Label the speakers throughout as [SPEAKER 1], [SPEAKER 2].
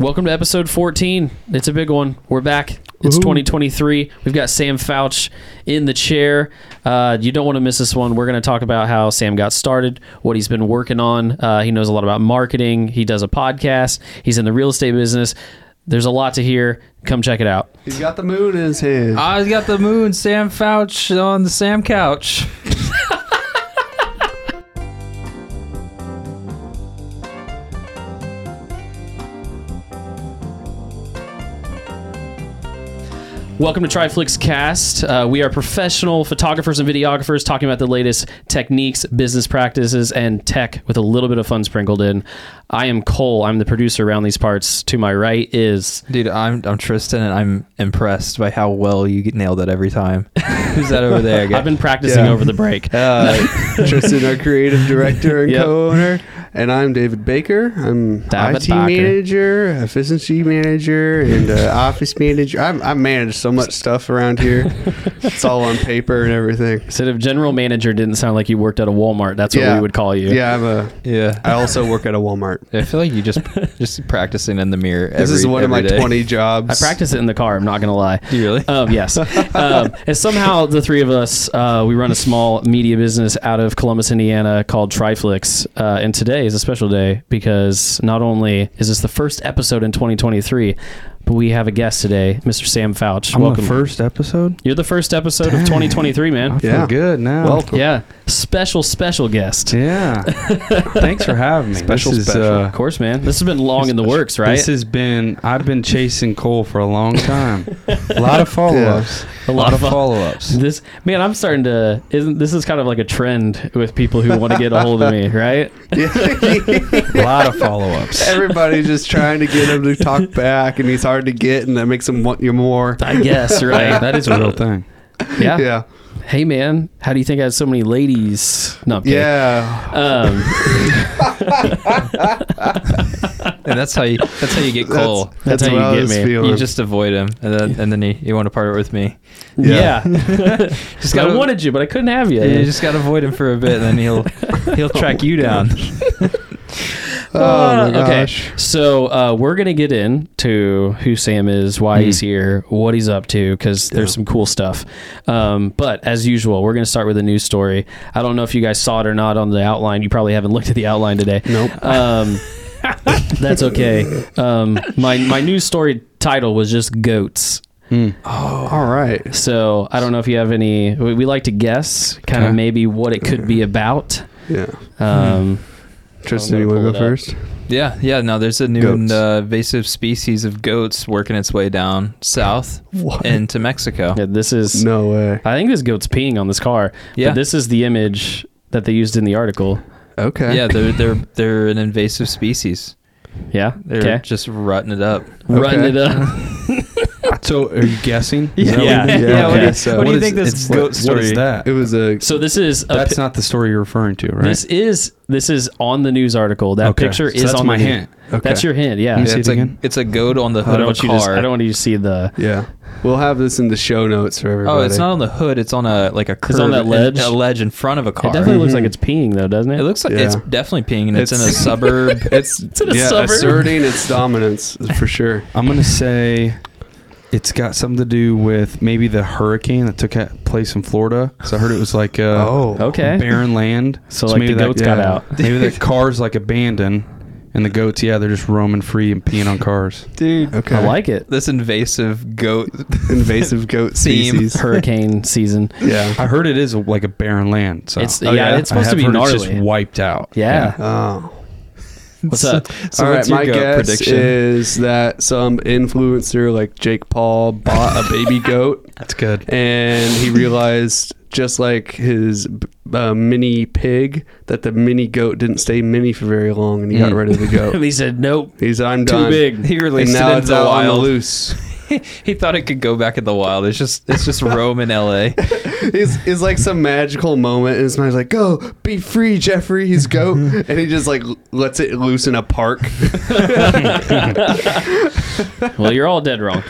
[SPEAKER 1] Welcome to episode 14. It's a big one. We're back. It's
[SPEAKER 2] Ooh.
[SPEAKER 1] 2023. We've got Sam Fouch in the chair. Uh, you don't want to miss this one. We're going to talk about how Sam got started, what he's been working on. Uh, he knows a lot about marketing. He does a podcast. He's in the real estate business. There's a lot to hear. Come check it out.
[SPEAKER 2] He's got the moon in his
[SPEAKER 1] Uh,
[SPEAKER 2] hand.
[SPEAKER 3] I got the moon, Sam Fouch on the Sam couch.
[SPEAKER 1] Welcome to TriFlix Cast. Uh, we are professional photographers and videographers talking about the latest techniques, business practices, and tech with a little bit of fun sprinkled in. I am Cole. I'm the producer around these parts. To my right is
[SPEAKER 3] Dude, I'm I'm Tristan, and I'm impressed by how well you get nailed it every time. Who's that over there?
[SPEAKER 1] I've been practicing
[SPEAKER 2] Yeah.
[SPEAKER 1] over the break.
[SPEAKER 3] Uh,
[SPEAKER 2] Tristan, our creative director and
[SPEAKER 1] Yep.
[SPEAKER 2] co-owner, and I'm David Baker. I'm
[SPEAKER 1] David
[SPEAKER 2] IT
[SPEAKER 1] Baker.
[SPEAKER 2] manager, efficiency manager, and uh, office manager. I'm, I manage so much stuff around here. it's all on paper and everything.
[SPEAKER 1] Instead of general manager, didn't sound like you worked at a Walmart. That's what
[SPEAKER 2] Yeah.
[SPEAKER 1] we would call you.
[SPEAKER 2] Yeah, I'm a.
[SPEAKER 3] yeah,
[SPEAKER 2] I also work at a Walmart.
[SPEAKER 3] I feel like you just just practicing in the mirror.
[SPEAKER 2] This is
[SPEAKER 3] every-
[SPEAKER 2] one of my
[SPEAKER 3] every day.
[SPEAKER 2] 20 jobs.
[SPEAKER 1] I practice it in the car. I'm not gonna lie.
[SPEAKER 3] Do you really?
[SPEAKER 1] Um, yes. um, and somehow the three of us, uh, we run a small media business out of Columbus, Indiana called Triflix. Uh, and today is a special day because not only is this the first episode in 2023, but we have a guest today, Mr. Sam Fouch. Welcome.
[SPEAKER 4] first episode.
[SPEAKER 1] You're the first episode of 2023, man.
[SPEAKER 2] feel Yeah.
[SPEAKER 4] good now.
[SPEAKER 2] Welcome.
[SPEAKER 1] Yeah. Special, special guest.
[SPEAKER 4] yeah. Thanks for having me.
[SPEAKER 2] Special,
[SPEAKER 4] This is,
[SPEAKER 2] special.
[SPEAKER 4] uh,
[SPEAKER 1] Of course, man. This has been long in the works, right?
[SPEAKER 4] This has been. I've been chasing Cole for a long time. a lot of follow-ups.
[SPEAKER 1] a
[SPEAKER 3] lot of
[SPEAKER 1] fun.
[SPEAKER 3] follow-ups.
[SPEAKER 1] This man, I'm starting to. Isn't this is kind of like a trend with people who want to get a hold of me, right?
[SPEAKER 3] a lot of follow-ups.
[SPEAKER 2] Everybody's just trying to get him to talk back, and he's hard to get, and that makes him want you more.
[SPEAKER 1] I guess,
[SPEAKER 4] Yeah,
[SPEAKER 1] right?
[SPEAKER 4] that is a real thing.
[SPEAKER 1] yeah.
[SPEAKER 2] Yeah.
[SPEAKER 1] Hey, man, how do you think I had so many ladies? No, I'm kidding.
[SPEAKER 2] Yeah.
[SPEAKER 1] Um,
[SPEAKER 3] And that's how you that's how you get Cole.
[SPEAKER 1] That's
[SPEAKER 2] That's, that's,
[SPEAKER 1] how
[SPEAKER 2] what
[SPEAKER 1] you
[SPEAKER 2] I
[SPEAKER 1] get
[SPEAKER 2] was
[SPEAKER 1] me. You
[SPEAKER 2] feeling.
[SPEAKER 3] you just avoid him, and then and then you, you want to part it with me.
[SPEAKER 1] yeah.
[SPEAKER 2] Yeah.
[SPEAKER 3] Just
[SPEAKER 1] I wanted you, but I couldn't have you.
[SPEAKER 3] You just gotta avoid him for a bit, and then he'll he'll track you down.
[SPEAKER 2] oh, my
[SPEAKER 1] okay.
[SPEAKER 2] gosh.
[SPEAKER 1] So uh, we're gonna get into who Sam is, why
[SPEAKER 2] Hmm.
[SPEAKER 1] he's here, what he's up to, because there's some cool stuff. Um, but as usual, we're gonna start with a news story. I don't know if you guys saw it or not on the outline. You probably haven't looked at the outline today.
[SPEAKER 2] Nope.
[SPEAKER 1] Um, that's okay. Um, my my news story title was just goats. Oh.
[SPEAKER 2] All right.
[SPEAKER 1] So I don't know if you have any. We, we like to guess, kind of
[SPEAKER 4] Okay.
[SPEAKER 1] maybe what it could be about.
[SPEAKER 2] Yeah.
[SPEAKER 1] Um,
[SPEAKER 2] Tristan,
[SPEAKER 1] I'm
[SPEAKER 2] you want
[SPEAKER 1] gonna
[SPEAKER 2] to
[SPEAKER 1] pull it
[SPEAKER 2] go
[SPEAKER 1] up.
[SPEAKER 2] first?
[SPEAKER 3] Yeah, yeah. No, there's a new
[SPEAKER 2] Goats.
[SPEAKER 3] uh, invasive species of goats working its way down south
[SPEAKER 2] What?
[SPEAKER 3] into Mexico.
[SPEAKER 1] yeah, this is.
[SPEAKER 2] No way.
[SPEAKER 1] I think this goat's peeing on this car.
[SPEAKER 3] Yeah.
[SPEAKER 1] But this is the image that they used in the article.
[SPEAKER 2] Okay.
[SPEAKER 3] Yeah, they're they're they're an invasive species.
[SPEAKER 1] Yeah.
[SPEAKER 3] They're
[SPEAKER 1] Okay.
[SPEAKER 3] just rutting it up.
[SPEAKER 1] Running
[SPEAKER 2] okay.
[SPEAKER 1] it up.
[SPEAKER 4] So, are you guessing?
[SPEAKER 1] Yeah. Yeah.
[SPEAKER 2] Yeah, what do you-
[SPEAKER 1] what do you
[SPEAKER 4] is-
[SPEAKER 1] think this
[SPEAKER 4] it's
[SPEAKER 3] goat
[SPEAKER 4] like- What
[SPEAKER 3] story-
[SPEAKER 4] is that?
[SPEAKER 2] It was a.
[SPEAKER 1] So this is a
[SPEAKER 4] That's
[SPEAKER 1] pi-
[SPEAKER 4] not the story you're referring to, right?
[SPEAKER 1] This is this is on the news article. That
[SPEAKER 4] Okay.
[SPEAKER 1] picture
[SPEAKER 4] So
[SPEAKER 1] is
[SPEAKER 4] that's
[SPEAKER 1] on
[SPEAKER 4] my
[SPEAKER 1] the news-
[SPEAKER 4] hint. Okay.
[SPEAKER 1] That's your hint. Yeah.
[SPEAKER 4] Let me
[SPEAKER 3] Yeah,
[SPEAKER 4] see
[SPEAKER 3] it's
[SPEAKER 4] it
[SPEAKER 3] a
[SPEAKER 4] again?
[SPEAKER 3] it's a goat on the
[SPEAKER 1] I
[SPEAKER 3] hood
[SPEAKER 1] don't
[SPEAKER 3] of a
[SPEAKER 1] want you to.
[SPEAKER 3] car.
[SPEAKER 1] I don't want you to see the.
[SPEAKER 2] Yeah. We'll have this in the show notes for everybody.
[SPEAKER 3] oh, it's not on the hood. It's on a like a curve.
[SPEAKER 1] on that
[SPEAKER 3] in-
[SPEAKER 1] ledge?
[SPEAKER 3] a ledge in front of a car.
[SPEAKER 1] It definitely
[SPEAKER 4] Mm-hmm.
[SPEAKER 1] looks like it's peeing though, doesn't it?
[SPEAKER 3] It looks like it's
[SPEAKER 2] Yeah.
[SPEAKER 3] definitely peeing, and it's, in a
[SPEAKER 2] It's-
[SPEAKER 3] suburb.
[SPEAKER 2] It's, it's
[SPEAKER 1] in a
[SPEAKER 2] yeah,
[SPEAKER 1] suburb.
[SPEAKER 2] asserting its dominance for sure.
[SPEAKER 4] I'm gonna say it's got something to do with maybe the hurricane that took a- place in Florida. So I heard it was like uh,
[SPEAKER 2] Oh.
[SPEAKER 1] Okay.
[SPEAKER 4] barren land.
[SPEAKER 1] So, like, the goats got out.
[SPEAKER 4] Maybe the cars like abandoned, and the goats, yeah, they're just roaming free and peeing on cars.
[SPEAKER 3] Dude,
[SPEAKER 2] Okay.
[SPEAKER 1] I like it.
[SPEAKER 3] this invasive goat.
[SPEAKER 2] invasive goat
[SPEAKER 3] Theme.
[SPEAKER 2] species.
[SPEAKER 1] Hurricane season.
[SPEAKER 2] yeah.
[SPEAKER 4] I heard it is like a barren land. So
[SPEAKER 1] It's- yeah, it's
[SPEAKER 4] I
[SPEAKER 1] supposed to
[SPEAKER 4] have
[SPEAKER 1] be
[SPEAKER 4] heard It's
[SPEAKER 1] gnarly.
[SPEAKER 4] just wiped out.
[SPEAKER 1] Yeah.
[SPEAKER 2] Oh.
[SPEAKER 1] What's up?
[SPEAKER 3] So
[SPEAKER 2] All right,
[SPEAKER 3] what's your
[SPEAKER 2] my
[SPEAKER 3] goat
[SPEAKER 2] guess
[SPEAKER 3] prediction?
[SPEAKER 2] is that some influencer like Jake Paul bought a baby goat
[SPEAKER 4] that's good.
[SPEAKER 2] and he realized just like his uh, mini pig that the mini goat didn't stay mini for very long and he got
[SPEAKER 3] Mm.
[SPEAKER 2] rid of the goat
[SPEAKER 1] he said, "Nope,
[SPEAKER 2] he's i'm
[SPEAKER 1] too
[SPEAKER 2] done
[SPEAKER 1] big."
[SPEAKER 3] He
[SPEAKER 2] and
[SPEAKER 3] released
[SPEAKER 2] now
[SPEAKER 3] it
[SPEAKER 2] it's
[SPEAKER 3] into the
[SPEAKER 2] out on the
[SPEAKER 3] wild.
[SPEAKER 2] loose
[SPEAKER 3] he thought it could go back in the wild. It's just it's just Rome in L.A.
[SPEAKER 2] it's, it's like some magical moment and his mind's like go be free jeffrey he's goat and he just like l- lets it loose in a park
[SPEAKER 1] Well, you're all dead wrong.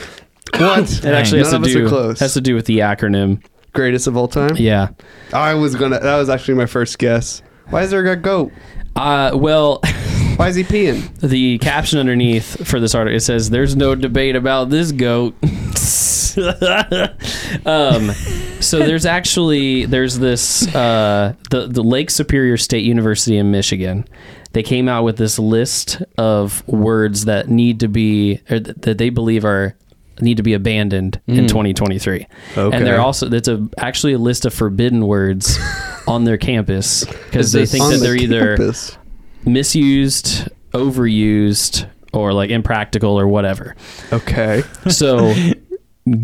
[SPEAKER 2] what
[SPEAKER 1] It actually has
[SPEAKER 2] none
[SPEAKER 1] to
[SPEAKER 2] of us are
[SPEAKER 1] do
[SPEAKER 2] close
[SPEAKER 1] has to do with the acronym.
[SPEAKER 2] greatest of all time
[SPEAKER 1] Yeah.
[SPEAKER 2] i was gonna that was actually my first guess why is there a goat
[SPEAKER 1] Uh, well,
[SPEAKER 2] Why is he peeing?
[SPEAKER 1] the caption underneath for this article it says there's no debate about this goat um, so there's actually there's this uh, the, the lake superior state university in michigan they came out with this list of words that need to be or th- that they believe are need to be abandoned in 2023 and
[SPEAKER 2] Hmm. Okay.
[SPEAKER 1] they're also that's a actually a list of forbidden words on their campus because
[SPEAKER 3] Is
[SPEAKER 1] they
[SPEAKER 3] this
[SPEAKER 1] think
[SPEAKER 2] On
[SPEAKER 1] that
[SPEAKER 2] the
[SPEAKER 1] they're either
[SPEAKER 2] campus.
[SPEAKER 1] misused, overused, or like impractical or whatever.
[SPEAKER 2] Okay.
[SPEAKER 1] So,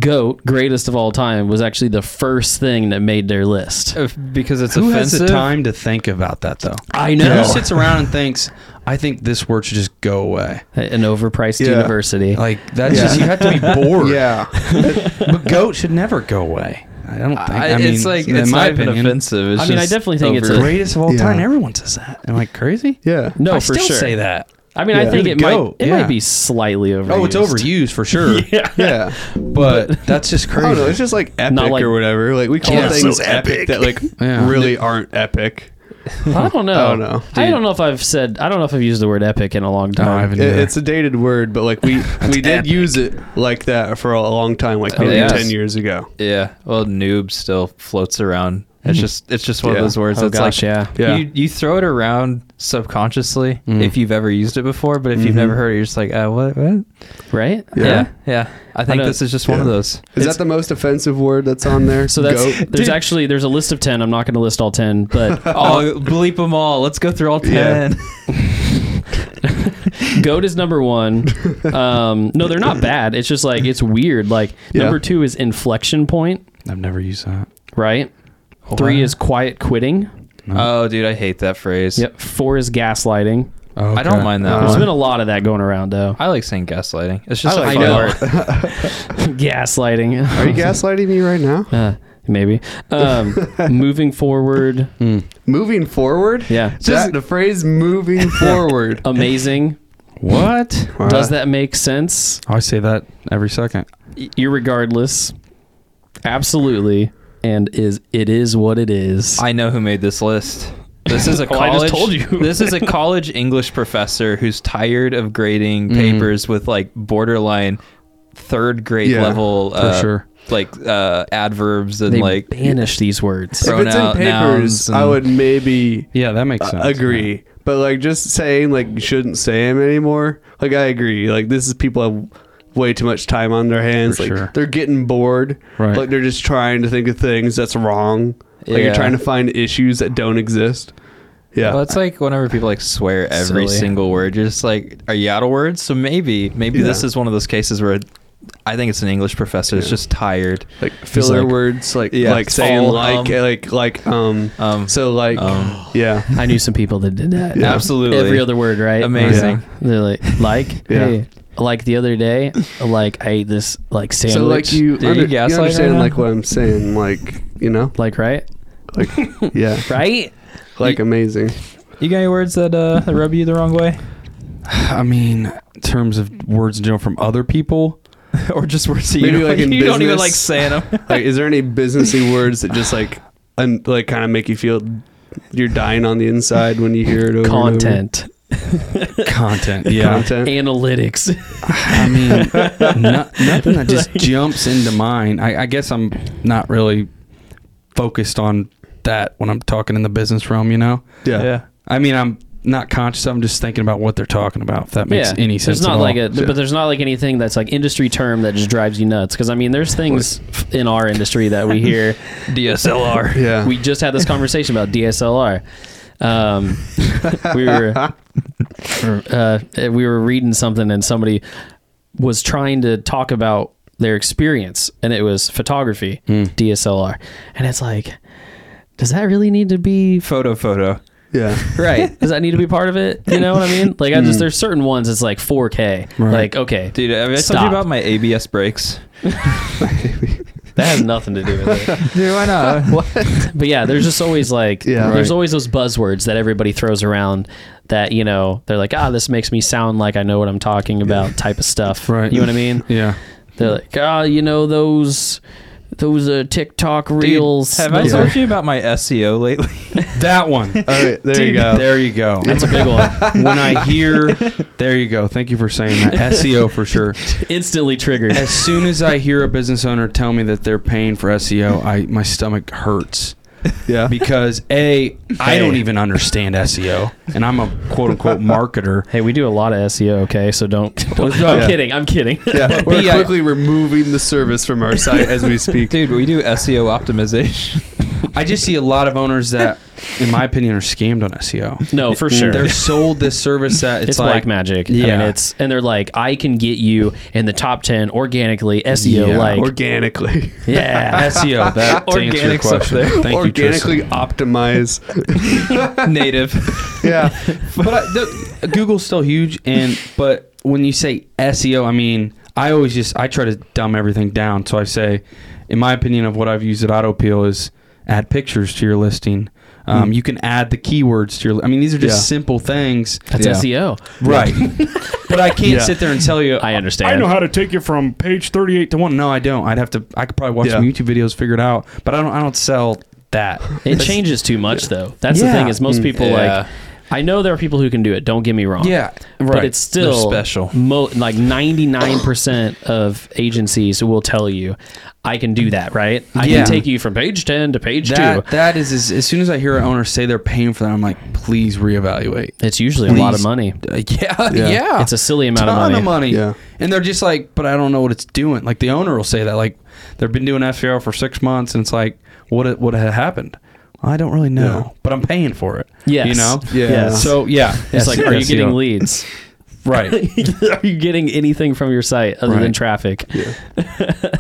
[SPEAKER 1] goat, greatest of all time, was actually the first thing that made their list.
[SPEAKER 3] If- because it's
[SPEAKER 4] Who has
[SPEAKER 3] offensive.
[SPEAKER 4] the time to think about that though?
[SPEAKER 1] I
[SPEAKER 4] Who
[SPEAKER 1] know
[SPEAKER 4] sits around and thinks, I think this word should just go away?
[SPEAKER 1] an overpriced
[SPEAKER 2] Yeah.
[SPEAKER 1] university.
[SPEAKER 4] Like that's
[SPEAKER 2] Yeah.
[SPEAKER 4] just you have to be bored.
[SPEAKER 2] Yeah.
[SPEAKER 4] But goat should never go away. I don't think.
[SPEAKER 3] I,
[SPEAKER 4] I, mean,
[SPEAKER 3] it's like
[SPEAKER 4] in
[SPEAKER 3] it's
[SPEAKER 4] my
[SPEAKER 3] not even
[SPEAKER 4] opinion,
[SPEAKER 3] offensive. It's
[SPEAKER 1] I mean, I
[SPEAKER 3] just
[SPEAKER 1] definitely think it's
[SPEAKER 3] over-
[SPEAKER 1] a-
[SPEAKER 4] greatest of all
[SPEAKER 2] Yeah.
[SPEAKER 4] time. Everyone says that. Am I crazy?
[SPEAKER 2] Yeah.
[SPEAKER 1] no,
[SPEAKER 4] I
[SPEAKER 1] for
[SPEAKER 4] still
[SPEAKER 1] sure.
[SPEAKER 4] say that.
[SPEAKER 1] I mean, I
[SPEAKER 2] Yeah.
[SPEAKER 1] think it might
[SPEAKER 4] Goat,
[SPEAKER 1] it
[SPEAKER 4] yeah.
[SPEAKER 1] might be slightly overused.
[SPEAKER 4] Oh, it's overused for sure.
[SPEAKER 1] Yeah.
[SPEAKER 2] Yeah.
[SPEAKER 4] But that's just
[SPEAKER 2] I
[SPEAKER 4] crazy.
[SPEAKER 2] don't know. It's just like epic
[SPEAKER 1] Not like-
[SPEAKER 2] or whatever. Like we call
[SPEAKER 1] Yeah,
[SPEAKER 2] things
[SPEAKER 1] so
[SPEAKER 2] epic. that like
[SPEAKER 4] Yeah.
[SPEAKER 2] really aren't epic.
[SPEAKER 1] I don't know.
[SPEAKER 2] I
[SPEAKER 4] Oh,
[SPEAKER 2] don't know.
[SPEAKER 1] I don't know if I've said. I don't know if I've used the word epic in a long
[SPEAKER 4] No, I
[SPEAKER 1] time.
[SPEAKER 4] haven't.
[SPEAKER 2] It, it's a dated word, but like we we did use it like that for a long time, like
[SPEAKER 3] Oh,
[SPEAKER 2] maybe
[SPEAKER 3] yes.
[SPEAKER 2] ten years ago.
[SPEAKER 3] yeah. Well, noob still floats around. It's just it's just one
[SPEAKER 2] Yeah.
[SPEAKER 3] of those words
[SPEAKER 1] oh
[SPEAKER 3] that's
[SPEAKER 1] gosh,
[SPEAKER 3] like
[SPEAKER 1] yeah.
[SPEAKER 4] Yeah.
[SPEAKER 3] you you throw it around subconsciously if you've ever used it before, but if you've never heard it, you're just like, uh, what? what?
[SPEAKER 1] Right.
[SPEAKER 2] Yeah.
[SPEAKER 3] yeah, yeah. I think
[SPEAKER 1] don't-
[SPEAKER 3] this is just one of
[SPEAKER 2] Yeah.
[SPEAKER 3] those.
[SPEAKER 2] Is
[SPEAKER 1] It's-
[SPEAKER 2] that the most offensive word that's on there?
[SPEAKER 1] So that's
[SPEAKER 2] Goat?
[SPEAKER 1] there's actually there's a list of ten. I'm not going to list all ten, but
[SPEAKER 3] Oh, bleep them all. Let's go through all
[SPEAKER 2] Yeah.
[SPEAKER 3] ten.
[SPEAKER 1] Goat is number one. Um, no, they're not bad. It's just like it's weird. Like
[SPEAKER 2] Yeah.
[SPEAKER 1] number two is inflection point,
[SPEAKER 4] I've never used that. Oh,
[SPEAKER 1] right? Three is quiet quitting.
[SPEAKER 3] Oh, dude, I hate that phrase.
[SPEAKER 1] Yep. Four is gaslighting.
[SPEAKER 4] Oh,
[SPEAKER 3] I don't mind that
[SPEAKER 1] There's
[SPEAKER 3] one.
[SPEAKER 1] been a lot of that going around though.
[SPEAKER 3] I like saying gaslighting. It's just
[SPEAKER 2] I like
[SPEAKER 3] a fun
[SPEAKER 2] that.
[SPEAKER 3] word.
[SPEAKER 1] gaslighting.
[SPEAKER 2] Are you gaslighting me right now?
[SPEAKER 1] Uh, maybe. Um, moving forward.
[SPEAKER 2] Mm. Moving forward.
[SPEAKER 1] Yeah. Oh,
[SPEAKER 2] Just the phrase "moving forward."
[SPEAKER 1] Amazing.
[SPEAKER 4] What?
[SPEAKER 1] Does that make sense?
[SPEAKER 4] Oh, I say that every second.
[SPEAKER 1] Y- Irregardless. Absolutely. And is it is what it is.
[SPEAKER 3] I know who made this list. This is a
[SPEAKER 1] Well, I
[SPEAKER 3] college.
[SPEAKER 1] just told you.
[SPEAKER 3] this is a college English professor who's tired of grading papers with like borderline third grade
[SPEAKER 2] Yeah,
[SPEAKER 3] level,
[SPEAKER 4] for
[SPEAKER 3] uh,
[SPEAKER 4] sure.
[SPEAKER 3] like uh, adverbs and
[SPEAKER 1] they
[SPEAKER 3] like
[SPEAKER 1] banish these words.
[SPEAKER 2] if it's in
[SPEAKER 3] pronoun-
[SPEAKER 2] papers,
[SPEAKER 3] nouns
[SPEAKER 2] I
[SPEAKER 3] and-
[SPEAKER 2] would maybe
[SPEAKER 4] Yeah, that makes sense.
[SPEAKER 2] agree. But like just saying like you shouldn't say him anymore. Like I agree. Like this is people have way too much time on their hands.
[SPEAKER 4] For
[SPEAKER 2] like
[SPEAKER 4] sure.
[SPEAKER 2] they're getting bored.
[SPEAKER 4] Right.
[SPEAKER 2] Like they're just trying to think of things that's wrong. Like
[SPEAKER 3] Yeah.
[SPEAKER 2] you're trying to find issues that don't exist. Yeah.
[SPEAKER 3] Well, it's like whenever people like swear every
[SPEAKER 1] Silly.
[SPEAKER 3] single word, you're just like, are you out of words? So maybe, maybe this
[SPEAKER 2] Yeah.
[SPEAKER 3] is one of those cases where I think it's an English professor that's just tired.
[SPEAKER 2] like filler
[SPEAKER 1] like-
[SPEAKER 2] words like
[SPEAKER 3] Yeah.
[SPEAKER 2] like saying
[SPEAKER 3] All,
[SPEAKER 2] like
[SPEAKER 3] um,
[SPEAKER 2] like like um
[SPEAKER 3] Um,
[SPEAKER 2] so like
[SPEAKER 3] um.
[SPEAKER 2] yeah.
[SPEAKER 1] I knew some people that did that.
[SPEAKER 2] Yeah.
[SPEAKER 3] Absolutely.
[SPEAKER 1] Every other word, right?
[SPEAKER 3] Amazing.
[SPEAKER 1] Yeah. They're like, like,
[SPEAKER 2] Yeah.
[SPEAKER 1] hey, like the other day, like I ate this like sandwich.
[SPEAKER 2] So like you,
[SPEAKER 3] Dude, you
[SPEAKER 2] under, you,
[SPEAKER 3] gaslight right
[SPEAKER 2] understand
[SPEAKER 3] now?
[SPEAKER 2] like what I'm saying like you know
[SPEAKER 1] like right,
[SPEAKER 2] like yeah
[SPEAKER 1] right?
[SPEAKER 2] like amazing
[SPEAKER 3] You got any words that uh that rub you the wrong way,
[SPEAKER 4] I mean, in terms of words in general from other people,
[SPEAKER 3] or just words that
[SPEAKER 2] Maybe
[SPEAKER 3] you,
[SPEAKER 2] like
[SPEAKER 3] you
[SPEAKER 2] in
[SPEAKER 3] don't even
[SPEAKER 2] business.
[SPEAKER 3] like saying them?
[SPEAKER 2] like is there any businessy words that just like un, like kind of make you feel you're dying on the inside when you hear it over
[SPEAKER 1] Content,
[SPEAKER 2] and
[SPEAKER 4] content.
[SPEAKER 2] over?
[SPEAKER 4] Yeah.
[SPEAKER 2] content
[SPEAKER 1] analytics.
[SPEAKER 4] I mean, no- nothing that just jumps into mind. I, I guess I'm not really focused on that when I'm talking in the business realm, you know?
[SPEAKER 2] yeah.
[SPEAKER 4] I mean, I'm not conscious. I'm just thinking about what they're talking about, if that makes
[SPEAKER 1] yeah,
[SPEAKER 4] any sense.
[SPEAKER 1] There's not
[SPEAKER 4] at
[SPEAKER 1] like
[SPEAKER 4] all.
[SPEAKER 1] a, but there's not like anything that's like industry term that just drives you nuts. Because I mean, there's things in our industry that we hear.
[SPEAKER 3] DSLR.
[SPEAKER 2] Yeah.
[SPEAKER 1] We just had this conversation about DSLR. Um, we were uh, we were reading something and somebody was trying to talk about their experience and it was photography DSLR and it's like does that really need to be
[SPEAKER 3] Photo, photo.
[SPEAKER 2] yeah
[SPEAKER 1] right does that need to be part of it you know what I mean like I just there's certain ones it's like 4K
[SPEAKER 4] Right.
[SPEAKER 1] like okay
[SPEAKER 3] Dude, I, mean, I told
[SPEAKER 1] Stop.
[SPEAKER 3] you about my ABS brakes.
[SPEAKER 1] that has nothing to do with it
[SPEAKER 3] Dude, why not?
[SPEAKER 1] but yeah, there's just always like
[SPEAKER 2] Yeah.
[SPEAKER 1] there's
[SPEAKER 2] Right.
[SPEAKER 1] always those buzzwords that everybody throws around that you know they're like ah this makes me sound like I know what I'm talking about type of stuff.
[SPEAKER 4] Right.
[SPEAKER 1] You know what I mean?
[SPEAKER 4] Yeah.
[SPEAKER 1] They're like ah you know those th- those uh, TikTok
[SPEAKER 3] Dude,
[SPEAKER 1] reels.
[SPEAKER 3] Have I
[SPEAKER 1] those
[SPEAKER 3] told
[SPEAKER 1] are-
[SPEAKER 3] you about my SEO lately?
[SPEAKER 4] That one.
[SPEAKER 2] Okay, there you
[SPEAKER 4] Dude,
[SPEAKER 2] go.
[SPEAKER 4] There you go.
[SPEAKER 1] That's a big one.
[SPEAKER 4] when I hear, there you go. Thank you for saying that. SEO for sure.
[SPEAKER 1] Instantly triggered.
[SPEAKER 4] As soon as I hear a business owner tell me that they're paying for SEO, I my stomach hurts
[SPEAKER 2] Yeah.
[SPEAKER 4] because a I
[SPEAKER 2] Hey.
[SPEAKER 4] don't even understand SEO, and I'm a quote unquote marketer.
[SPEAKER 1] Hey, we do a lot of SEO, okay? So don't. I'm
[SPEAKER 2] Yeah.
[SPEAKER 1] kidding. I'm kidding.
[SPEAKER 2] Yeah, we're
[SPEAKER 4] B I-
[SPEAKER 2] quickly removing the service from our site as we speak.
[SPEAKER 3] Dude, we do SEO optimization.
[SPEAKER 4] I just see a lot of owners that, in my opinion, are scammed on E SEO.
[SPEAKER 1] No, for sure.
[SPEAKER 4] They're sold this service that it's,
[SPEAKER 1] it's
[SPEAKER 4] like
[SPEAKER 1] black magic. I
[SPEAKER 4] Yeah.
[SPEAKER 1] mean, it's and they're like, I can get you in the top ten organically SEO.
[SPEAKER 4] Yeah.
[SPEAKER 1] Like,
[SPEAKER 2] organically.
[SPEAKER 1] yeah,
[SPEAKER 4] SEO. E That to answer your
[SPEAKER 3] Organic's up
[SPEAKER 4] question.
[SPEAKER 3] there.
[SPEAKER 4] Thank
[SPEAKER 2] organically
[SPEAKER 4] you,
[SPEAKER 2] optimize.
[SPEAKER 3] Native.
[SPEAKER 2] yeah.
[SPEAKER 4] Tristan. But I, the, Google's still huge, and but when you say SEO, I mean I always just I try to dumb everything down. So I say, in my opinion, of what I've used at AutoPeel is add pictures to your listing. Um, You can add the keywords to your. I mean, these are just
[SPEAKER 2] Yeah.
[SPEAKER 4] simple things,
[SPEAKER 1] that's E
[SPEAKER 3] Yeah.
[SPEAKER 1] SEO.
[SPEAKER 4] right? but I can't
[SPEAKER 2] Yeah.
[SPEAKER 4] sit there and tell you.
[SPEAKER 1] I understand.
[SPEAKER 4] I know how to take you from page 38 to one. No, I don't. I'd have to. I could probably watch
[SPEAKER 2] Yeah.
[SPEAKER 4] some YouTube videos, figure it out. But I don't. I don't sell that.
[SPEAKER 1] It changes too much, though. That's the
[SPEAKER 4] Yeah.
[SPEAKER 1] thing. Is most people
[SPEAKER 3] yeah.
[SPEAKER 1] like. I know there are people who can do it. Don't get me wrong.
[SPEAKER 4] Yeah,
[SPEAKER 1] But
[SPEAKER 4] right.
[SPEAKER 1] it's still
[SPEAKER 3] They're special.
[SPEAKER 1] Mo- like ninety nine percent of agencies will tell you, "I can do that." Right? I
[SPEAKER 4] Yeah.
[SPEAKER 1] can take you from page ten to page
[SPEAKER 4] That
[SPEAKER 1] two.
[SPEAKER 4] that is as, as soon as I hear an owner say they're paying for that, I'm like, please reevaluate.
[SPEAKER 1] It's usually a lot of
[SPEAKER 4] Please.
[SPEAKER 1] money.
[SPEAKER 4] Uh, yeah, yeah,
[SPEAKER 2] Yeah.
[SPEAKER 1] It's a silly amount of
[SPEAKER 4] ton
[SPEAKER 1] money.
[SPEAKER 4] of money.
[SPEAKER 2] Yeah.
[SPEAKER 4] And they're just like, but I don't know what it's doing. Like the owner will say that, like they've been doing FCR for six months, and it's like, what what had happened? I don't really know,
[SPEAKER 2] Yeah.
[SPEAKER 4] but I'm paying for it.
[SPEAKER 1] Yes.
[SPEAKER 4] you know.
[SPEAKER 2] Yeah.
[SPEAKER 1] Yes.
[SPEAKER 4] So yeah,
[SPEAKER 1] It's like, are you getting
[SPEAKER 4] leads?
[SPEAKER 1] leads?
[SPEAKER 4] Right.
[SPEAKER 1] are you getting anything from your site other than
[SPEAKER 4] Right.
[SPEAKER 1] traffic? Yeah,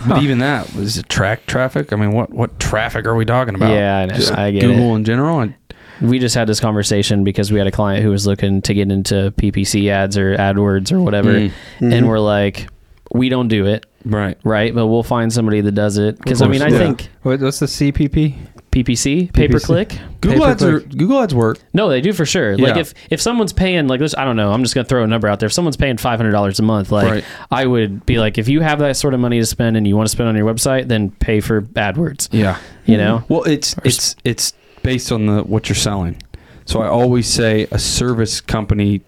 [SPEAKER 4] But even that is it track traffic. I mean, what what traffic are we talking about?
[SPEAKER 1] I, know. I get
[SPEAKER 4] Google in general, and
[SPEAKER 1] it. We just had this conversation because we had a client who was looking to get into PPC ads or AdWords or whatever,
[SPEAKER 4] Mm.
[SPEAKER 1] and we're like, we don't do it,
[SPEAKER 4] right.
[SPEAKER 1] right? But we'll find somebody that does it because I
[SPEAKER 4] course,
[SPEAKER 1] mean, I
[SPEAKER 2] yeah.
[SPEAKER 1] think
[SPEAKER 3] What, what's the CPP?
[SPEAKER 1] PPC, pay per click.
[SPEAKER 4] Google ads are
[SPEAKER 3] Pay-per-click.
[SPEAKER 4] Google ads work.
[SPEAKER 1] No, they do for sure. Like
[SPEAKER 4] Yeah.
[SPEAKER 1] if if someone's paying like this, I don't know. I'm just gonna throw a number out there. If someone's paying five hundred dollars a month, like
[SPEAKER 4] Right.
[SPEAKER 1] I would be like, if you have that sort of money to spend and you want to spend on your website, then pay for AdWords.
[SPEAKER 4] Yeah.
[SPEAKER 1] You know,
[SPEAKER 4] Mm-hmm. Well, it's it's it's based on the what you're selling. So I always say a service company,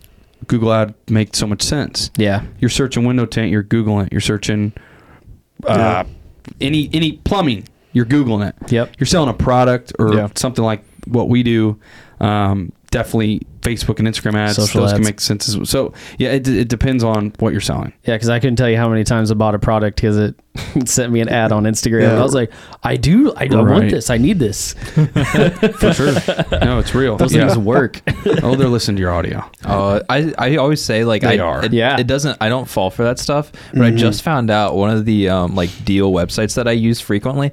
[SPEAKER 4] Google ad makes so much sense.
[SPEAKER 1] yeah.
[SPEAKER 4] You're searching window tint, you're googling it. You're searching uh, any any plumbing, you're googling it.
[SPEAKER 1] Yep.
[SPEAKER 4] You're selling a product or
[SPEAKER 3] Yeah.
[SPEAKER 4] something like what we do. Um, definitely Facebook and Instagram ads.
[SPEAKER 1] Social
[SPEAKER 4] those can
[SPEAKER 1] ads.
[SPEAKER 4] make sense. As well. So yeah, it, it depends on what you're selling.
[SPEAKER 1] Yeah, because I couldn't tell you how many times I bought a product because it sent me an ad on Instagram.
[SPEAKER 2] Yeah.
[SPEAKER 1] I was like, I do, I, I want
[SPEAKER 4] Right.
[SPEAKER 1] this, I need this.
[SPEAKER 4] For sure. no, it's real.
[SPEAKER 1] Those
[SPEAKER 4] Yeah.
[SPEAKER 1] things work.
[SPEAKER 4] oh, they're listening to your audio.
[SPEAKER 3] Uh, I I always say like
[SPEAKER 4] They
[SPEAKER 3] I
[SPEAKER 4] are.
[SPEAKER 3] It,
[SPEAKER 1] Yeah. Mm-hmm.
[SPEAKER 3] It doesn't. I don't fall for that stuff. But I just found out one of the um, like deal websites that I use frequently.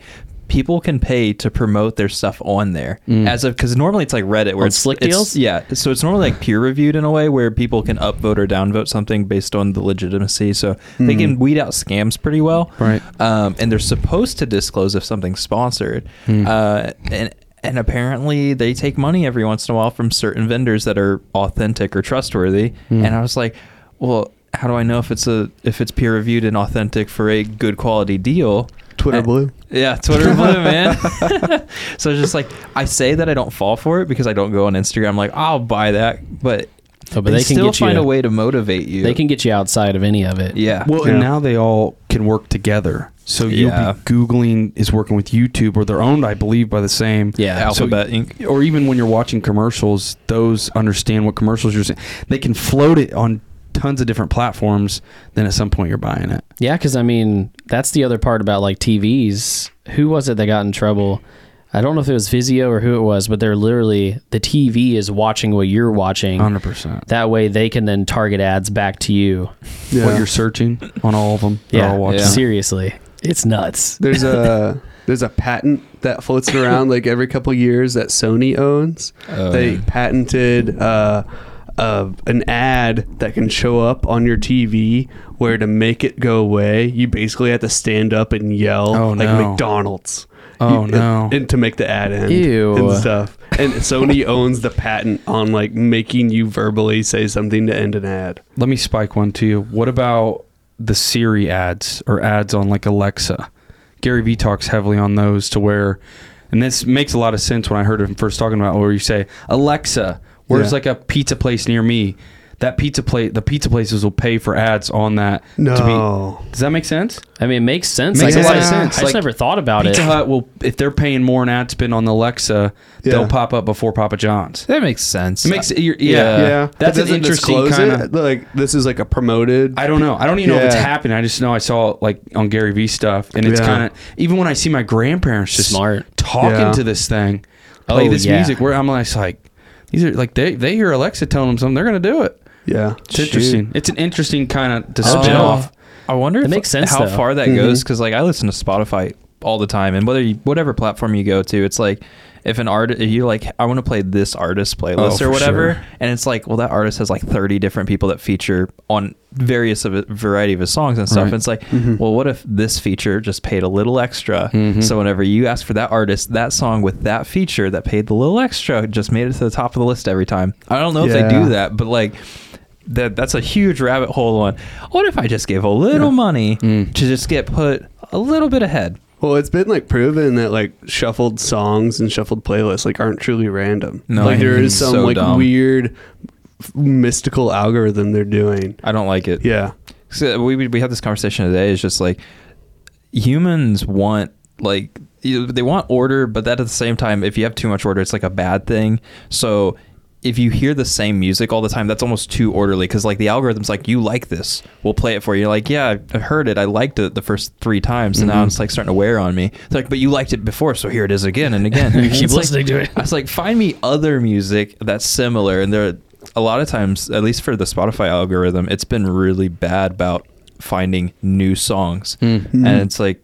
[SPEAKER 3] People can pay to promote their stuff on there as of because normally it's like Reddit where
[SPEAKER 1] Mm. On
[SPEAKER 3] it's
[SPEAKER 1] Slick
[SPEAKER 3] it's-
[SPEAKER 1] Deals?
[SPEAKER 3] Yeah, so it's normally like peer reviewed in a way where people can upvote or downvote something based on the legitimacy. So they
[SPEAKER 1] Mm.
[SPEAKER 3] can weed out scams pretty well,
[SPEAKER 4] Right.
[SPEAKER 3] Um, and they're supposed to disclose if something's sponsored.
[SPEAKER 1] Mm.
[SPEAKER 3] Uh, and and apparently they take money every once in a while from certain vendors that are authentic or trustworthy.
[SPEAKER 2] Hmm.
[SPEAKER 3] And I was like, well, how do I know if it's a if it's peer reviewed and authentic for a good quality deal?
[SPEAKER 2] Twitter
[SPEAKER 3] And-
[SPEAKER 2] blue.
[SPEAKER 3] yeah, Twitter blue, man. so it's just like I say that I don't fall for it because I don't go on Instagram. like I'll buy that, but,
[SPEAKER 1] Oh, but
[SPEAKER 3] they,
[SPEAKER 1] they can
[SPEAKER 3] still
[SPEAKER 1] get you-
[SPEAKER 3] find a way to motivate you.
[SPEAKER 1] they can get you outside of any of it.
[SPEAKER 3] yeah.
[SPEAKER 4] Well, and
[SPEAKER 2] Yeah.
[SPEAKER 4] now they all can work together. So you'll
[SPEAKER 3] Yeah.
[SPEAKER 4] be Googling is working with YouTube, or they're owned, I believe, by the same.
[SPEAKER 1] Yeah,
[SPEAKER 4] So-
[SPEAKER 3] Alphabet Inc.
[SPEAKER 4] or even when you're watching commercials, those understand what commercials you're seeing. They can float it on tons of different platforms. Then at some point, you're buying it.
[SPEAKER 1] Yeah, because I mean, that's the other part about like TVs. Who was it that got in trouble? I don't know if it was Vizio or who it was, but they're literally the TV is watching what you're watching.
[SPEAKER 4] 100%.
[SPEAKER 1] That way, they can then target ads back to you.
[SPEAKER 2] Yeah.
[SPEAKER 4] What you're searching on all of them. they're all watching.
[SPEAKER 3] yeah.
[SPEAKER 1] seriously, it's nuts.
[SPEAKER 2] There's a there's a patent that floats around like every couple years that Sony owns.
[SPEAKER 4] Oh,
[SPEAKER 2] they patented uh, uh, an ad that can show up on your TV where to make it go away, you basically have to stand up and yell
[SPEAKER 4] Oh,
[SPEAKER 2] like
[SPEAKER 4] no.
[SPEAKER 2] McDonald's.
[SPEAKER 4] Oh,
[SPEAKER 2] You- uh,
[SPEAKER 4] no.
[SPEAKER 2] And to make the ad end
[SPEAKER 1] Ew.
[SPEAKER 2] and stuff. And Sony owns the patent on like making you verbally say something to end an ad.
[SPEAKER 4] Let me spike one to you. What about the Siri ads or ads on like Alexa? Gary Vee talks heavily on those to where, and this makes a lot of sense when I heard him first talking about where you say Alexa, where's
[SPEAKER 2] Yeah.
[SPEAKER 4] like a pizza place near me? That pizza plate, the pizza places will pay for ads on that.
[SPEAKER 2] No.
[SPEAKER 4] be, does that make sense?
[SPEAKER 1] I mean, it makes sense.
[SPEAKER 4] Makes
[SPEAKER 1] I
[SPEAKER 4] a
[SPEAKER 1] guess
[SPEAKER 4] lot
[SPEAKER 1] I-
[SPEAKER 4] of sense.
[SPEAKER 1] I just
[SPEAKER 4] Like,
[SPEAKER 1] never thought about
[SPEAKER 4] Pizza
[SPEAKER 1] it.
[SPEAKER 4] Hut will, if they're paying more in ad spend on the Alexa,
[SPEAKER 2] Yeah.
[SPEAKER 4] they'll pop up before Papa John's.
[SPEAKER 3] That makes sense.
[SPEAKER 4] It makes it, you're,
[SPEAKER 3] Yeah.
[SPEAKER 4] yeah,
[SPEAKER 2] yeah.
[SPEAKER 4] That's
[SPEAKER 2] But
[SPEAKER 4] an
[SPEAKER 2] doesn't
[SPEAKER 4] interesting
[SPEAKER 2] disclose
[SPEAKER 4] kind
[SPEAKER 2] it?
[SPEAKER 4] of.
[SPEAKER 2] like this is like a promoted.
[SPEAKER 4] I don't know. I don't even know if it's
[SPEAKER 2] Yeah.
[SPEAKER 4] happening. I just know I saw it, like on Gary Vee stuff, and it's
[SPEAKER 2] Yeah.
[SPEAKER 4] kind of even when I see my grandparents just
[SPEAKER 1] Smart.
[SPEAKER 4] talking
[SPEAKER 2] Yeah.
[SPEAKER 4] to this thing, play
[SPEAKER 1] Oh,
[SPEAKER 4] this
[SPEAKER 1] yeah.
[SPEAKER 4] music. Where I'm just like, these are like they they hear Alexa telling them something, they're gonna do it.
[SPEAKER 2] yeah.
[SPEAKER 4] It's interesting. It's an interesting kind of to
[SPEAKER 1] Oh.
[SPEAKER 4] spin off.
[SPEAKER 3] I wonder
[SPEAKER 1] That
[SPEAKER 3] if,
[SPEAKER 1] makes sense,
[SPEAKER 3] how
[SPEAKER 1] though.
[SPEAKER 3] far that goes
[SPEAKER 4] Mm-hmm.
[SPEAKER 3] because like I listen to Spotify all the time, and whether you, whatever platform you go to, it's like if an artist you like, I want to play this artist's playlist
[SPEAKER 4] Oh,
[SPEAKER 3] or
[SPEAKER 4] for
[SPEAKER 3] whatever,
[SPEAKER 4] sure.
[SPEAKER 3] and it's like, well, that artist has like thirty different people that feature on various of a variety of his songs and stuff.
[SPEAKER 4] Right. Mm-hmm.
[SPEAKER 3] And it's like, well, what if this feature just paid a little extra?
[SPEAKER 4] Mhm.
[SPEAKER 3] So whenever you ask for that artist, that song with that feature that paid the little extra just made it to the top of the list every time. I don't know if they
[SPEAKER 2] Yeah.
[SPEAKER 3] do that, but like that that's a huge rabbit hole on what if I just gave a little money
[SPEAKER 4] Mm.
[SPEAKER 3] to just get put a little bit ahead?
[SPEAKER 2] Well, it's been like proven that like shuffled songs and shuffled playlists like aren't truly random.
[SPEAKER 3] No,
[SPEAKER 2] like there is
[SPEAKER 3] it's
[SPEAKER 2] some
[SPEAKER 3] so
[SPEAKER 2] like
[SPEAKER 3] dumb.
[SPEAKER 2] weird f- mystical algorithm they're doing.
[SPEAKER 3] I don't like it.
[SPEAKER 2] Yeah.
[SPEAKER 3] So we we- we had this conversation today. It's just like humans want like you- they want order, but that at the same time, if you have too much order, it's like a bad thing. So if you hear the same music all the time, that's almost too orderly because like the algorithm's like you like this, we'll play it for you. You're like, yeah, I heard it, I liked it the first three times, and
[SPEAKER 1] Mm-hmm.
[SPEAKER 3] now it's like starting to wear on me. It's like, but you liked it before, so here it is again and again.
[SPEAKER 1] Keep
[SPEAKER 3] It's like-
[SPEAKER 1] listening to it.
[SPEAKER 3] I was like, find me other music that's similar. And there, a lot of times, at least for the Spotify algorithm, it's been really bad about finding new songs.
[SPEAKER 1] Hmm.
[SPEAKER 3] And it's like,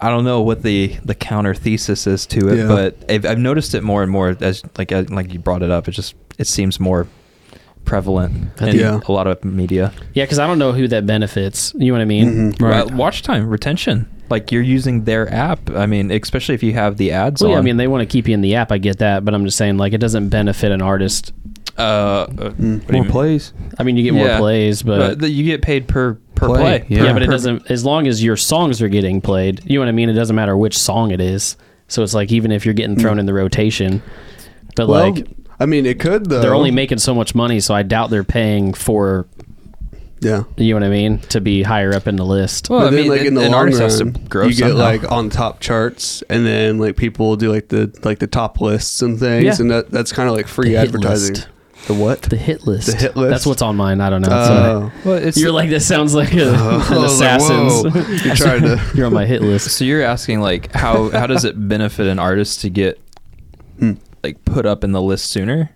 [SPEAKER 3] I don't know what the the counter thesis is to it,
[SPEAKER 2] Yeah.
[SPEAKER 3] but I've, I've noticed it more and more as like as, like you brought it up. It just it seems more prevalent
[SPEAKER 1] I
[SPEAKER 3] in
[SPEAKER 1] think-
[SPEAKER 2] Yeah.
[SPEAKER 3] a lot of media.
[SPEAKER 1] Yeah, because I don't know who that benefits. You know what I mean?
[SPEAKER 2] Mhm.
[SPEAKER 4] Right.
[SPEAKER 3] Uh, watch time retention. Like you're using their app. I mean, especially if you have the ads
[SPEAKER 1] Well,
[SPEAKER 3] on.
[SPEAKER 1] yeah, I mean, they want to keep you in the app. I get that, but I'm just saying, like, it doesn't benefit an artist.
[SPEAKER 3] uh, uh,
[SPEAKER 1] Hmm.
[SPEAKER 3] what do you
[SPEAKER 4] More
[SPEAKER 3] mean?
[SPEAKER 4] plays.
[SPEAKER 1] I mean, you get
[SPEAKER 3] Yeah.
[SPEAKER 1] more plays, but,
[SPEAKER 3] the- you get paid per per play.
[SPEAKER 4] Play,
[SPEAKER 1] yeah,
[SPEAKER 4] yeah.
[SPEAKER 1] but it
[SPEAKER 4] Per-
[SPEAKER 1] doesn't. As long as your songs are getting played, you know what I mean. It doesn't matter which song it is. So it's like even if you're getting thrown in the rotation, but
[SPEAKER 2] Mm. Well,
[SPEAKER 1] like
[SPEAKER 2] I mean, it could though.
[SPEAKER 1] they're only making so much money, so I doubt they're paying for.
[SPEAKER 2] yeah.
[SPEAKER 1] You know what I mean? To be higher up in the list.
[SPEAKER 3] Well,
[SPEAKER 2] but
[SPEAKER 3] I
[SPEAKER 2] then,
[SPEAKER 3] mean,
[SPEAKER 2] like
[SPEAKER 3] it-
[SPEAKER 2] in the
[SPEAKER 3] an
[SPEAKER 2] long
[SPEAKER 3] artist
[SPEAKER 2] run,
[SPEAKER 3] has to grow
[SPEAKER 2] you get
[SPEAKER 3] somehow.
[SPEAKER 2] like on top charts, and then like people will do like the like the top lists and things,
[SPEAKER 1] Yeah.
[SPEAKER 2] and that, that's kind of like free
[SPEAKER 1] The hit
[SPEAKER 2] advertising.
[SPEAKER 1] list.
[SPEAKER 2] The what?
[SPEAKER 1] The hit list.
[SPEAKER 2] The hit list?
[SPEAKER 1] That's what's on mine. I don't know.
[SPEAKER 2] Oh.
[SPEAKER 3] Well, it's
[SPEAKER 1] you're like this sounds like a,
[SPEAKER 2] I
[SPEAKER 1] an
[SPEAKER 2] was like,
[SPEAKER 1] assassin's.
[SPEAKER 2] whoa. you tried to.
[SPEAKER 1] you're on my hit list.
[SPEAKER 3] so you're asking like how how does it benefit an artist to get
[SPEAKER 2] Hmm.
[SPEAKER 3] like put up in the list sooner?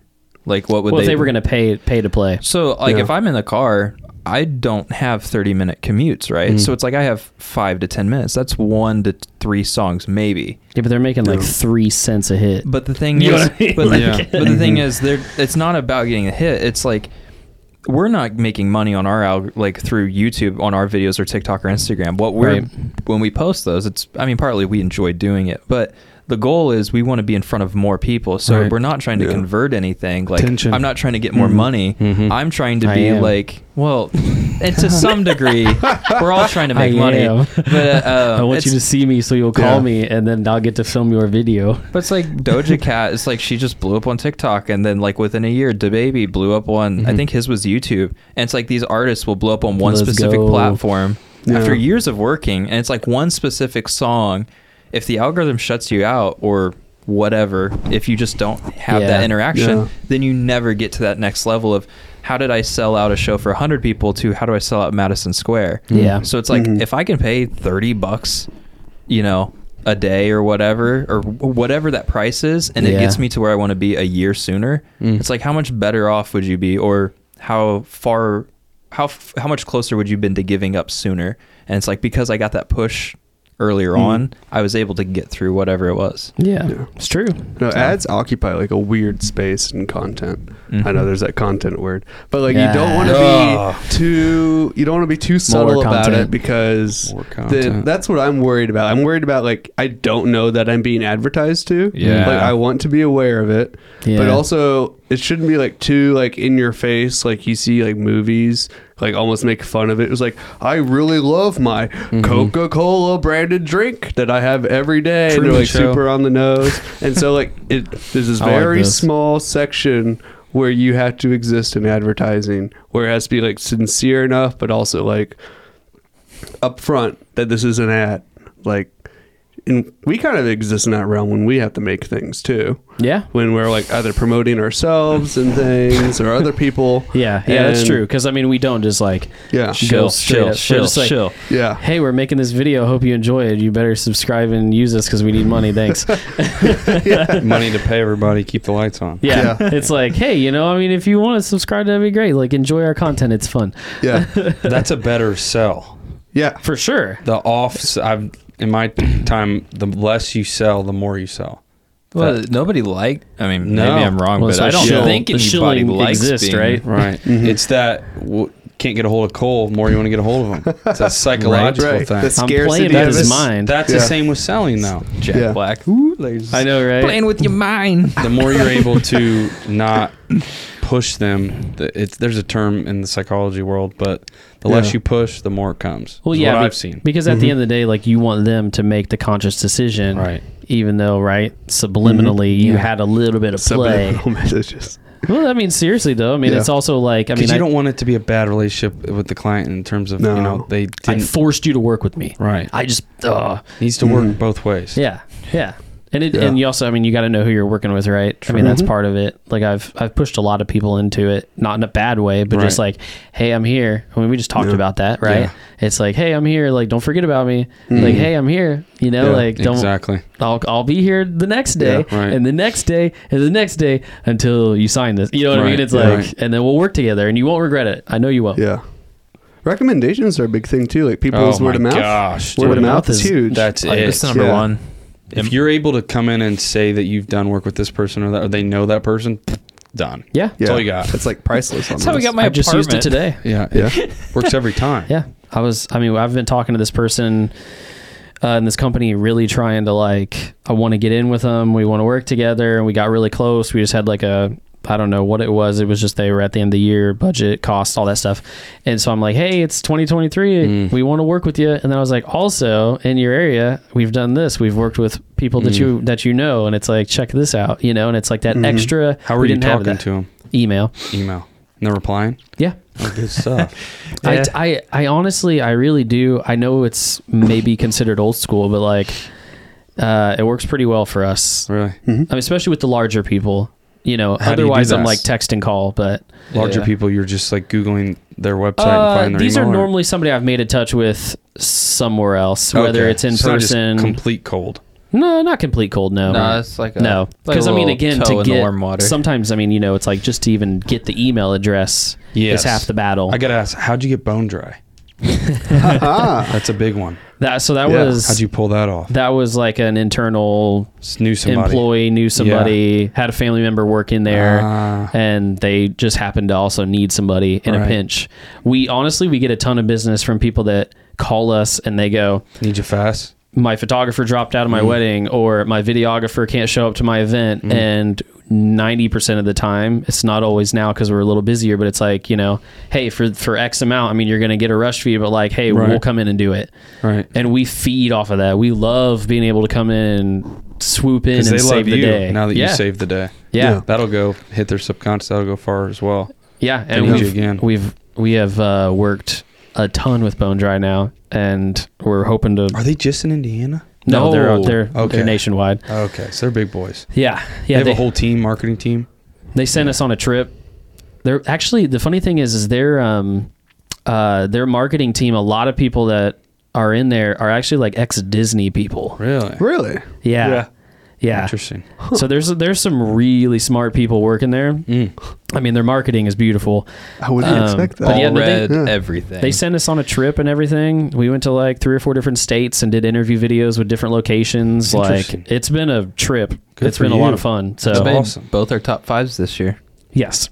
[SPEAKER 3] Like what would
[SPEAKER 1] Well,
[SPEAKER 3] they?
[SPEAKER 1] if they were gonna pay pay to play,
[SPEAKER 3] so like
[SPEAKER 2] Yeah.
[SPEAKER 3] if I'm in the car, I don't have 30 minute commutes,
[SPEAKER 2] Hmm.
[SPEAKER 3] right? So it's like I have five to ten minutes. That's one to three songs maybe.
[SPEAKER 1] yeah, but they're making like three cents a hit.
[SPEAKER 3] But the thing
[SPEAKER 1] You know
[SPEAKER 3] is,
[SPEAKER 1] what I mean?
[SPEAKER 3] but,
[SPEAKER 4] Yeah.
[SPEAKER 3] but the thing is, they're, it's not about getting a hit. It's like we're not making money on our alg- like through YouTube on our videos or TikTok or Instagram. What we're
[SPEAKER 1] Right.
[SPEAKER 3] when we post those, it's I mean partly we enjoy doing it, but the goal is we want to be in front of more people. So
[SPEAKER 4] Right.
[SPEAKER 3] we're not trying to
[SPEAKER 2] Yeah.
[SPEAKER 3] convert anything. Like
[SPEAKER 4] Attention.
[SPEAKER 3] I'm not trying to get more money.
[SPEAKER 4] Mhm.
[SPEAKER 3] I'm trying to
[SPEAKER 1] Mm-hmm. I
[SPEAKER 3] be
[SPEAKER 1] am.
[SPEAKER 3] like well, and to some degree, we're all trying to make
[SPEAKER 1] I
[SPEAKER 3] money.
[SPEAKER 1] am.
[SPEAKER 3] But uh,
[SPEAKER 1] I want
[SPEAKER 3] it's-
[SPEAKER 1] you to see me so you'll call
[SPEAKER 2] Yeah.
[SPEAKER 1] me and then I'll get to film your video.
[SPEAKER 3] But it's like Doja Cat. It's like she just blew up on TikTok, and then like within a year, DaBaby blew up on. I think his was YouTube, and it's like these artists will blow up on one
[SPEAKER 1] Mm-hmm. Let's
[SPEAKER 3] specific
[SPEAKER 1] go.
[SPEAKER 3] platform
[SPEAKER 2] Yeah.
[SPEAKER 3] after years of working, and it's like one specific song. If the algorithm shuts you out or whatever, if you just don't have that
[SPEAKER 1] Yeah.
[SPEAKER 3] interaction,
[SPEAKER 2] Yeah.
[SPEAKER 3] then you never get to that next level of how did I sell out a show for 100 people to how do I sell out Madison Square?
[SPEAKER 1] Yeah.
[SPEAKER 3] So it's like
[SPEAKER 2] Mhm.
[SPEAKER 3] if I can pay 30 bucks, you know, a day or whatever or whatever that price is and it
[SPEAKER 1] Yeah. Mm.
[SPEAKER 3] gets me to where I want to be a year sooner, it's like how much better off would you be or how far how f- how much closer would you been to giving up sooner? And it's like because I got that push earlier
[SPEAKER 1] Mm.
[SPEAKER 3] on, I was able to get through whatever it was.
[SPEAKER 1] Yeah, it's true.
[SPEAKER 2] No, ads occupy like a weird space in content. I know there's that content word, but like you don't
[SPEAKER 1] Mm-hmm. Yeah.
[SPEAKER 2] want to
[SPEAKER 4] Ugh.
[SPEAKER 2] be too you don't want to be too subtle about
[SPEAKER 1] content.
[SPEAKER 2] it because
[SPEAKER 4] More
[SPEAKER 2] then
[SPEAKER 4] content.
[SPEAKER 2] that's what I'm worried about. I'm worried about like I don't know that I'm being advertised to.
[SPEAKER 3] Yeah.
[SPEAKER 2] like I want to be aware of it,
[SPEAKER 1] Yeah.
[SPEAKER 2] but also it shouldn't be like too like in your face like you see like movies like almost make fun of it. It was like I really love my
[SPEAKER 1] Mm-hmm.
[SPEAKER 2] Coca Cola branded drink that I have every day. and
[SPEAKER 4] Truman
[SPEAKER 2] they're like
[SPEAKER 4] Show.
[SPEAKER 2] super on the nose, and so like it there's this
[SPEAKER 1] I like
[SPEAKER 2] very
[SPEAKER 1] this.
[SPEAKER 2] small section where you have to exist in advertising where it has to be like sincere enough, but also like upfront that this is an ad. Like, and we kind of exist in that realm when we have to make things too.
[SPEAKER 1] Yeah.
[SPEAKER 2] When we're like either promoting ourselves and things or other people.
[SPEAKER 1] Yeah, yeah, that's
[SPEAKER 2] And-
[SPEAKER 1] true. Because I mean, we don't just like
[SPEAKER 2] Yeah.
[SPEAKER 1] go
[SPEAKER 3] Chill,
[SPEAKER 1] straight
[SPEAKER 3] chill,
[SPEAKER 1] up. We're
[SPEAKER 3] chill,
[SPEAKER 1] just like,
[SPEAKER 3] chill.
[SPEAKER 2] Yeah.
[SPEAKER 1] Hey, we're making this video. Hope you enjoy it. You better subscribe and use us because we need money. Thanks.
[SPEAKER 4] Money to pay everybody, keep the lights on.
[SPEAKER 1] Yeah.
[SPEAKER 2] Yeah.
[SPEAKER 1] it's like, hey, you know, I mean, if you want to subscribe, that'd be great. Like, enjoy our content. It's fun
[SPEAKER 2] Yeah.
[SPEAKER 4] That's a better sell.
[SPEAKER 2] Yeah.
[SPEAKER 1] for sure.
[SPEAKER 4] The offs, I've in my time, the less you sell, the more you sell.
[SPEAKER 3] Well, nobody liked. I mean,
[SPEAKER 4] No.
[SPEAKER 3] maybe I'm wrong,
[SPEAKER 1] Well,
[SPEAKER 3] but
[SPEAKER 1] so
[SPEAKER 3] I don't
[SPEAKER 1] shill-
[SPEAKER 3] think
[SPEAKER 1] the
[SPEAKER 3] anybody
[SPEAKER 1] shilling
[SPEAKER 3] likes
[SPEAKER 1] exists,
[SPEAKER 3] being,
[SPEAKER 1] right?
[SPEAKER 4] Right. It's that w- can't get a hold of Cole, the more you want to get a hold of him. It's a psychological
[SPEAKER 2] Right.
[SPEAKER 4] thing.
[SPEAKER 2] That's-
[SPEAKER 1] I'm
[SPEAKER 2] Scarcity
[SPEAKER 1] playing with
[SPEAKER 2] of
[SPEAKER 1] his
[SPEAKER 2] this-
[SPEAKER 1] mind.
[SPEAKER 4] That's
[SPEAKER 2] Yeah.
[SPEAKER 4] the same with selling, though.
[SPEAKER 3] Jack
[SPEAKER 2] Yeah.
[SPEAKER 3] Black.
[SPEAKER 1] I know, right?
[SPEAKER 3] Playing with your mind.
[SPEAKER 4] The more you're able to not push them, the, it's there's a term in the psychology world, but the
[SPEAKER 2] Yeah.
[SPEAKER 4] less you push, the more it comes.
[SPEAKER 1] well,
[SPEAKER 4] is
[SPEAKER 1] yeah,
[SPEAKER 4] what
[SPEAKER 1] be-
[SPEAKER 4] I've seen.
[SPEAKER 1] because at
[SPEAKER 2] Mm-hmm.
[SPEAKER 1] the end of the day, like you want them to make the conscious decision,
[SPEAKER 4] Right.
[SPEAKER 1] Even though, right, subliminally,
[SPEAKER 2] Mm-hmm.
[SPEAKER 1] you had a little bit of play.
[SPEAKER 2] Subliminal messages.
[SPEAKER 1] Well, I mean, seriously though, I mean,
[SPEAKER 2] Yeah.
[SPEAKER 1] it's also like, I mean,
[SPEAKER 4] Because
[SPEAKER 1] I,
[SPEAKER 4] you don't want it to be a bad relationship with the client in terms of
[SPEAKER 2] No.
[SPEAKER 4] you know they
[SPEAKER 1] I
[SPEAKER 4] didn't.
[SPEAKER 1] forced you to work with me.
[SPEAKER 4] right.
[SPEAKER 1] I just, uh,
[SPEAKER 4] needs to work
[SPEAKER 2] Mm-hmm.
[SPEAKER 4] both ways.
[SPEAKER 1] Yeah, yeah, and it,
[SPEAKER 2] Yeah. Mm-hmm.
[SPEAKER 1] and you also, I mean, you got to know who you're working with, right? I mean, that's part of it. Like I've I've pushed a lot of people into it, not in a bad way, but just
[SPEAKER 4] Right.
[SPEAKER 1] like, hey, I'm here. I mean, we just talked
[SPEAKER 2] Yeah.
[SPEAKER 1] about that, right?
[SPEAKER 4] Yeah.
[SPEAKER 1] It's like, hey, I'm here. Like, don't forget about me.
[SPEAKER 2] Mm-hmm.
[SPEAKER 1] Like, hey, I'm here. You know,
[SPEAKER 2] Yeah,
[SPEAKER 1] like, don't.
[SPEAKER 4] Exactly.
[SPEAKER 1] I'll, I'll be here the next day
[SPEAKER 4] Yeah, right.
[SPEAKER 1] and the next day and the next day until you sign this. You know what I mean?
[SPEAKER 4] Right,
[SPEAKER 1] It's
[SPEAKER 4] yeah.
[SPEAKER 1] like,
[SPEAKER 4] Right.
[SPEAKER 1] and then we'll work together and you won't regret it. I know you will.
[SPEAKER 2] Yeah. Recommendations are a big thing too. Like people's
[SPEAKER 4] oh
[SPEAKER 2] word
[SPEAKER 4] my
[SPEAKER 2] of mouth.
[SPEAKER 4] gosh,
[SPEAKER 2] Word,
[SPEAKER 1] Word
[SPEAKER 2] of
[SPEAKER 1] of
[SPEAKER 2] mouth,
[SPEAKER 1] mouth
[SPEAKER 2] is
[SPEAKER 1] is-
[SPEAKER 2] huge.
[SPEAKER 4] that's
[SPEAKER 3] Like,
[SPEAKER 4] it.
[SPEAKER 3] that's number
[SPEAKER 2] Yeah.
[SPEAKER 3] one.
[SPEAKER 4] if you're able to come in and say that you've done work with this person or that or they know that person, done.
[SPEAKER 1] Yeah.
[SPEAKER 2] yeah.
[SPEAKER 4] all you got.
[SPEAKER 2] That's like priceless.
[SPEAKER 3] That's how we got my
[SPEAKER 1] I just used it
[SPEAKER 3] apartment.
[SPEAKER 1] today.
[SPEAKER 4] Yeah,
[SPEAKER 2] Yeah.
[SPEAKER 4] works every time.
[SPEAKER 1] Yeah, I was. I mean, I've been talking to this person uh, in this company, really trying to like. I want to get in with them. We want to work together, and we got really close. We just had like a. I don't know what it was. It was just they were at the end of the year, budget, cost, all that stuff. And so I'm like, hey, it's 2023. We want to work with you. And then I was like, also in your area, we've done this. We've worked with people that you that you know, and it's like, check this out, you know. And it's like that extra.
[SPEAKER 4] How
[SPEAKER 1] we
[SPEAKER 4] are you
[SPEAKER 1] didn't have
[SPEAKER 4] talking
[SPEAKER 1] that.
[SPEAKER 4] to them?
[SPEAKER 1] Email.
[SPEAKER 4] Email. No replying.
[SPEAKER 1] Yeah.
[SPEAKER 4] Oh, good stuff.
[SPEAKER 1] I, I, I honestly, I really do. I know it's maybe considered old school, but like, uh, it works pretty well for us.
[SPEAKER 4] really.
[SPEAKER 1] I mean, especially with the larger people, you know,
[SPEAKER 4] How do you do
[SPEAKER 1] otherwise I'm
[SPEAKER 4] this?
[SPEAKER 1] like text and call, but
[SPEAKER 4] Larger
[SPEAKER 1] Yeah.
[SPEAKER 4] people, you're just like googling their website
[SPEAKER 1] Uh,
[SPEAKER 4] and finding their
[SPEAKER 1] these are
[SPEAKER 4] email or-
[SPEAKER 1] normally somebody I've made a touch with somewhere else, whether
[SPEAKER 4] Okay.
[SPEAKER 1] it's in
[SPEAKER 4] It's not just
[SPEAKER 1] person.
[SPEAKER 4] complete cold.
[SPEAKER 1] no, not complete cold. No,
[SPEAKER 3] No, it's like a,
[SPEAKER 1] no.
[SPEAKER 3] like a
[SPEAKER 1] Because I mean,
[SPEAKER 3] little
[SPEAKER 1] again,
[SPEAKER 3] toe
[SPEAKER 1] to
[SPEAKER 3] in
[SPEAKER 1] get
[SPEAKER 3] the warm water.
[SPEAKER 1] sometimes I mean, you know, it's like just to even get the email address
[SPEAKER 4] Yes.
[SPEAKER 1] is half the battle.
[SPEAKER 4] I gotta ask, how'd you get bone dry?
[SPEAKER 2] Mm-hmm.
[SPEAKER 4] That's a big one.
[SPEAKER 1] that, so that
[SPEAKER 2] Yeah.
[SPEAKER 1] was
[SPEAKER 4] How'd you pull that off?
[SPEAKER 1] that was like an internal
[SPEAKER 4] Just knew somebody.
[SPEAKER 1] employee knew somebody, had a family member work in there,
[SPEAKER 4] Ah.
[SPEAKER 1] and they just happened to also need somebody in a
[SPEAKER 4] Right.
[SPEAKER 1] pinch. We honestly, we get a ton of business from people that call us and they go,
[SPEAKER 4] Need you fast.
[SPEAKER 1] "My photographer dropped out of
[SPEAKER 4] Mm.
[SPEAKER 1] my wedding, or my videographer can't show up to my event," and. 90% of the time it's not always now because we're a little busier but it's like you know hey for for x amount i mean you're gonna get a rush fee but like hey
[SPEAKER 4] Right.
[SPEAKER 1] we'll come in and do it
[SPEAKER 4] Right.
[SPEAKER 1] and we feed off of that we love being able to come in and swoop in and
[SPEAKER 4] Because they
[SPEAKER 1] save
[SPEAKER 4] love
[SPEAKER 1] the
[SPEAKER 4] you
[SPEAKER 1] day
[SPEAKER 4] now that
[SPEAKER 1] yeah.
[SPEAKER 4] you saved the day.
[SPEAKER 1] Yeah.
[SPEAKER 2] Yeah.
[SPEAKER 4] That'll go hit their subconscious. That'll go far as well.
[SPEAKER 1] Yeah,
[SPEAKER 4] They
[SPEAKER 1] and
[SPEAKER 4] need you
[SPEAKER 1] we've,
[SPEAKER 4] again.
[SPEAKER 1] we've we have uh, worked a ton with Bone Dry now, and we're hoping to.
[SPEAKER 4] Are they just in Indiana?
[SPEAKER 1] no, they're
[SPEAKER 3] No.
[SPEAKER 1] they're,
[SPEAKER 4] Okay.
[SPEAKER 1] they're nationwide.
[SPEAKER 4] Okay, so they're big boys.
[SPEAKER 1] Yeah, yeah.
[SPEAKER 4] they have
[SPEAKER 1] They,
[SPEAKER 4] a whole team, marketing team.
[SPEAKER 1] they sent us on a trip. They're actually the funny thing is, is their um, uh, their marketing team. A lot of people that are in there are actually like ex Disney people.
[SPEAKER 4] Really?
[SPEAKER 2] Really?
[SPEAKER 1] Yeah, yeah.
[SPEAKER 4] Interesting.
[SPEAKER 1] So there's there's some really smart people working there.
[SPEAKER 4] Mm.
[SPEAKER 1] I mean, their marketing is beautiful.
[SPEAKER 2] I wouldn't
[SPEAKER 1] Um,
[SPEAKER 2] expect that.
[SPEAKER 1] but
[SPEAKER 3] All
[SPEAKER 1] yeah, no, they-
[SPEAKER 3] red,
[SPEAKER 2] yeah.
[SPEAKER 3] everything.
[SPEAKER 1] They sent us on a trip and everything. We went to like three or four different states and did interview videos with different locations. Like
[SPEAKER 4] Interesting.
[SPEAKER 1] it's been a trip.
[SPEAKER 4] Good
[SPEAKER 1] it's
[SPEAKER 4] for
[SPEAKER 1] been a lot
[SPEAKER 4] you.
[SPEAKER 1] of fun.
[SPEAKER 3] It's
[SPEAKER 1] So
[SPEAKER 3] made
[SPEAKER 4] awesome.
[SPEAKER 3] Both our top fives this year.
[SPEAKER 1] yes,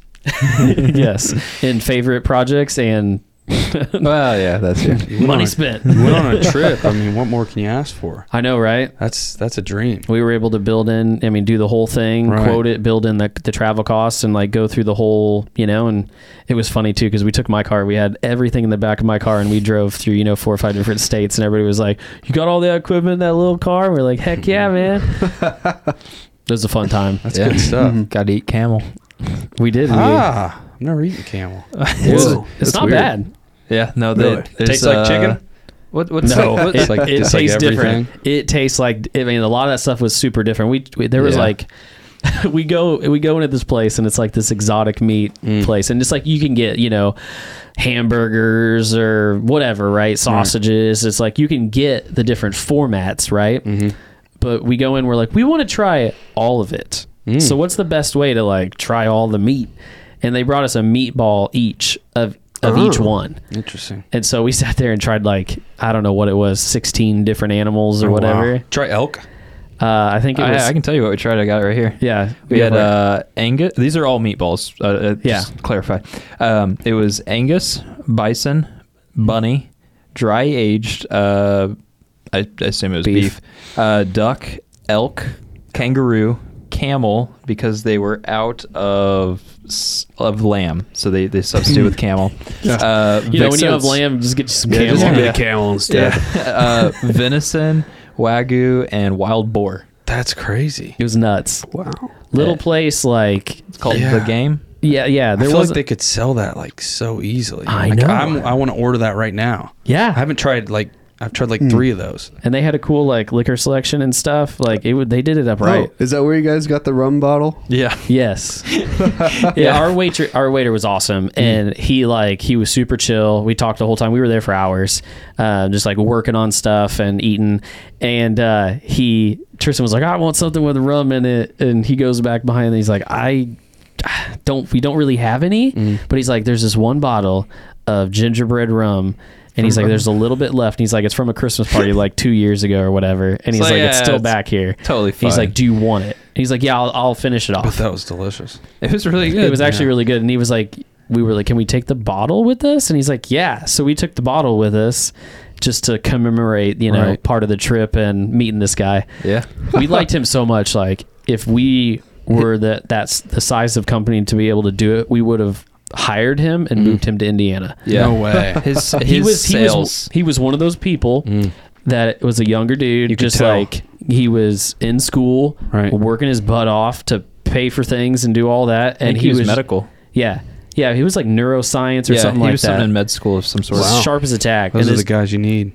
[SPEAKER 1] yes, in favorite projects and
[SPEAKER 3] well, yeah, that's it.
[SPEAKER 4] You went on
[SPEAKER 1] Money
[SPEAKER 4] a-
[SPEAKER 1] spent.
[SPEAKER 4] You went on a trip. I mean, what more can you ask for?
[SPEAKER 1] I know, right?
[SPEAKER 4] That's that's a dream.
[SPEAKER 1] We were able to build in, I mean, do the whole thing,
[SPEAKER 4] Right.
[SPEAKER 1] quote it, build in the, the travel costs, and like go through the whole, you know. And it was funny too because we took my car, we had everything in the back of my car, and we drove through, you know, four or five different states, and everybody was like, "You got all that equipment in that little car?" And we're like, "Heck yeah, man!" it was a fun time.
[SPEAKER 4] That's good stuff.
[SPEAKER 3] Got to eat camel.
[SPEAKER 1] We did. We,
[SPEAKER 4] Ah, I've never eaten camel.
[SPEAKER 1] it's,
[SPEAKER 2] Whoa,
[SPEAKER 1] it's
[SPEAKER 2] that's
[SPEAKER 1] not
[SPEAKER 2] weird.
[SPEAKER 1] bad.
[SPEAKER 3] Yeah, no,
[SPEAKER 2] Really?
[SPEAKER 3] that there's, uh,
[SPEAKER 4] Tastes like chicken?
[SPEAKER 3] What? What's
[SPEAKER 1] No,
[SPEAKER 3] like,
[SPEAKER 1] it,
[SPEAKER 3] it's like,
[SPEAKER 1] it
[SPEAKER 3] just
[SPEAKER 1] tastes
[SPEAKER 3] like everything.
[SPEAKER 1] different. It tastes like I mean, a lot of that stuff was super different. We, we there was
[SPEAKER 3] Yeah.
[SPEAKER 1] like we go we go into this place and it's like this exotic meat
[SPEAKER 4] Mm.
[SPEAKER 1] place, and it's like you can get you know hamburgers or whatever,
[SPEAKER 3] Mm.
[SPEAKER 1] right? Sausages. It's like you can get the different formats, right?
[SPEAKER 3] Mm-hmm.
[SPEAKER 1] But we go in, we're like, we want to try all of it.
[SPEAKER 3] Mm.
[SPEAKER 1] So what's the best way to like try all the meat? And they brought us a meatball each of of each
[SPEAKER 2] Oh.
[SPEAKER 1] one.
[SPEAKER 4] Interesting.
[SPEAKER 1] And so we sat there and tried like I don't know what it was, sixteen different animals
[SPEAKER 4] Oh,
[SPEAKER 1] or whatever.
[SPEAKER 4] Try elk.
[SPEAKER 1] Uh, I think it was.
[SPEAKER 3] I, I can tell you what we tried. I got it right here.
[SPEAKER 1] yeah,
[SPEAKER 3] We had
[SPEAKER 1] were-
[SPEAKER 3] uh, Angus. These are all meatballs. Uh, uh, just
[SPEAKER 1] Yeah.
[SPEAKER 3] clarify. Um, it was Angus, bison, bunny, dry aged. Uh, I, I assume it was beef.
[SPEAKER 1] Beef.
[SPEAKER 3] Uh, duck, elk, kangaroo, camel because they were out of s- of lamb, so they they substituted with camel. Uh,
[SPEAKER 1] you know when you have
[SPEAKER 3] vixens-
[SPEAKER 1] lamb, just get some
[SPEAKER 2] Yeah,
[SPEAKER 1] camel.
[SPEAKER 2] just give me
[SPEAKER 3] Yeah.
[SPEAKER 2] the camel instead.
[SPEAKER 3] uh, venison, wagyu, and wild boar.
[SPEAKER 4] That's crazy.
[SPEAKER 1] It was nuts.
[SPEAKER 2] Wow.
[SPEAKER 1] Little
[SPEAKER 3] Yeah.
[SPEAKER 1] place like
[SPEAKER 3] It's called
[SPEAKER 4] Yeah.
[SPEAKER 3] the game.
[SPEAKER 1] yeah yeah.
[SPEAKER 4] I
[SPEAKER 1] There
[SPEAKER 4] feel
[SPEAKER 1] was
[SPEAKER 4] like they could sell that like so easily.
[SPEAKER 1] I
[SPEAKER 4] Like,
[SPEAKER 1] know.
[SPEAKER 4] I'm, I want to order that right now. I
[SPEAKER 1] yeah,
[SPEAKER 4] haven't tried like I've tried like three of those.
[SPEAKER 1] and they had a cool like liquor selection and stuff. Like it would they did it up right.
[SPEAKER 2] Oh, is that where you guys got the rum bottle?
[SPEAKER 3] Yeah.
[SPEAKER 1] Yes. yeah, Mm-hmm. our waiter our waiter was awesome and he like he was super chill. We talked the whole time. We were there for hours. Um, just like working on stuff and eating and uh, he Tristan was like, "I want something with rum in it." And he goes back behind and he's like, "I don't we don't really have any." But he's like, "There's this one bottle of gingerbread rum." And he's like, there's a little bit left. And he's like, it's from a Christmas party like two years ago or whatever. And he's
[SPEAKER 3] like,
[SPEAKER 1] like, it's
[SPEAKER 3] yeah,
[SPEAKER 1] still
[SPEAKER 3] it's
[SPEAKER 1] back here.
[SPEAKER 3] totally
[SPEAKER 1] He's
[SPEAKER 3] fine.
[SPEAKER 1] like, do you want it? He's like, yeah, I'll, I'll finish it off.
[SPEAKER 4] But that was delicious.
[SPEAKER 3] It was really good.
[SPEAKER 1] It was actually
[SPEAKER 4] Yeah.
[SPEAKER 1] really good. And he was like, we were like, can we take the bottle with us? And he's like, yeah. So we took the bottle with us just to commemorate, you know,
[SPEAKER 3] Right.
[SPEAKER 1] part of the trip and meeting this guy.
[SPEAKER 3] yeah.
[SPEAKER 1] We liked him so much. Like, if we were the, that's the size of company to be able to do it, we would have hired him and moved him to Indiana.
[SPEAKER 3] Yeah.
[SPEAKER 4] No way.
[SPEAKER 3] His his
[SPEAKER 1] He was, he was
[SPEAKER 3] sales.
[SPEAKER 1] he was one of those people that was a younger dude,
[SPEAKER 4] You could
[SPEAKER 1] just
[SPEAKER 4] tell.
[SPEAKER 1] like he was in school,
[SPEAKER 4] Right.
[SPEAKER 1] working his butt off to pay for things and do all that, and he was
[SPEAKER 3] medical
[SPEAKER 1] yeah. Yeah, he was like neuroscience or
[SPEAKER 3] yeah,
[SPEAKER 1] something
[SPEAKER 3] he
[SPEAKER 1] like
[SPEAKER 3] was
[SPEAKER 1] that.
[SPEAKER 3] something in med school of some sort.
[SPEAKER 1] Wow. Sharp as a tack.
[SPEAKER 4] Those
[SPEAKER 1] And
[SPEAKER 4] are the
[SPEAKER 1] this-
[SPEAKER 4] guys you need.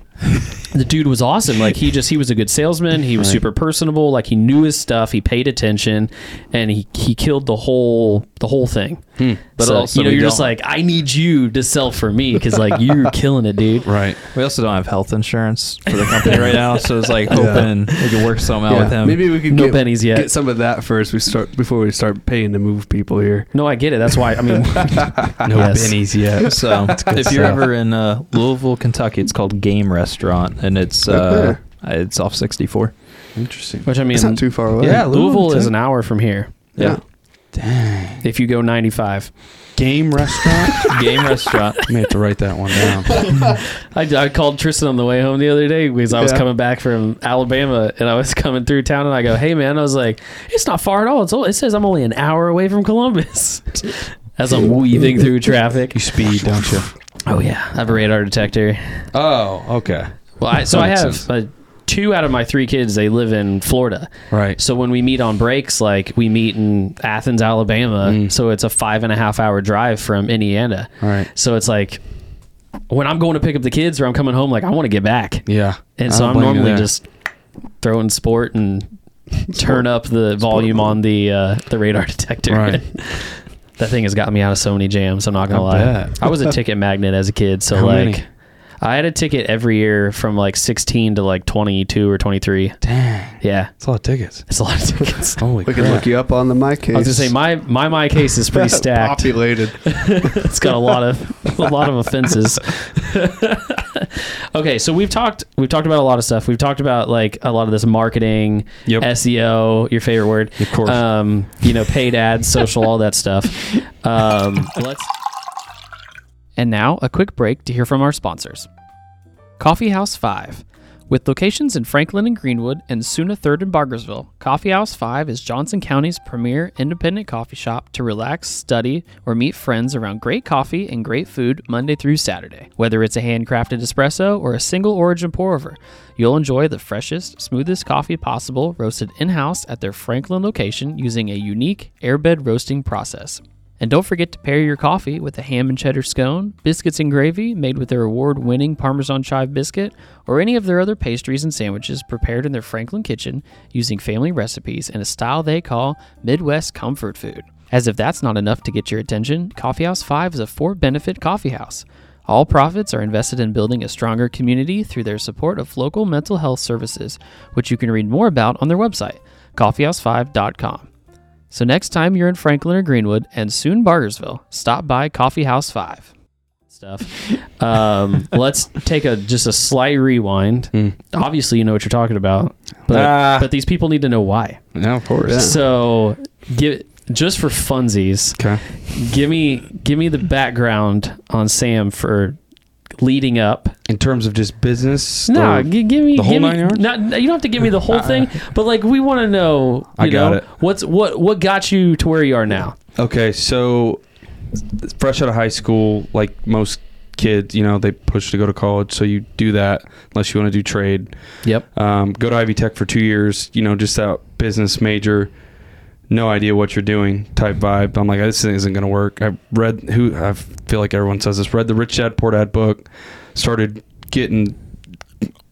[SPEAKER 1] the dude was awesome. Like he just he was a good salesman. He was
[SPEAKER 4] Right.
[SPEAKER 1] super personable. Like he knew his stuff. He paid attention, and he he killed the whole the whole thing.
[SPEAKER 3] Hmm. But
[SPEAKER 1] But so,
[SPEAKER 3] also
[SPEAKER 1] you know,
[SPEAKER 3] we
[SPEAKER 1] you're just
[SPEAKER 3] don't-
[SPEAKER 1] like, I need you to sell for me because like you're killing it, dude.
[SPEAKER 4] Right.
[SPEAKER 3] We also don't have health insurance for the company right now, so it's like hoping we can work something out
[SPEAKER 2] Yeah.
[SPEAKER 3] with him.
[SPEAKER 2] Maybe we could
[SPEAKER 1] No
[SPEAKER 2] get,
[SPEAKER 1] pennies yet.
[SPEAKER 2] get some of that first. We start before we start paying to move people here.
[SPEAKER 1] No, I get it. That's why. I mean,
[SPEAKER 4] No
[SPEAKER 1] Yes.
[SPEAKER 4] bennies yet.
[SPEAKER 3] so if you're
[SPEAKER 2] stuff.
[SPEAKER 3] ever in uh, Louisville, Kentucky, it's called Game Restaurant, and it's uh, it's off 64.
[SPEAKER 4] Interesting.
[SPEAKER 1] which I mean,
[SPEAKER 2] It's not too far away.
[SPEAKER 4] Yeah.
[SPEAKER 1] Louisville is
[SPEAKER 4] Louisville.
[SPEAKER 1] an hour from here
[SPEAKER 2] Yeah.
[SPEAKER 1] if you go 95.
[SPEAKER 4] Game restaurant.
[SPEAKER 3] Game Restaurant.
[SPEAKER 4] I may have to write that one down.
[SPEAKER 1] I, I called Tristan on the way home the other day because I was
[SPEAKER 2] Yeah.
[SPEAKER 1] coming back from Alabama and I was coming through town and I go, hey man, I was like, it's not far at all. It's all it says I'm only an hour away from Columbus. As I'm weaving through traffic.
[SPEAKER 4] You speed, don't you?
[SPEAKER 1] Oh yeah, I have a radar detector.
[SPEAKER 4] Oh, okay.
[SPEAKER 1] Well, I, so
[SPEAKER 4] That
[SPEAKER 1] I
[SPEAKER 4] makes
[SPEAKER 1] have
[SPEAKER 4] sense.
[SPEAKER 1] uh, two out of my three kids. They live in Florida.
[SPEAKER 4] Right.
[SPEAKER 1] So when we meet on breaks, like we meet in Athens, Alabama, so it's a five and a half hour drive from Indiana.
[SPEAKER 4] Right.
[SPEAKER 1] So it's like when I'm going to pick up the kids or I'm coming home, like I want to get back,
[SPEAKER 4] Yeah.
[SPEAKER 1] and
[SPEAKER 4] I
[SPEAKER 1] so
[SPEAKER 4] don't
[SPEAKER 1] I'm
[SPEAKER 4] blame you
[SPEAKER 1] normally
[SPEAKER 4] there.
[SPEAKER 1] just throwing sport and turn up the volume on the uh, the radar detector.
[SPEAKER 4] Right.
[SPEAKER 1] that thing has gotten me out of so many jams. I'm not gonna
[SPEAKER 4] I
[SPEAKER 1] lie.
[SPEAKER 4] bet.
[SPEAKER 1] I was a ticket magnet as a kid, so
[SPEAKER 4] How
[SPEAKER 1] like.
[SPEAKER 4] many?
[SPEAKER 1] I had a ticket every year from like 16 to like 22 or 23.
[SPEAKER 4] Dang.
[SPEAKER 1] Yeah,
[SPEAKER 4] That's a lot of tickets.
[SPEAKER 1] it's a lot of tickets.
[SPEAKER 4] Holy
[SPEAKER 2] We can look you up on the my case.
[SPEAKER 1] I was gonna say my my my case is pretty stacked.
[SPEAKER 2] Populated.
[SPEAKER 1] it's got a lot of a lot of offenses. okay, so we've talked we've talked about a lot of stuff. We've talked about like a lot of this marketing,
[SPEAKER 4] Yep.
[SPEAKER 1] SEO, your favorite word,
[SPEAKER 4] Of course.
[SPEAKER 3] Uh,
[SPEAKER 1] um, you know, paid ads, social, all that stuff. Um, let's.
[SPEAKER 5] And now, a quick break to hear from our sponsors. Coffee House 5. With locations in Franklin and Greenwood and Suna 3rd and Bargersville, Coffee House 5 is Johnson County's premier independent coffee shop to relax, study, or meet friends around great coffee and great food Monday through Saturday. Whether it's a handcrafted espresso or a single origin pour over, you'll enjoy the freshest, smoothest coffee possible roasted in house at their Franklin location using a unique airbed roasting process. And don't forget to pair your coffee with a ham and cheddar scone, biscuits and gravy made with their award winning Parmesan chive biscuit, or any of their other pastries and sandwiches prepared in their Franklin kitchen using family recipes and a style they call Midwest comfort food. As if that's not enough to get your attention, Coffeehouse 5 is a for benefit coffeehouse. All profits are invested in building a stronger community through their support of local mental health services, which you can read more about on their website, coffeehouse5.com. So next time you're in Franklin or Greenwood, and soon Bargersville, stop by Coffee House 5.
[SPEAKER 1] stuff. Um, let's take a just a slight rewind. Obviously, you know what you're talking about, but
[SPEAKER 4] Hmm. Ah.
[SPEAKER 1] but these people need to know why.
[SPEAKER 4] No, of course.
[SPEAKER 1] So, give just for funsies,
[SPEAKER 4] Okay.
[SPEAKER 1] give me give me the background on Sam for leading up.
[SPEAKER 4] In terms of just business,
[SPEAKER 1] No,
[SPEAKER 4] the-
[SPEAKER 1] g- give me
[SPEAKER 4] the whole
[SPEAKER 1] give me-
[SPEAKER 4] nine yards?
[SPEAKER 1] Not you don't have to give me the whole thing, but like we want to know. You
[SPEAKER 4] I got
[SPEAKER 1] know,
[SPEAKER 4] it.
[SPEAKER 1] What's what what got you to where you are now?
[SPEAKER 4] Okay, so fresh out of high school, like most kids, you know, they push to go to college, so you do that unless you want to do trade.
[SPEAKER 1] Yep.
[SPEAKER 4] Um, go to Ivy Tech for two years, you know, just that business major, no idea what you're doing type vibe. I'm like, this thing isn't going to work. I read who I feel like everyone says this. Read the Rich Dad Poor Dad book, started getting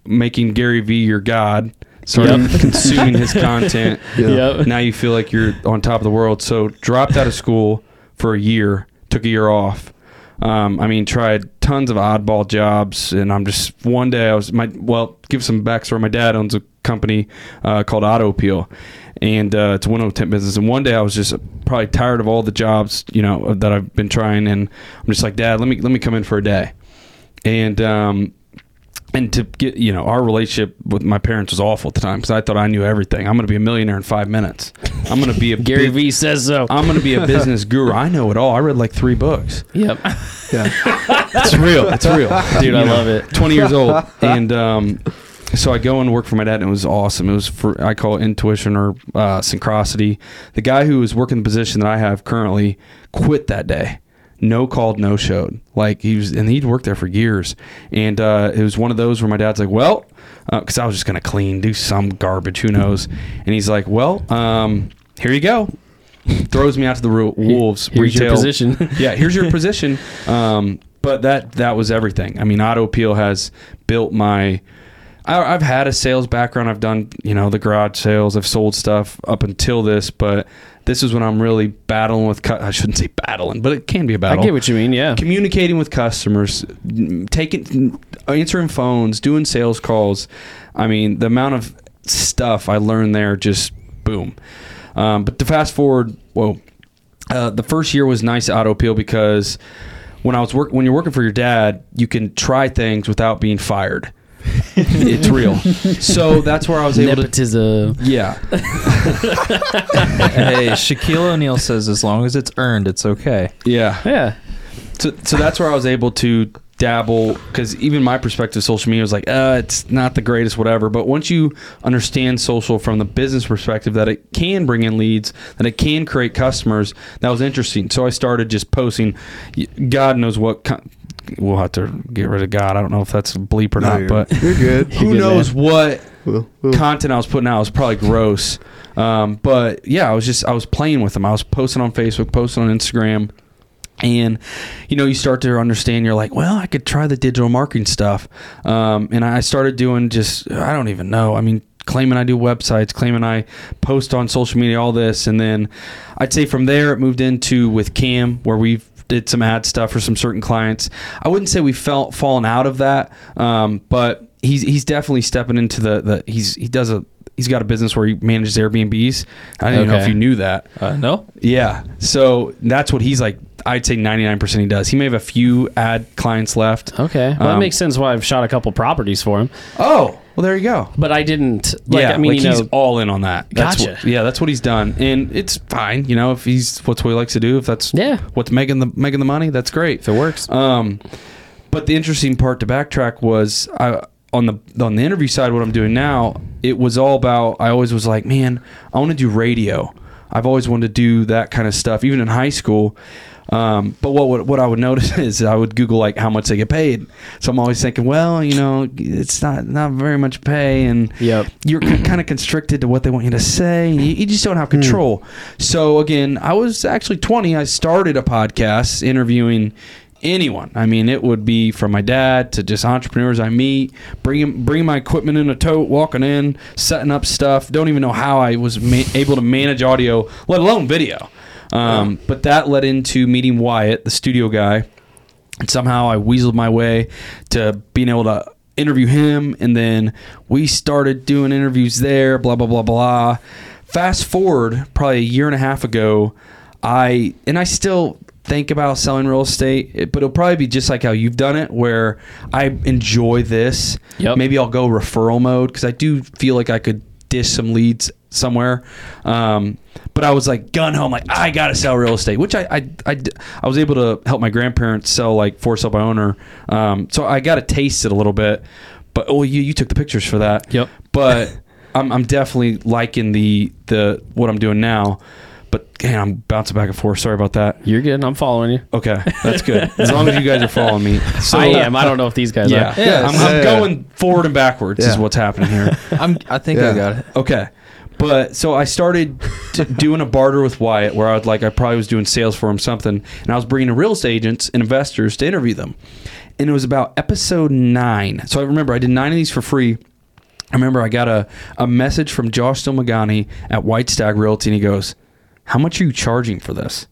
[SPEAKER 4] making Gary Vee your god. Started consuming his content now you feel like you're on top of the world. So dropped out of school for a year, took a year off. Um, I mean, tried tons of oddball jobs, and I'm just one day I was my well. Give some backstory. My dad owns a company uh, called Auto Appeal, and uh, it's a window tint business. And one day I was just probably tired of all the jobs, you know, that I've been trying, and I'm just like, Dad, let me let me come in for a day, and um, and to get you know our relationship with my parents was awful at the time because I thought I knew everything. I'm going to be a millionaire in five minutes. I'm going to be a
[SPEAKER 1] Gary
[SPEAKER 4] big-
[SPEAKER 1] Vee says so.
[SPEAKER 4] I'm going to be a business guru. I know it all. I read like three books.
[SPEAKER 1] Yep.
[SPEAKER 4] It's real. It's real,
[SPEAKER 1] Dude, I love it.
[SPEAKER 4] 20 years old, and um, so I go and work for my dad, and it was awesome. It was for I call it intuition or uh, synchrosity. The guy who was working the position that I have currently quit that day. No called, no showed. Like he was, and he'd worked there for years. And uh, it was one of those where my dad's like, "Well," because I was just gonna clean, do some garbage, who knows? And he's like, "Well, um, here you go." Throws me out to the ru- wolves.
[SPEAKER 1] Here's your
[SPEAKER 4] retail
[SPEAKER 1] position.
[SPEAKER 4] yeah, here's your position. Um, but that that was everything. I mean, Auto Appeal has built my. I, I've had a sales background. I've done you know the garage sales. I've sold stuff up until this, but this is when I'm really battling with. Cu- I shouldn't say battling, but it can be a
[SPEAKER 1] I
[SPEAKER 4] battle.
[SPEAKER 1] get what you mean. Yeah.
[SPEAKER 4] Communicating with customers, n- taking, answering phones, doing sales calls. I mean, the amount of stuff I learned there just boom. Um, but to fast forward, whoa, uh, the first year was nice at auto appeal because when I was work when you're working for your dad, you can try things without being fired. it's real. So that's where I was able to.
[SPEAKER 1] Nepotism.
[SPEAKER 4] Yeah,
[SPEAKER 3] hey, Shaquille O'Neal says as long as it's earned, it's okay.
[SPEAKER 4] yeah.
[SPEAKER 1] Yeah.
[SPEAKER 4] So, so that's where I was able to dabble because even my perspective of social media was like, uh, it's not the greatest, whatever. But once you understand social from the business perspective, that it can bring in leads, that it can create customers, that was interesting. So I started just posting, y- God knows what. Con- we'll have to get rid of God. I don't know if that's a bleep or
[SPEAKER 2] No,
[SPEAKER 4] not,
[SPEAKER 2] you're-
[SPEAKER 4] but
[SPEAKER 2] you're good.
[SPEAKER 4] who knows what
[SPEAKER 2] We'll- we'll-
[SPEAKER 4] content I was putting out was probably gross. Um, but yeah, I was just I was playing with them. I was posting on Facebook, posting on Instagram, and you know you start to understand. You're like, well, I could try the digital marketing stuff. Um, and I started doing just I don't even know. I mean, claiming I do websites, claiming I post on social media, all this, and then I'd say from there it moved into with Cam where we've did some ad stuff for some certain clients. I wouldn't say we felt fallen out of that, um, but he's he's definitely stepping into the the he's he does a he's got a business where he manages Airbnbs. I don't even know if
[SPEAKER 1] Okay.
[SPEAKER 4] you knew that.
[SPEAKER 3] Uh, no,
[SPEAKER 4] Yeah. So that's what he's like. I'd say 99% he does. He may have a few ad clients left.
[SPEAKER 1] Okay. Well, that
[SPEAKER 4] Um,
[SPEAKER 1] makes sense why I've shot a couple properties for him.
[SPEAKER 4] Oh,
[SPEAKER 3] Well, there you go.
[SPEAKER 1] But I didn't. Like, I mean, you know,
[SPEAKER 4] he's all in on that. That's
[SPEAKER 1] Gotcha.
[SPEAKER 4] what, yeah, that's what he's done, and it's fine. You know, if he's what's what he likes to do, if that's
[SPEAKER 1] Yeah.
[SPEAKER 4] what's making the making the money, that's great.
[SPEAKER 3] If it works.
[SPEAKER 4] Um, but the interesting part to backtrack was I on the on the interview side. What I'm doing now, it was all about. I always was like, man, I want to do radio. I've always wanted to do that kind of stuff, even in high school. Um, but what, what what I would notice is I would Google like how much they get paid. So I'm always thinking, well, you know, it's not not very much pay, and
[SPEAKER 1] Yep.
[SPEAKER 4] you're kind of constricted to what they want you to say. You, you just don't have control. So again, I was actually 20. I started a podcast interviewing anyone. I mean, it would be from my dad to just entrepreneurs I meet, bringing bringing my equipment in a tote, walking in, setting up stuff. Don't even know how I was ma- able to manage audio, let alone video. Um, But that led into meeting Wyatt, the studio guy. And somehow I weaseled my way to being able to interview him. And then we started doing interviews there, blah, blah, blah, blah. Fast forward probably a year and a half ago, I, and I still think about selling real estate, it- but it'll probably be just like how you've done it, where I enjoy this.
[SPEAKER 1] Yep.
[SPEAKER 4] Maybe I'll go referral mode because I do feel like I could dish some leads somewhere. Um, but I was like gun home, like I gotta sell real estate, which I I, I, d- I was able to help my grandparents sell like for sale by owner. Um, so I got to taste it a little bit. But oh, you you took the pictures for that.
[SPEAKER 1] Yep.
[SPEAKER 4] But I'm I'm definitely liking the the what I'm doing now. But man, I'm bouncing back and forth. Sorry about that.
[SPEAKER 1] you're good. I'm following you.
[SPEAKER 4] Okay, that's good. As long as you guys are following me. So,
[SPEAKER 1] I am. I don't know if these guys are.
[SPEAKER 4] Yeah,
[SPEAKER 3] Yes.
[SPEAKER 4] I'm, I'm
[SPEAKER 2] Yeah.
[SPEAKER 4] going forward and backwards. Is
[SPEAKER 2] Yeah.
[SPEAKER 4] what's happening here.
[SPEAKER 3] I'm, I think I
[SPEAKER 2] Yeah.
[SPEAKER 3] got it.
[SPEAKER 4] Okay. But so I started t- doing a barter with Wyatt where I would like, I probably was doing sales for him, something, and I was bringing real estate agents and investors to interview them. And it was about episode nine. So I remember I did nine of these for free. I remember I got a, a message from Josh Silmagani at White Stag Realty, and he goes, How much are you charging for this?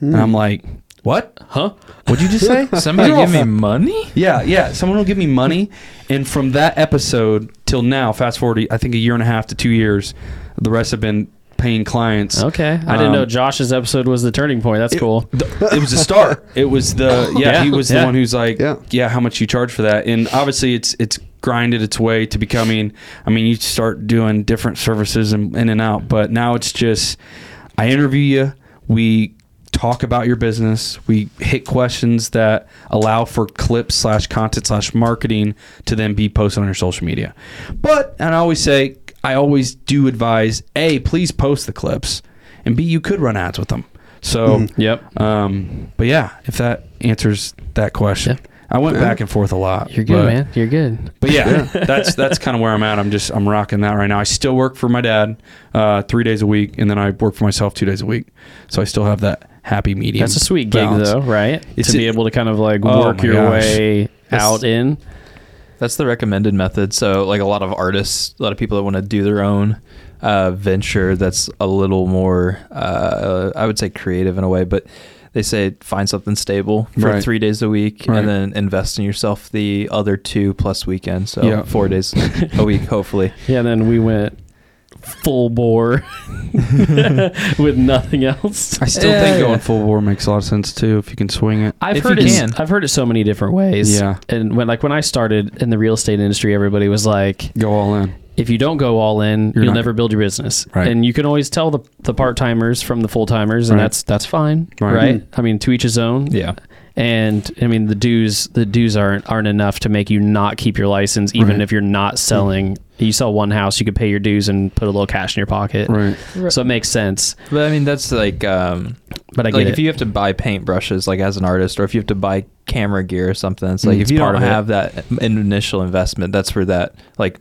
[SPEAKER 4] And
[SPEAKER 2] Hmm.
[SPEAKER 4] I'm like, What?
[SPEAKER 1] Huh?
[SPEAKER 4] What'd you just say?
[SPEAKER 3] Somebody
[SPEAKER 4] You're all
[SPEAKER 3] give me money?
[SPEAKER 4] yeah, yeah. Someone will give me money, and from that episode till now, fast forward, I think a year and a half to two years, the rest have been paying clients.
[SPEAKER 1] Okay. I didn't
[SPEAKER 4] Um,
[SPEAKER 1] know Josh's episode was the turning point. That's cool.
[SPEAKER 4] Th- it was the start. It was the yeah.
[SPEAKER 1] Yeah,
[SPEAKER 4] he was
[SPEAKER 1] yeah.
[SPEAKER 4] the one who's like
[SPEAKER 2] Yeah.
[SPEAKER 4] yeah. How much you charge for that? And obviously, it's it's grinded its way to becoming. I mean, you start doing different services and in and out, but now it's just I interview you. We talk about your business. We hit questions that allow for clips slash content slash marketing to then be posted on your social media. But and I always say I always do advise a please post the clips, and b you could run ads with them. So
[SPEAKER 1] Yep.
[SPEAKER 4] um, but yeah, if that answers that question, I went back and forth a lot.
[SPEAKER 1] You're good,
[SPEAKER 4] but,
[SPEAKER 1] man. You're good.
[SPEAKER 4] But yeah, that's that's kind of where I'm at. I'm just I'm rocking that right now. I still work for my dad uh, three days a week, and then I work for myself two days a week. So I still have that happy medium.
[SPEAKER 1] That's a sweet gig,
[SPEAKER 4] balance.
[SPEAKER 1] though, right?
[SPEAKER 4] It's
[SPEAKER 1] to be
[SPEAKER 4] a-
[SPEAKER 1] able to kind of like
[SPEAKER 4] Oh
[SPEAKER 1] work
[SPEAKER 4] my
[SPEAKER 1] your
[SPEAKER 4] gosh.
[SPEAKER 1] way
[SPEAKER 4] That's-
[SPEAKER 1] out in.
[SPEAKER 3] That's the recommended method. So, like a lot of artists, a lot of people that want to do their own uh, venture that's a little more, uh, I would say, creative in a way, but they say find something stable for
[SPEAKER 4] Right.
[SPEAKER 3] three days a week
[SPEAKER 4] Right.
[SPEAKER 3] and then invest in yourself the other two plus weekends. So,
[SPEAKER 4] Yeah.
[SPEAKER 3] four days a week, hopefully.
[SPEAKER 1] Yeah. Then we went full bore with nothing else.
[SPEAKER 4] I still
[SPEAKER 3] Yeah,
[SPEAKER 4] think
[SPEAKER 3] yeah.
[SPEAKER 4] going full bore makes a lot of sense too if you can swing it.
[SPEAKER 1] I've
[SPEAKER 3] If
[SPEAKER 1] heard
[SPEAKER 3] you
[SPEAKER 1] it.
[SPEAKER 3] can.
[SPEAKER 1] I've heard it so many different ways.
[SPEAKER 4] Yeah.
[SPEAKER 1] And when like when I started in the real estate industry, everybody was like,
[SPEAKER 4] Go all in.
[SPEAKER 1] if you don't go all in,
[SPEAKER 4] You're
[SPEAKER 1] you'll
[SPEAKER 4] not-
[SPEAKER 1] never build your business.
[SPEAKER 4] Right.
[SPEAKER 1] And you can always tell the, the part timers from the full timers, and
[SPEAKER 4] Right.
[SPEAKER 1] that's that's fine,
[SPEAKER 4] Right.
[SPEAKER 1] right? Mm-hmm. I mean, to each his own.
[SPEAKER 3] Yeah.
[SPEAKER 1] And I mean, the dues the dues aren't aren't enough to make you not keep your license, even
[SPEAKER 4] Right.
[SPEAKER 1] if you're not selling. You sell one house, you could pay your dues and put a little cash in your pocket.
[SPEAKER 4] Right.
[SPEAKER 1] So it makes sense.
[SPEAKER 3] But I mean, that's like, um,
[SPEAKER 1] But I get
[SPEAKER 3] like
[SPEAKER 1] it.
[SPEAKER 3] if you have to buy paintbrushes, like as an artist, or if you have to buy camera gear or something, it's like
[SPEAKER 1] Mm,
[SPEAKER 3] if
[SPEAKER 1] it's
[SPEAKER 3] you
[SPEAKER 1] part
[SPEAKER 3] don't
[SPEAKER 1] of it.
[SPEAKER 3] have that initial investment, that's where that like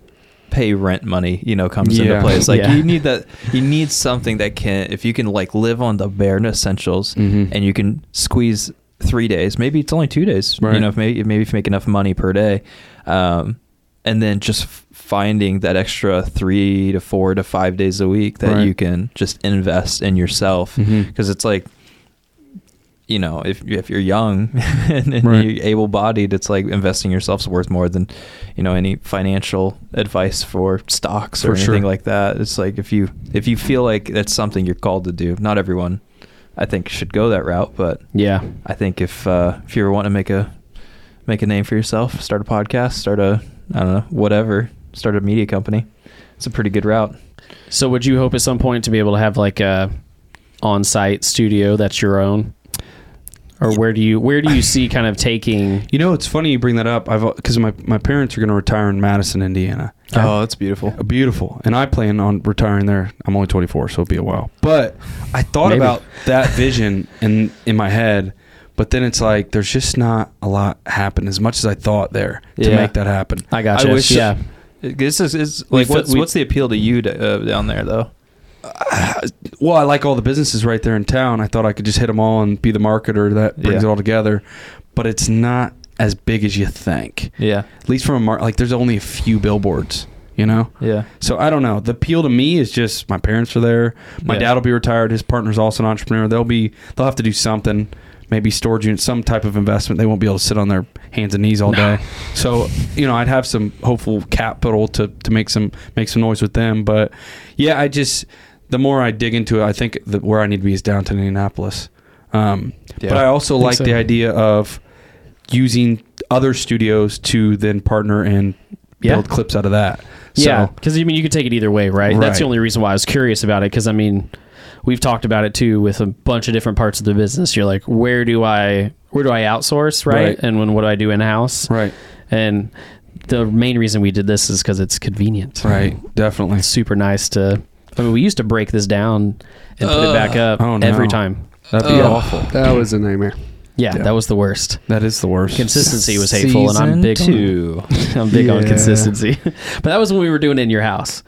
[SPEAKER 3] pay rent money, you know, comes
[SPEAKER 4] Yeah.
[SPEAKER 3] into play. It's like
[SPEAKER 1] Yeah.
[SPEAKER 3] you need that, you need something that can, if you can like live on the bare essentials,
[SPEAKER 4] Mhm.
[SPEAKER 3] and you can squeeze three days, maybe it's only two days,
[SPEAKER 4] Right.
[SPEAKER 3] you know, if maybe maybe if you make enough money per day, um, and then just f- finding that extra three to four to five days a week that
[SPEAKER 4] Right.
[SPEAKER 3] you can just invest in yourself
[SPEAKER 4] Mhm.
[SPEAKER 3] because it's like you know if if you're young and, and
[SPEAKER 4] Right.
[SPEAKER 3] you're able-bodied it's like investing yourself's worth more than you know any financial advice for stocks or
[SPEAKER 4] For sure.
[SPEAKER 3] anything like that it's like if you if you feel like that's something you're called to do not everyone i think should go that route but
[SPEAKER 1] yeah.
[SPEAKER 3] i think if uh if you ever want to make a make a name for yourself start a podcast start a i don't know whatever start a media company. It's a pretty good route.
[SPEAKER 1] So would you hope at some point to be able to have like a on-site studio that's your own? Or where do you where do you see kind of taking
[SPEAKER 4] You know, it's funny you bring that up. I've because my my parents are going to retire in Madison, Indiana.
[SPEAKER 3] Oh, that's beautiful.
[SPEAKER 4] Uh, Beautiful, and I plan on retiring there. I'm only 24, so it'll be a while. But I thought
[SPEAKER 1] Maybe.
[SPEAKER 4] about that vision in in my head, but then it's like there's just not a lot happen as much as I thought there to
[SPEAKER 3] Yeah.
[SPEAKER 4] make that happen.
[SPEAKER 1] I got you.
[SPEAKER 3] I wish-
[SPEAKER 1] yeah.
[SPEAKER 3] This is, is
[SPEAKER 1] We
[SPEAKER 3] like
[SPEAKER 1] fi-
[SPEAKER 3] what's,
[SPEAKER 1] we-
[SPEAKER 3] what's the appeal to you to, uh, down there though?
[SPEAKER 4] well, I like all the businesses right there in town. I thought I could just hit them all and be the marketer that brings
[SPEAKER 3] Yeah.
[SPEAKER 4] it all together. But it's not as big as you think.
[SPEAKER 3] Yeah,
[SPEAKER 4] At least from a mar- like, there's only a few billboards. You know,
[SPEAKER 3] yeah,
[SPEAKER 4] so I don't know. The appeal to me is just my parents are there. My
[SPEAKER 3] Yeah.
[SPEAKER 4] dad will be retired. His partner's also an entrepreneur. They'll be they'll have to do something, maybe storage unit, some type of investment. They won't be able to sit on their hands and knees all day. So you know, I'd have some hopeful capital to to make some make some noise with them. But yeah, I just the more I dig into it, I think that where I need to be is downtown Indianapolis. Um,
[SPEAKER 3] Yeah.
[SPEAKER 4] But I also
[SPEAKER 1] Think
[SPEAKER 4] like
[SPEAKER 1] so.
[SPEAKER 4] the idea of using other studios to then partner and
[SPEAKER 1] Yeah.
[SPEAKER 4] build clips out of that. So,
[SPEAKER 1] Yeah, because I mean, you could take it either way, right? That's the
[SPEAKER 4] Right.
[SPEAKER 1] only reason why I was curious about it. Because I mean, we've talked about it too with a bunch of different parts of the business. You're like, where do I, where do I outsource, right?
[SPEAKER 4] Right.
[SPEAKER 1] And when what do I do in house?
[SPEAKER 4] Right.
[SPEAKER 1] And the main reason we did this is because it's convenient.
[SPEAKER 4] Right, definitely.
[SPEAKER 1] It's super nice to. I mean, we used to break this down and put it back up
[SPEAKER 4] Oh, no.
[SPEAKER 1] every time.
[SPEAKER 4] That'd be
[SPEAKER 2] Yeah.
[SPEAKER 1] Uh,
[SPEAKER 4] awful.
[SPEAKER 2] That was a nightmare.
[SPEAKER 1] Yeah,
[SPEAKER 2] Yeah.
[SPEAKER 1] that was the worst.
[SPEAKER 4] That is the worst.
[SPEAKER 1] Consistency was hateful, and I'm big.
[SPEAKER 3] Two.
[SPEAKER 1] On, I'm big on
[SPEAKER 2] Yeah.
[SPEAKER 1] consistency, but that was when we were doing it in your house.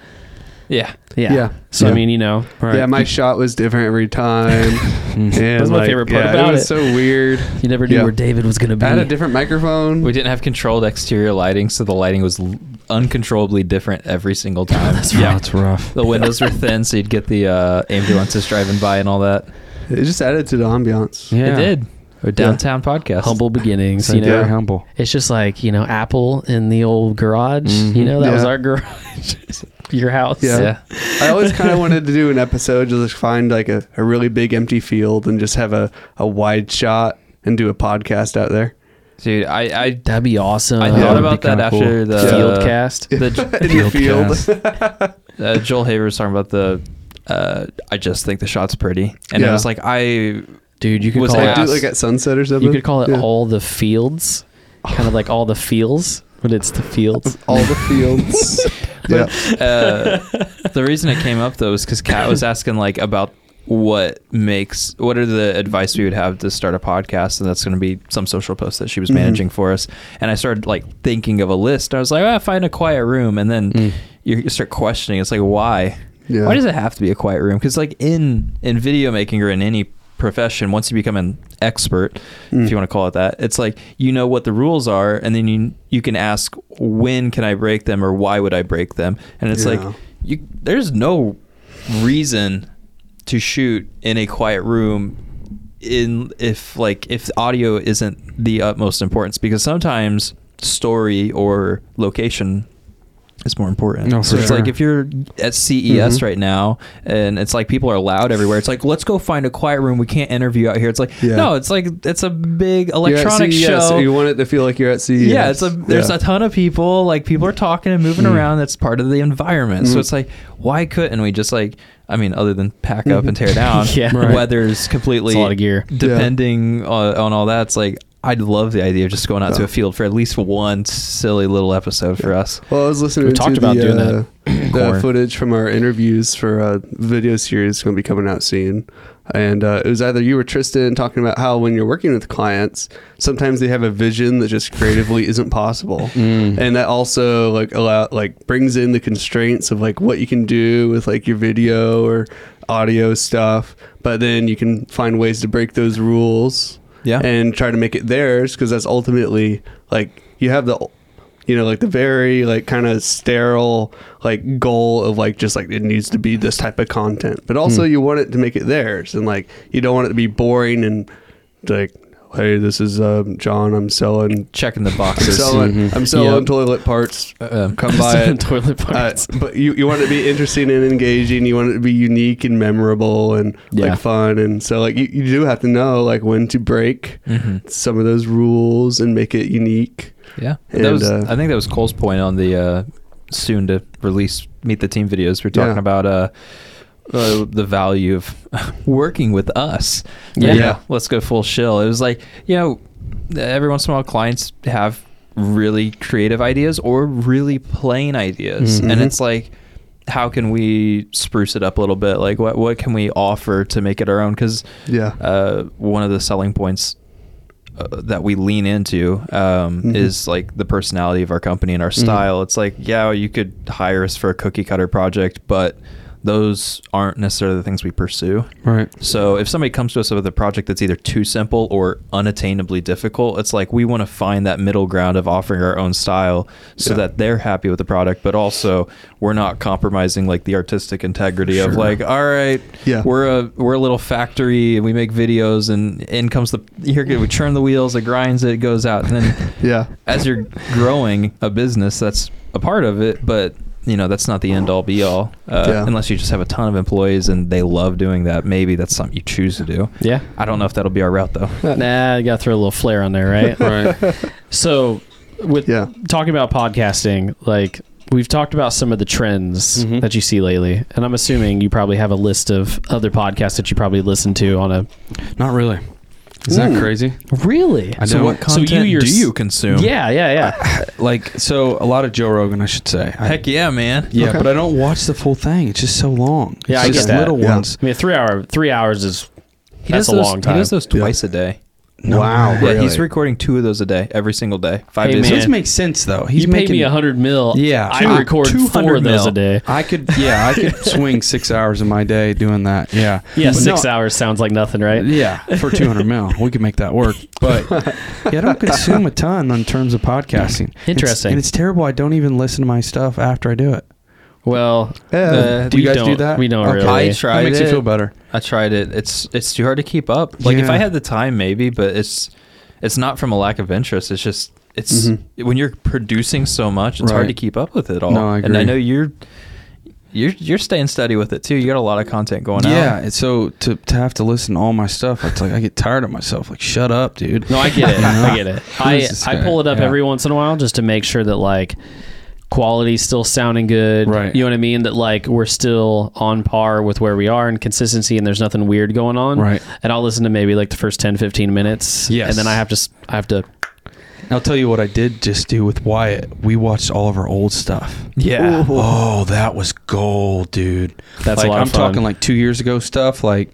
[SPEAKER 3] Yeah,
[SPEAKER 1] Yeah.
[SPEAKER 2] Yeah.
[SPEAKER 1] So I
[SPEAKER 2] Yeah.
[SPEAKER 1] mean, you know,
[SPEAKER 4] Right.
[SPEAKER 2] Yeah, my shot was different every time. and
[SPEAKER 4] Mm.
[SPEAKER 1] That's my favorite part
[SPEAKER 2] yeah,
[SPEAKER 1] about
[SPEAKER 2] it. Was
[SPEAKER 1] it.
[SPEAKER 2] so weird.
[SPEAKER 1] you never knew
[SPEAKER 2] Yeah.
[SPEAKER 1] where David was going to be.
[SPEAKER 2] I had a different microphone.
[SPEAKER 3] we didn't have controlled exterior lighting, so the lighting was l- uncontrollably different every single time.
[SPEAKER 1] That's
[SPEAKER 4] yeah,
[SPEAKER 1] Yeah.
[SPEAKER 4] it's rough.
[SPEAKER 3] The windows were thin, so you'd get the uh, ambulances driving by and all that.
[SPEAKER 2] It just added to the ambiance.
[SPEAKER 4] Yeah.
[SPEAKER 3] It did. Or downtown podcast.
[SPEAKER 1] humble beginnings.
[SPEAKER 4] So
[SPEAKER 1] You know,
[SPEAKER 4] very humble.
[SPEAKER 1] it's just like you know, Apple in the old garage. You know, that was
[SPEAKER 2] Yeah.
[SPEAKER 1] our garage, your house.
[SPEAKER 2] Yeah.
[SPEAKER 3] Yeah.
[SPEAKER 2] I always kind of wanted to do an episode just find like a, a really big empty field and just have a, a wide shot and do a podcast out there.
[SPEAKER 3] Dude, I I,
[SPEAKER 1] That'd be awesome.
[SPEAKER 3] I
[SPEAKER 4] that
[SPEAKER 3] thought
[SPEAKER 4] would
[SPEAKER 3] about
[SPEAKER 4] be
[SPEAKER 3] Uh, that
[SPEAKER 4] kinda cool.
[SPEAKER 3] after the uh,
[SPEAKER 1] Fieldcast.
[SPEAKER 3] The,
[SPEAKER 2] In the field.
[SPEAKER 3] uh, Joel Haver was talking about the. Uh, I just think the shot's pretty, and I
[SPEAKER 2] Yeah.
[SPEAKER 3] was like, I
[SPEAKER 1] dude, you could
[SPEAKER 3] Was
[SPEAKER 1] call
[SPEAKER 2] Like,
[SPEAKER 1] it,
[SPEAKER 2] do it
[SPEAKER 3] ass.
[SPEAKER 2] like at sunset or something.
[SPEAKER 1] you could call it
[SPEAKER 2] Yeah.
[SPEAKER 1] all the fields, kind of like all the feels, but it's the fields.
[SPEAKER 2] all the fields. yeah.
[SPEAKER 3] uh, the reason it came up though is because Kat was asking like about what makes what are the advice we would have to start a podcast and that's going to be some social post that she was managing for us and i started like thinking of a list i was like oh, find a quiet room and then you, you start questioning it's like why
[SPEAKER 2] Yeah.
[SPEAKER 3] why does it have to be a quiet room because like in in video making or in any profession once you become an expert if you want to call it that it's like you know what the rules are and then you you can ask when can i break them or why would i break them and it's
[SPEAKER 2] Yeah.
[SPEAKER 3] like you there's no reason to shoot in a quiet room in if like if audio isn't the utmost importance because sometimes story or location is more important.
[SPEAKER 4] No,
[SPEAKER 3] so
[SPEAKER 4] for
[SPEAKER 3] it's
[SPEAKER 4] sure.
[SPEAKER 3] like if you're at CES
[SPEAKER 2] Mhm.
[SPEAKER 3] right now and it's like people are loud everywhere. It's like let's go find a quiet room. We can't interview out here. It's like
[SPEAKER 2] Yeah.
[SPEAKER 3] no, it's like it's a big
[SPEAKER 2] You're at
[SPEAKER 3] electronic
[SPEAKER 2] CES,
[SPEAKER 3] show.
[SPEAKER 2] so you want it to feel like you're at CES.
[SPEAKER 3] Yeah, it's a there's
[SPEAKER 2] Yeah.
[SPEAKER 3] a ton of people. Like people are talking and
[SPEAKER 1] Hmm.
[SPEAKER 3] moving around. That's part of the environment. So it's like, why couldn't we just like, I mean, other than pack up and tear down?
[SPEAKER 1] Mm-hmm. Yeah.
[SPEAKER 4] Right.
[SPEAKER 3] weather's completely
[SPEAKER 1] It's a lot of gear.
[SPEAKER 3] Depending on, on all that, it's like I'd love the idea of just going out to a field for at least one silly little episode for us.
[SPEAKER 2] Well, I was listening
[SPEAKER 1] We
[SPEAKER 2] to
[SPEAKER 1] talked
[SPEAKER 2] the,
[SPEAKER 1] about doing
[SPEAKER 2] uh, the
[SPEAKER 3] Corn.
[SPEAKER 2] footage from our interviews for a video series going to be coming out soon. And uh, it was either you or Tristan talking about how when you're working with clients, sometimes they have a vision that just creatively isn't possible,
[SPEAKER 1] Mm.
[SPEAKER 2] and that also like allow like brings in the constraints of like what you can do with like your video or audio stuff. But then you can find ways to break those rules
[SPEAKER 3] Yeah.
[SPEAKER 2] and try to make it theirs because that's ultimately like you have the you know like the very like kind of sterile like goal of like just like it needs to be this type of content but also
[SPEAKER 1] Hmm.
[SPEAKER 2] you want it to make it theirs and like you don't want it to be boring and like hey this is um, john i'm selling
[SPEAKER 3] Checking the
[SPEAKER 2] I'm
[SPEAKER 3] boxes.
[SPEAKER 2] selling, I'm selling
[SPEAKER 1] mm-hmm. Yep.
[SPEAKER 2] toilet parts uh,
[SPEAKER 3] Um,
[SPEAKER 2] come by it
[SPEAKER 1] toilet
[SPEAKER 2] uh,
[SPEAKER 1] parts.
[SPEAKER 2] but you, you want it to be interesting and engaging. You want it to be unique and memorable and
[SPEAKER 1] Yeah.
[SPEAKER 2] like fun. And so like you, you do have to know like when to break
[SPEAKER 3] mm-hmm.
[SPEAKER 2] some of those rules and make it unique.
[SPEAKER 3] Yeah,
[SPEAKER 2] And,
[SPEAKER 3] that was.
[SPEAKER 2] uh,
[SPEAKER 3] I think that was Cole's point on the uh, soon to release Meet the Team videos. We're talking
[SPEAKER 2] Yeah.
[SPEAKER 3] about uh, uh, the value of working with us.
[SPEAKER 1] Yeah.
[SPEAKER 3] You know, let's go full shill. It was like you know, every once in a while, clients have really creative ideas or really plain ideas, and
[SPEAKER 2] Mhm.
[SPEAKER 3] it's like. How can we spruce it up a little bit? Like, what what can we offer to make it our own? Because
[SPEAKER 2] Yeah.
[SPEAKER 3] uh, one of the selling points uh, that we lean into um,
[SPEAKER 2] Mhm.
[SPEAKER 3] is like the personality of our company and our style. It's like, yeah, you could hire us for a cookie cutter project, but those aren't necessarily the things we pursue.
[SPEAKER 4] Right.
[SPEAKER 3] So if somebody comes to us with a project that's either too simple or unattainably difficult, it's like we want to find that middle ground of offering our own style so
[SPEAKER 2] Yeah.
[SPEAKER 3] that they're happy with the product, but also we're not compromising like the artistic integrity of like, all right,
[SPEAKER 2] Yeah.
[SPEAKER 3] we're a we're a little factory and we make videos and in comes the here we turn the wheels, it grinds it, it goes out. And then
[SPEAKER 2] Yeah.
[SPEAKER 3] as you're growing a business, that's a part of it, but you know that's not the end all be all. Uh,
[SPEAKER 2] Yeah.
[SPEAKER 3] Unless you just have a ton of employees and they love doing that, maybe that's something you choose to do.
[SPEAKER 1] Yeah.
[SPEAKER 3] I don't know if that'll be our route though.
[SPEAKER 1] Nah, you got to throw a little flair on there, right?
[SPEAKER 4] Right.
[SPEAKER 1] So, with
[SPEAKER 2] Yeah.
[SPEAKER 1] talking about podcasting, like we've talked about some of the trends
[SPEAKER 4] Mhm.
[SPEAKER 1] that you see lately, and I'm assuming you probably have a list of other podcasts that you probably listen to on a
[SPEAKER 4] Not really. Is that
[SPEAKER 2] Ooh.
[SPEAKER 4] crazy?
[SPEAKER 1] really.
[SPEAKER 4] I don't.
[SPEAKER 1] So you yours-
[SPEAKER 3] consume?
[SPEAKER 1] Yeah, yeah, yeah.
[SPEAKER 4] like so a lot of Joe Rogan, I should say. I-
[SPEAKER 3] Heck yeah, man.
[SPEAKER 4] yeah,
[SPEAKER 2] Okay.
[SPEAKER 4] but I don't watch the full thing. It's just so long.
[SPEAKER 1] Yeah,
[SPEAKER 4] it's
[SPEAKER 1] I
[SPEAKER 4] just
[SPEAKER 1] get that.
[SPEAKER 4] little
[SPEAKER 2] Yeah.
[SPEAKER 4] ones.
[SPEAKER 1] I mean, three hour, three hours is
[SPEAKER 3] He
[SPEAKER 1] That's
[SPEAKER 3] does
[SPEAKER 1] a
[SPEAKER 3] those,
[SPEAKER 1] long
[SPEAKER 3] He
[SPEAKER 1] time.
[SPEAKER 3] does those twice a day.
[SPEAKER 4] Oh,
[SPEAKER 2] Wow.
[SPEAKER 3] Yeah, he's
[SPEAKER 2] really?
[SPEAKER 3] recording two of those a day, every single day, five
[SPEAKER 1] Hey,
[SPEAKER 3] days.
[SPEAKER 1] man.
[SPEAKER 4] This makes sense though. He's
[SPEAKER 1] you
[SPEAKER 4] making
[SPEAKER 1] pay me a hundred mil.
[SPEAKER 4] Yeah, uh,
[SPEAKER 1] I
[SPEAKER 4] I-
[SPEAKER 1] record four
[SPEAKER 3] 200
[SPEAKER 1] of those
[SPEAKER 3] mil.
[SPEAKER 1] a day.
[SPEAKER 4] I could yeah, I could swing six hours of my day doing that. Yeah.
[SPEAKER 1] Yeah,
[SPEAKER 4] But
[SPEAKER 1] six
[SPEAKER 4] no,
[SPEAKER 1] hours sounds like nothing, right?
[SPEAKER 4] Yeah, for 200 mil, we could make that work. But yeah, I don't consume a ton in terms of podcasting. It's-
[SPEAKER 1] Interesting.
[SPEAKER 4] and it's terrible. I don't even listen to my stuff after I do it.
[SPEAKER 1] Well,
[SPEAKER 4] Uh, do
[SPEAKER 1] we
[SPEAKER 4] you guys do
[SPEAKER 1] don't-
[SPEAKER 4] that?
[SPEAKER 1] we don't
[SPEAKER 4] Okay.
[SPEAKER 1] really. I
[SPEAKER 3] tried
[SPEAKER 4] That makes you
[SPEAKER 3] it.
[SPEAKER 4] feel better.
[SPEAKER 3] I tried it. It's it's too hard to keep up. Like if
[SPEAKER 4] Yeah.
[SPEAKER 3] I had the time, maybe, but it's it's not from a lack of interest. It's just it's when you're producing so much, it's hard
[SPEAKER 4] Mm-hmm. Right.
[SPEAKER 3] to keep up with it all.
[SPEAKER 4] No, I
[SPEAKER 3] And I
[SPEAKER 4] agree.
[SPEAKER 3] know you're you're you're staying steady with it too. You got a lot of content going out.
[SPEAKER 4] Yeah, and so to, to have to listen to all my stuff, it's like I get tired of myself. Like, shut up, dude.
[SPEAKER 1] No, I get it. I get it.
[SPEAKER 4] Who
[SPEAKER 1] I,
[SPEAKER 4] is this
[SPEAKER 1] I
[SPEAKER 4] guy?
[SPEAKER 1] pull it up
[SPEAKER 4] Yeah.
[SPEAKER 1] every once in a while just to make sure that like quality's still sounding good.
[SPEAKER 4] Right.
[SPEAKER 1] You know what I mean? That like we're still on par with where we are in consistency and there's nothing weird going on.
[SPEAKER 4] Right.
[SPEAKER 1] And I'll listen to maybe like the first 10, 15 minutes.
[SPEAKER 4] Yes.
[SPEAKER 1] And then I have to s- I have to
[SPEAKER 4] And I'll tell you what I did just do with Wyatt. We watched all of our old stuff.
[SPEAKER 3] Yeah.
[SPEAKER 4] Oh, that was gold, dude.
[SPEAKER 1] That's a
[SPEAKER 4] like,
[SPEAKER 1] lot of
[SPEAKER 4] I'm
[SPEAKER 1] fun.
[SPEAKER 4] talking like two years ago stuff, like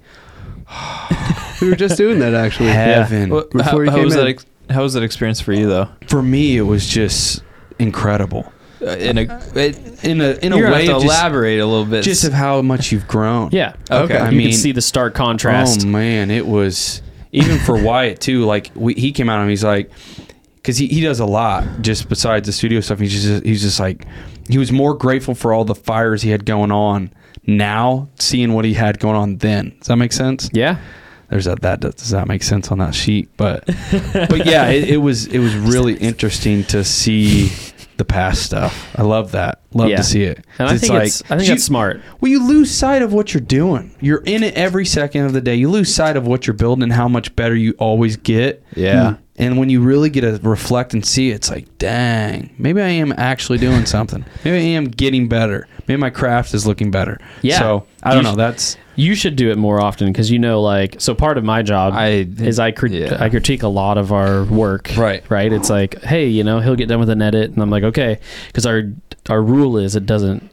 [SPEAKER 2] We were just doing that actually.
[SPEAKER 4] heaven.
[SPEAKER 3] What-
[SPEAKER 2] Before
[SPEAKER 3] how,
[SPEAKER 2] you
[SPEAKER 3] how
[SPEAKER 2] came
[SPEAKER 3] was
[SPEAKER 2] in.
[SPEAKER 3] that ex- how was that experience for you though?
[SPEAKER 4] For me, it was just incredible.
[SPEAKER 3] Uh, In a it,
[SPEAKER 4] In a in
[SPEAKER 3] you're
[SPEAKER 4] a
[SPEAKER 3] gonna
[SPEAKER 4] way,
[SPEAKER 3] have to
[SPEAKER 4] just,
[SPEAKER 3] elaborate a little bit.
[SPEAKER 4] just of how much you've grown.
[SPEAKER 1] Yeah.
[SPEAKER 3] Okay.
[SPEAKER 1] You
[SPEAKER 4] I
[SPEAKER 1] can
[SPEAKER 4] mean-
[SPEAKER 1] see the stark contrast.
[SPEAKER 4] Oh man, it was even for Wyatt too. Like we, he came out and he's like, because he, he does a lot just besides the studio stuff. He's just he's just like he was more grateful for all the fires he had going on now, seeing what he had going on then. Does that make sense?
[SPEAKER 1] yeah.
[SPEAKER 4] There's that that does, does that make sense on that sheet? But but yeah, it, it was it was really interesting to see the past stuff. I love that. Love
[SPEAKER 1] Yeah.
[SPEAKER 4] to see it.
[SPEAKER 1] And I think it's, I think
[SPEAKER 4] you-
[SPEAKER 1] that's smart.
[SPEAKER 4] well, you lose sight of what you're doing. You're in it every second of the day. You lose sight of what you're building and how much better you always get.
[SPEAKER 3] Yeah. Mm.
[SPEAKER 4] And when you really get to reflect and see, it's like, dang, maybe I am actually doing something. Maybe I am getting better. Maybe my craft is looking better.
[SPEAKER 1] Yeah.
[SPEAKER 4] So I don't
[SPEAKER 1] You
[SPEAKER 4] know.
[SPEAKER 1] sh-
[SPEAKER 4] That's
[SPEAKER 1] You should do it more often because you know, like, so part of my job
[SPEAKER 3] I-
[SPEAKER 1] is I crit-
[SPEAKER 3] yeah.
[SPEAKER 1] I critique a lot of our work,
[SPEAKER 4] Right.
[SPEAKER 1] Right. It's like, hey, you know, he'll get done with an edit, and I'm like, okay, because our our rule is it doesn't,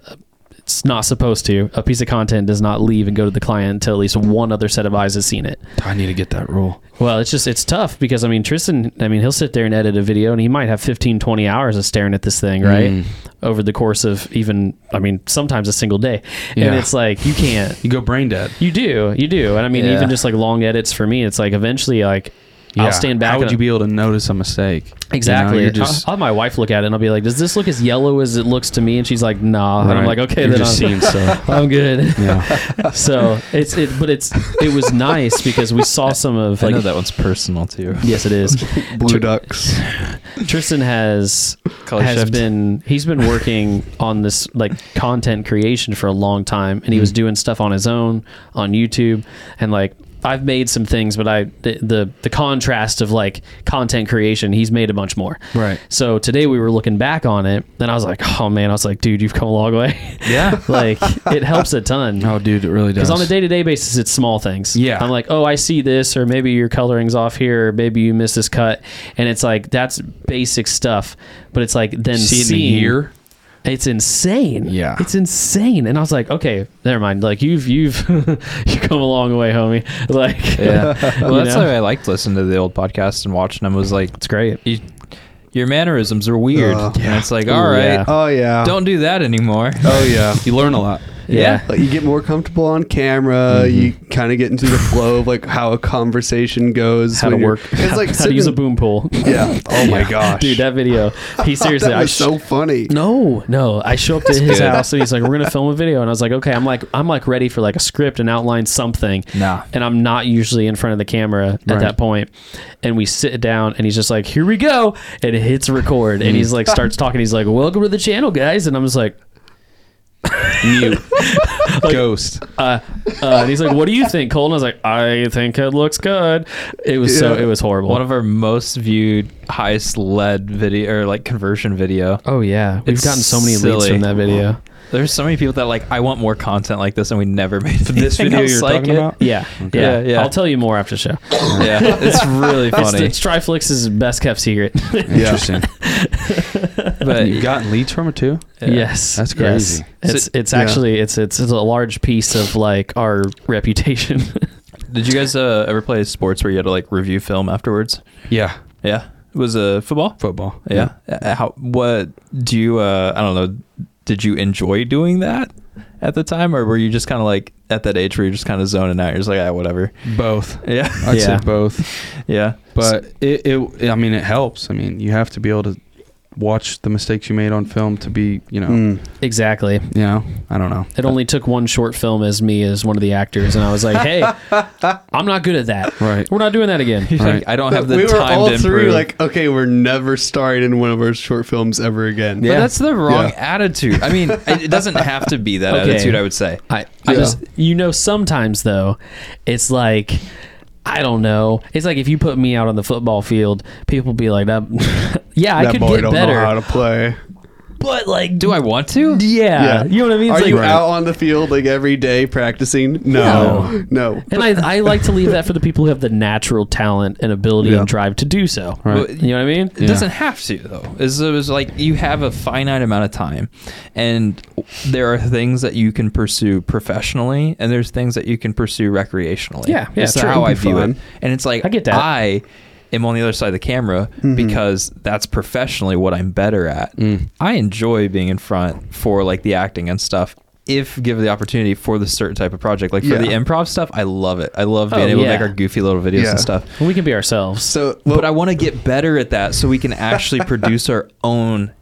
[SPEAKER 1] it's not supposed to. A piece of content does not leave and go to the client until at least one other set of eyes has seen it.
[SPEAKER 4] I need to get that rule.
[SPEAKER 1] Well, it's just it's tough because I mean Tristan, I mean he'll sit there and edit a video and he might have 15 20 hours of staring at this thing, right?
[SPEAKER 4] Mm.
[SPEAKER 1] Over the course of even I mean sometimes a single day. And
[SPEAKER 4] Yeah.
[SPEAKER 1] it's like you can't
[SPEAKER 4] You go brain dead.
[SPEAKER 1] you do, you do, and I mean,
[SPEAKER 3] Yeah.
[SPEAKER 1] even just like long edits for me, it's like eventually, like
[SPEAKER 4] Yeah.
[SPEAKER 1] I'll stand back.
[SPEAKER 4] How would
[SPEAKER 1] and-
[SPEAKER 4] you be able to notice a mistake?
[SPEAKER 1] exactly?
[SPEAKER 4] You are just
[SPEAKER 1] I'll, I'll have my wife look at it and I'll be like, "Does this look as yellow as it looks to me?" And she's like, "Nah," and I'm like,
[SPEAKER 4] Right.
[SPEAKER 1] "Okay,
[SPEAKER 4] You're
[SPEAKER 1] then
[SPEAKER 4] just
[SPEAKER 1] I'm,
[SPEAKER 4] seeing stuff.
[SPEAKER 1] I'm good."
[SPEAKER 4] Yeah.
[SPEAKER 1] so it's it, but it's it was nice because we saw some of
[SPEAKER 3] I know
[SPEAKER 1] like
[SPEAKER 3] that one's personal too.
[SPEAKER 1] yes, it is.
[SPEAKER 2] Blue ducks.
[SPEAKER 1] Tristan has
[SPEAKER 3] Color
[SPEAKER 1] has
[SPEAKER 3] shift.
[SPEAKER 1] been he's been working on this like content creation for a long time, and he was doing stuff on his own on YouTube, and like I've made some things, but I the, the the contrast of like content creation, he's made a bunch more.
[SPEAKER 4] Right.
[SPEAKER 1] So today we were looking back on it, and I was like, oh man, I was like, dude, you've come a long way.
[SPEAKER 3] Yeah.
[SPEAKER 1] like it helps a ton.
[SPEAKER 4] Oh, dude, it really does.
[SPEAKER 1] Because on a day to day basis, it's small things.
[SPEAKER 4] Yeah.
[SPEAKER 1] I'm like, oh, I see this, or maybe your coloring's off here, or maybe you missed this cut. And it's like, that's basic stuff. But it's like, then
[SPEAKER 4] see it in a
[SPEAKER 1] seeing-
[SPEAKER 4] year.
[SPEAKER 1] It's insane.
[SPEAKER 4] Yeah.
[SPEAKER 1] It's insane. And I was like, okay, never mind. Like, you've, you've, you've come a long way, homie. Like,
[SPEAKER 3] Yeah. well,
[SPEAKER 1] You
[SPEAKER 3] that's
[SPEAKER 1] know?
[SPEAKER 3] why I liked listening to the old podcast and watching them. Was like,
[SPEAKER 1] it's great.
[SPEAKER 3] you, your mannerisms are weird.
[SPEAKER 2] Ugh.
[SPEAKER 3] and it's like,
[SPEAKER 1] Ooh,
[SPEAKER 3] all right,
[SPEAKER 1] yeah.
[SPEAKER 2] Oh yeah.
[SPEAKER 3] don't do that anymore.
[SPEAKER 2] Oh yeah.
[SPEAKER 4] You learn a lot.
[SPEAKER 3] Yeah.
[SPEAKER 2] Like, you get more comfortable on camera.
[SPEAKER 1] Mm-hmm.
[SPEAKER 2] You kind of get into the flow of like how a conversation goes.
[SPEAKER 1] How to
[SPEAKER 2] when you're-
[SPEAKER 1] work.
[SPEAKER 2] It's like
[SPEAKER 1] How to use a
[SPEAKER 2] sitting-
[SPEAKER 1] boom pole.
[SPEAKER 2] Yeah. Oh my gosh,
[SPEAKER 1] Dude, that video. He seriously,
[SPEAKER 2] that
[SPEAKER 1] I
[SPEAKER 2] was
[SPEAKER 1] sh-
[SPEAKER 2] so funny.
[SPEAKER 1] No, no. I show up to his
[SPEAKER 3] good.
[SPEAKER 1] house and he's like, "We're gonna film a video," and I was like, "Okay." I'm like, I'm like ready for like a script and outline something.
[SPEAKER 3] Nah.
[SPEAKER 1] And I'm not usually in front of the camera at
[SPEAKER 4] Right.
[SPEAKER 1] that point. And we sit down and he's just like, "Here we go," and it hits record. And he's like, starts talking. He's like, "Welcome to the channel, guys," and I'm just like.
[SPEAKER 4] Mute. Ghost.
[SPEAKER 1] Uh, uh, and he's like, "What do you think, Cole?" And I was like, "I think it looks good." It was so,
[SPEAKER 2] Yeah.
[SPEAKER 1] it was horrible.
[SPEAKER 3] One of our most viewed, highest lead video or like conversion video.
[SPEAKER 1] oh yeah, we've
[SPEAKER 3] It's
[SPEAKER 1] gotten so many leads
[SPEAKER 3] silly.
[SPEAKER 1] from that video.
[SPEAKER 3] There's so many people that like, I want more content like this, and we never made
[SPEAKER 4] For this
[SPEAKER 3] anything
[SPEAKER 4] video
[SPEAKER 3] else
[SPEAKER 4] you're
[SPEAKER 3] like
[SPEAKER 4] talking
[SPEAKER 3] it.
[SPEAKER 4] about?
[SPEAKER 1] Yeah, yeah,
[SPEAKER 3] Yeah, yeah.
[SPEAKER 1] I'll tell you more after show.
[SPEAKER 3] Yeah, it's really funny.
[SPEAKER 1] It's, it's Triflix's best kept secret.
[SPEAKER 4] Interesting.
[SPEAKER 3] but uh,
[SPEAKER 4] You've gotten leads from it too.
[SPEAKER 1] yes, yes.
[SPEAKER 4] That's crazy.
[SPEAKER 1] It's
[SPEAKER 3] So-
[SPEAKER 1] it's
[SPEAKER 2] Yeah.
[SPEAKER 1] actually it's, it's it's a large piece of like our reputation.
[SPEAKER 3] did you guys uh, ever play sports where you had to like review film afterwards?
[SPEAKER 4] Yeah.
[SPEAKER 3] Yeah, it was uh, football.
[SPEAKER 4] Football.
[SPEAKER 3] Yeah. Uh, How? What do you? Uh, I don't know. Did you enjoy doing that at the time, or were you just kind of like at that age where you're just kind of zoning out? You're just like, ah, whatever.
[SPEAKER 4] Both.
[SPEAKER 3] Yeah.
[SPEAKER 4] I'd
[SPEAKER 1] Yeah.
[SPEAKER 4] say both.
[SPEAKER 3] yeah.
[SPEAKER 4] But it, it, I mean, it helps. I mean, you have to be able to watch the mistakes you made on film to be, you know,
[SPEAKER 2] Mm.
[SPEAKER 1] exactly.
[SPEAKER 4] you know, I don't know.
[SPEAKER 1] It only took one short film as me as one of the actors, and I was like, "Hey, I'm not good at that.
[SPEAKER 4] Right.
[SPEAKER 1] We're not doing that again."
[SPEAKER 3] You're
[SPEAKER 4] Right.
[SPEAKER 3] like, I don't have the
[SPEAKER 2] we were
[SPEAKER 3] time
[SPEAKER 2] all
[SPEAKER 3] to
[SPEAKER 2] three
[SPEAKER 3] improve.
[SPEAKER 2] like, okay, we're never starring in one of our short films ever again.
[SPEAKER 3] But that's the wrong
[SPEAKER 2] Yeah.
[SPEAKER 3] attitude. I mean, it it doesn't have to be that
[SPEAKER 1] Okay.
[SPEAKER 3] attitude. I would say.
[SPEAKER 1] I, I
[SPEAKER 2] Yeah.
[SPEAKER 1] just you know sometimes though, it's like I don't know. It's like if you put me out on the football field, people be like, "That, yeah, I
[SPEAKER 2] that
[SPEAKER 1] could
[SPEAKER 2] boy
[SPEAKER 1] get
[SPEAKER 2] don't know how
[SPEAKER 1] better."
[SPEAKER 2] to play.
[SPEAKER 1] But like,
[SPEAKER 3] Do I want to?
[SPEAKER 1] Yeah. You know what I mean? It's
[SPEAKER 2] Are
[SPEAKER 1] like-
[SPEAKER 2] you out on the field like every day practicing? No, no.
[SPEAKER 1] and I, I like to leave that for the people who have the natural talent and ability
[SPEAKER 2] Yeah.
[SPEAKER 1] and drive to do so.
[SPEAKER 4] Right.
[SPEAKER 1] You know what I mean?
[SPEAKER 3] It doesn't have to though. It's, it was like you have a finite amount of time, and there are things that you can pursue professionally, and there's things that you can pursue recreationally.
[SPEAKER 1] Yeah, yeah,
[SPEAKER 3] It's
[SPEAKER 1] true.
[SPEAKER 3] how I
[SPEAKER 2] It'd be
[SPEAKER 3] view it.
[SPEAKER 2] fun.
[SPEAKER 3] And it's like
[SPEAKER 1] I get that. Mm-hmm.
[SPEAKER 3] I am on the other side of the camera because that's professionally what I'm better at.
[SPEAKER 1] Mm.
[SPEAKER 3] I enjoy being in front for like the acting and stuff. If given the opportunity for the certain type of project, like for
[SPEAKER 2] Yeah.
[SPEAKER 3] the improv stuff, I love it. I love being
[SPEAKER 1] Oh,
[SPEAKER 3] able
[SPEAKER 1] yeah.
[SPEAKER 3] to make our goofy little videos
[SPEAKER 2] Yeah.
[SPEAKER 3] and stuff
[SPEAKER 1] We can be ourselves.
[SPEAKER 2] So,
[SPEAKER 3] but I want to get better at that so we can actually produce our own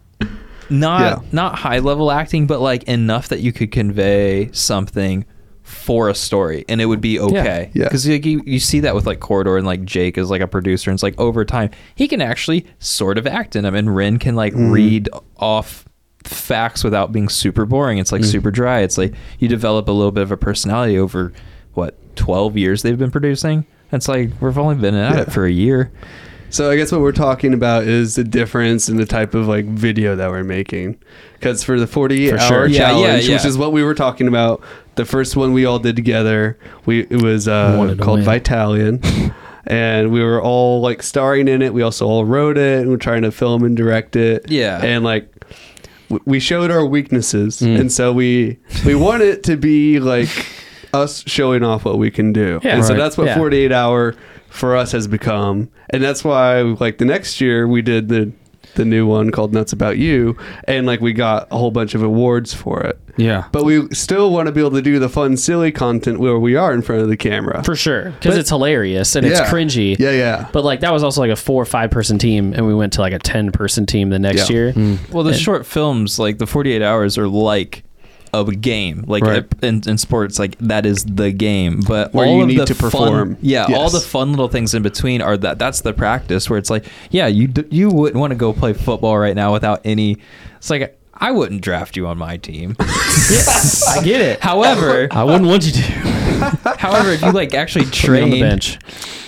[SPEAKER 3] not
[SPEAKER 2] Yeah.
[SPEAKER 3] not high level acting but like enough that you could convey something for a story and it would be okay
[SPEAKER 2] Yeah.
[SPEAKER 3] because like you, you see that with like corridor and like jake is like a producer and it's like over time he can actually sort of act in them and ren can like read off facts without being super boring it's like super dry it's like you develop a little bit of a personality over what 12 years they've been producing it's like we've only been at it
[SPEAKER 2] Yeah.
[SPEAKER 3] for a year
[SPEAKER 2] So I guess what we're talking about is the difference in the type of like video that we're making. Because for the 48
[SPEAKER 1] For
[SPEAKER 2] hour
[SPEAKER 1] sure.
[SPEAKER 3] Yeah,
[SPEAKER 2] challenge,
[SPEAKER 3] yeah, yeah.
[SPEAKER 2] which is what we were talking about, the first one we all did together, we it was uh,
[SPEAKER 1] Wanted to
[SPEAKER 2] called
[SPEAKER 1] win.
[SPEAKER 2] Vitalian. and we were all like starring in it. We also all wrote it and we're trying to film and direct it.
[SPEAKER 3] Yeah. Mm.
[SPEAKER 2] And like w- we showed our weaknesses. And so we we want it to be like us showing off what we can do.
[SPEAKER 1] Yeah.
[SPEAKER 2] and so
[SPEAKER 1] Right.
[SPEAKER 2] that's what
[SPEAKER 1] Yeah.
[SPEAKER 2] 48 48 hour for us has become and that's why like the next year we did the the new one called nuts about you and like we got a whole bunch of awards for it
[SPEAKER 4] Yeah.
[SPEAKER 2] but we still want to be able to do the fun silly content where we are in front of the camera
[SPEAKER 1] for sure. Because
[SPEAKER 2] But-
[SPEAKER 1] it's hilarious and
[SPEAKER 2] Yeah.
[SPEAKER 1] it's cringy.
[SPEAKER 2] yeah yeah
[SPEAKER 1] But like that was also like a four or five person team, and we went to like a ten person team the next
[SPEAKER 2] Yeah.
[SPEAKER 1] year.
[SPEAKER 3] Well, the short films, like the 48 hours, are like a game. Like
[SPEAKER 4] Right.
[SPEAKER 3] in, in sports, like that is the game. But
[SPEAKER 2] Where
[SPEAKER 3] all
[SPEAKER 2] you
[SPEAKER 3] of
[SPEAKER 2] need
[SPEAKER 3] the
[SPEAKER 2] to
[SPEAKER 3] fun-
[SPEAKER 2] perform.
[SPEAKER 3] yeah, all
[SPEAKER 2] Yes.
[SPEAKER 3] the fun little things in between are that. That's the practice where it's like, yeah, you d- you wouldn't want to go play football right now without any. It's like I wouldn't draft you on my team.
[SPEAKER 1] I get it.
[SPEAKER 3] However,
[SPEAKER 1] I wouldn't want you to.
[SPEAKER 3] However, if you like actually
[SPEAKER 1] Put me on the
[SPEAKER 3] train,
[SPEAKER 1] bench.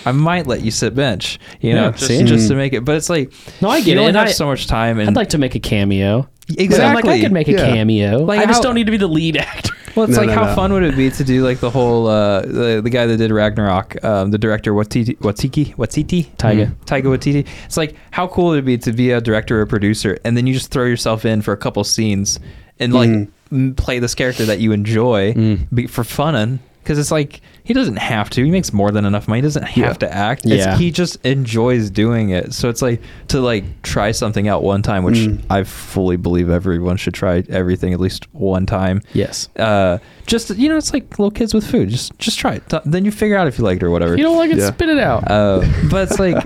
[SPEAKER 3] I might let you sit bench. You know,
[SPEAKER 1] Yeah,
[SPEAKER 3] just,
[SPEAKER 1] see?
[SPEAKER 3] just to make it. But it's like
[SPEAKER 1] No, I get
[SPEAKER 3] you
[SPEAKER 1] it,
[SPEAKER 3] Only
[SPEAKER 1] and
[SPEAKER 3] have
[SPEAKER 1] I-
[SPEAKER 3] so much time, and
[SPEAKER 1] I'd like to make a cameo.
[SPEAKER 3] exactly.
[SPEAKER 1] I'm like, I could make a
[SPEAKER 2] Yeah.
[SPEAKER 1] cameo.
[SPEAKER 3] Like,
[SPEAKER 1] I just
[SPEAKER 3] how-
[SPEAKER 1] don't need to be the lead actor.
[SPEAKER 3] Well, it's
[SPEAKER 2] No, no,
[SPEAKER 3] like how
[SPEAKER 2] no.
[SPEAKER 3] fun would it be to do like the whole uh, the, the guy that did Ragnarok, um, the director Watiti Watiki Watiti
[SPEAKER 1] Taiga.
[SPEAKER 3] Mm-hmm. Taiga Watiti. It's like how cool would it be to be a director or a producer, and then you just throw yourself in for a couple scenes and like
[SPEAKER 2] Mm.
[SPEAKER 3] m- play this character that you enjoy
[SPEAKER 4] Mm.
[SPEAKER 3] be, for fun. Because it's like he doesn't have to. He makes more than enough money. He doesn't have
[SPEAKER 2] Yeah.
[SPEAKER 3] to act.
[SPEAKER 1] Yeah.
[SPEAKER 3] It's, he just enjoys doing it. So it's like to like try something out one time, which
[SPEAKER 2] Mm.
[SPEAKER 3] I fully believe everyone should try everything at least one time
[SPEAKER 1] Yes.
[SPEAKER 3] uh, just you know, it's like little kids with food. Just just try it. Th- Then you figure out if you liked it or whatever.
[SPEAKER 1] If you don't like it,
[SPEAKER 2] Yeah.
[SPEAKER 1] spit it out.
[SPEAKER 3] uh, but it's like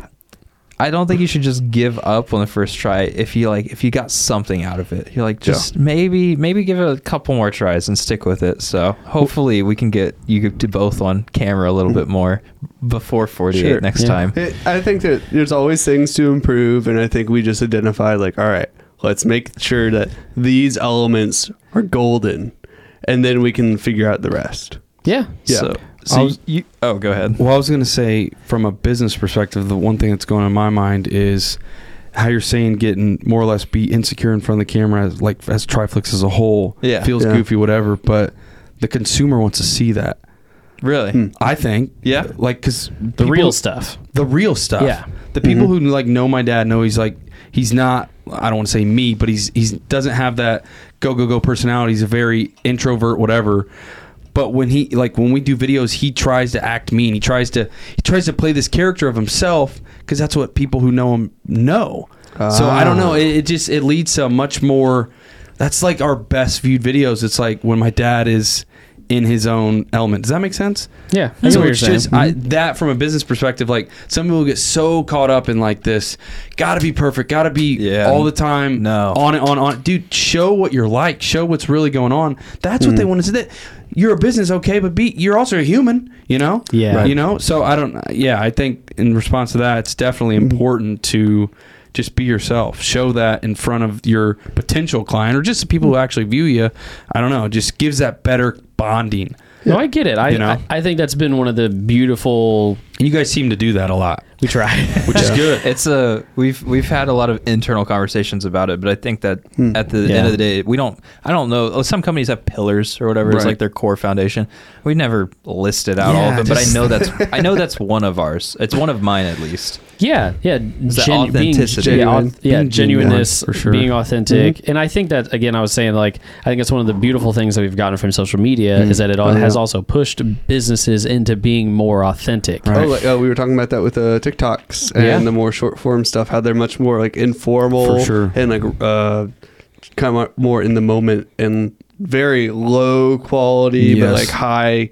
[SPEAKER 3] I don't think you should just give up on the first try if you like if you got something out of it. You're like
[SPEAKER 2] Yeah.
[SPEAKER 3] just maybe maybe give it a couple more tries and stick with it. So hopefully we can get you to both on camera a little bit more before 48
[SPEAKER 2] Sure.
[SPEAKER 3] next
[SPEAKER 1] Yeah.
[SPEAKER 3] time.
[SPEAKER 2] It, I think that there's always things to improve, and I think we just identify like, all right, let's make sure that these elements are golden, and then we can figure out the rest.
[SPEAKER 1] Yeah.
[SPEAKER 2] Yeah.
[SPEAKER 3] So,
[SPEAKER 4] I
[SPEAKER 3] so
[SPEAKER 4] was-
[SPEAKER 3] you, oh go ahead.
[SPEAKER 4] Well, I was going to say, from a business perspective, the one thing that's going on in my mind is how you're saying getting more or less be insecure in front of the camera, as, like as Triflix as a whole,
[SPEAKER 3] Yeah.
[SPEAKER 4] feels
[SPEAKER 2] Yeah.
[SPEAKER 4] goofy, whatever. But the consumer wants to see that.
[SPEAKER 3] Really?
[SPEAKER 2] Hmm.
[SPEAKER 4] I think,
[SPEAKER 3] Yeah.
[SPEAKER 4] like because
[SPEAKER 1] The real stuff.
[SPEAKER 4] the real stuff.
[SPEAKER 1] Yeah.
[SPEAKER 4] The people
[SPEAKER 2] Mhm.
[SPEAKER 4] who like know my dad know he's like he's not I don't want to say me, but he's he's doesn't have that go go go personality. He's a very introvert whatever. But when he like when we do videos, he tries to act mean. He tries to he tries to play this character of himself because that's what people who know him know. So I don't know. It, it just it leads to a much more. That's like our best viewed videos. It's like when my dad is in his own element. Does that make sense?
[SPEAKER 1] Yeah. I know
[SPEAKER 4] So
[SPEAKER 1] what you're
[SPEAKER 4] it's just
[SPEAKER 1] saying. Mm-hmm.
[SPEAKER 4] I, that from a business perspective, like some people get so caught up in like this, gotta be perfect, gotta be
[SPEAKER 3] Yeah.
[SPEAKER 4] all the time,
[SPEAKER 3] No.
[SPEAKER 4] on it, on on. it. Dude, show what you're like, show what's really going on. That's what they
[SPEAKER 1] Mm-hmm.
[SPEAKER 4] want to see. That you're a business, okay, but be you're also a human, you know.
[SPEAKER 1] Yeah. Right.
[SPEAKER 4] you know. So I don't. Yeah, I think in response to that, it's definitely
[SPEAKER 1] Mm-hmm.
[SPEAKER 4] important to just be yourself. Show that in front of your potential client or just the people who
[SPEAKER 1] Mm-hmm.
[SPEAKER 4] actually view you. I don't know. It just gives that better bonding.
[SPEAKER 1] No, I get it. I,
[SPEAKER 4] You know?
[SPEAKER 1] I I think that's been one of the beautiful.
[SPEAKER 4] And you guys seem to do that a lot.
[SPEAKER 1] We try.
[SPEAKER 4] which is good.
[SPEAKER 3] It's a we've we've had a lot of internal conversations about it, but I think that at the
[SPEAKER 1] Yeah.
[SPEAKER 3] end of the day, we don't. I don't know. oh, Some companies have pillars or whatever. It's
[SPEAKER 4] Right.
[SPEAKER 3] like their core foundation. We never listed out all
[SPEAKER 4] Yeah,
[SPEAKER 3] of them, but I
[SPEAKER 4] just-
[SPEAKER 3] know that's I know that's one of ours. It's one of mine at least.
[SPEAKER 1] Yeah, yeah,
[SPEAKER 3] that
[SPEAKER 1] genu- being-
[SPEAKER 3] authenticity.
[SPEAKER 1] yeah, au-
[SPEAKER 2] Genuine.
[SPEAKER 1] yeah,
[SPEAKER 4] Being genuine,
[SPEAKER 1] genuineness,
[SPEAKER 4] for sure.
[SPEAKER 1] being authentic, and I think that again, I was saying like I think it's one of the beautiful things that we've gotten from social media is that it all,
[SPEAKER 2] Oh,
[SPEAKER 1] has
[SPEAKER 2] yeah.
[SPEAKER 1] also pushed businesses into being more authentic.
[SPEAKER 4] Right.
[SPEAKER 2] Oh, like, uh, we were talking about that with uh, TikToks and
[SPEAKER 1] Yeah.
[SPEAKER 2] the more short form stuff. How they're much more like informal
[SPEAKER 4] For sure.
[SPEAKER 2] and like uh, kind of more in the moment and very low quality, but
[SPEAKER 4] Yes.
[SPEAKER 2] like high,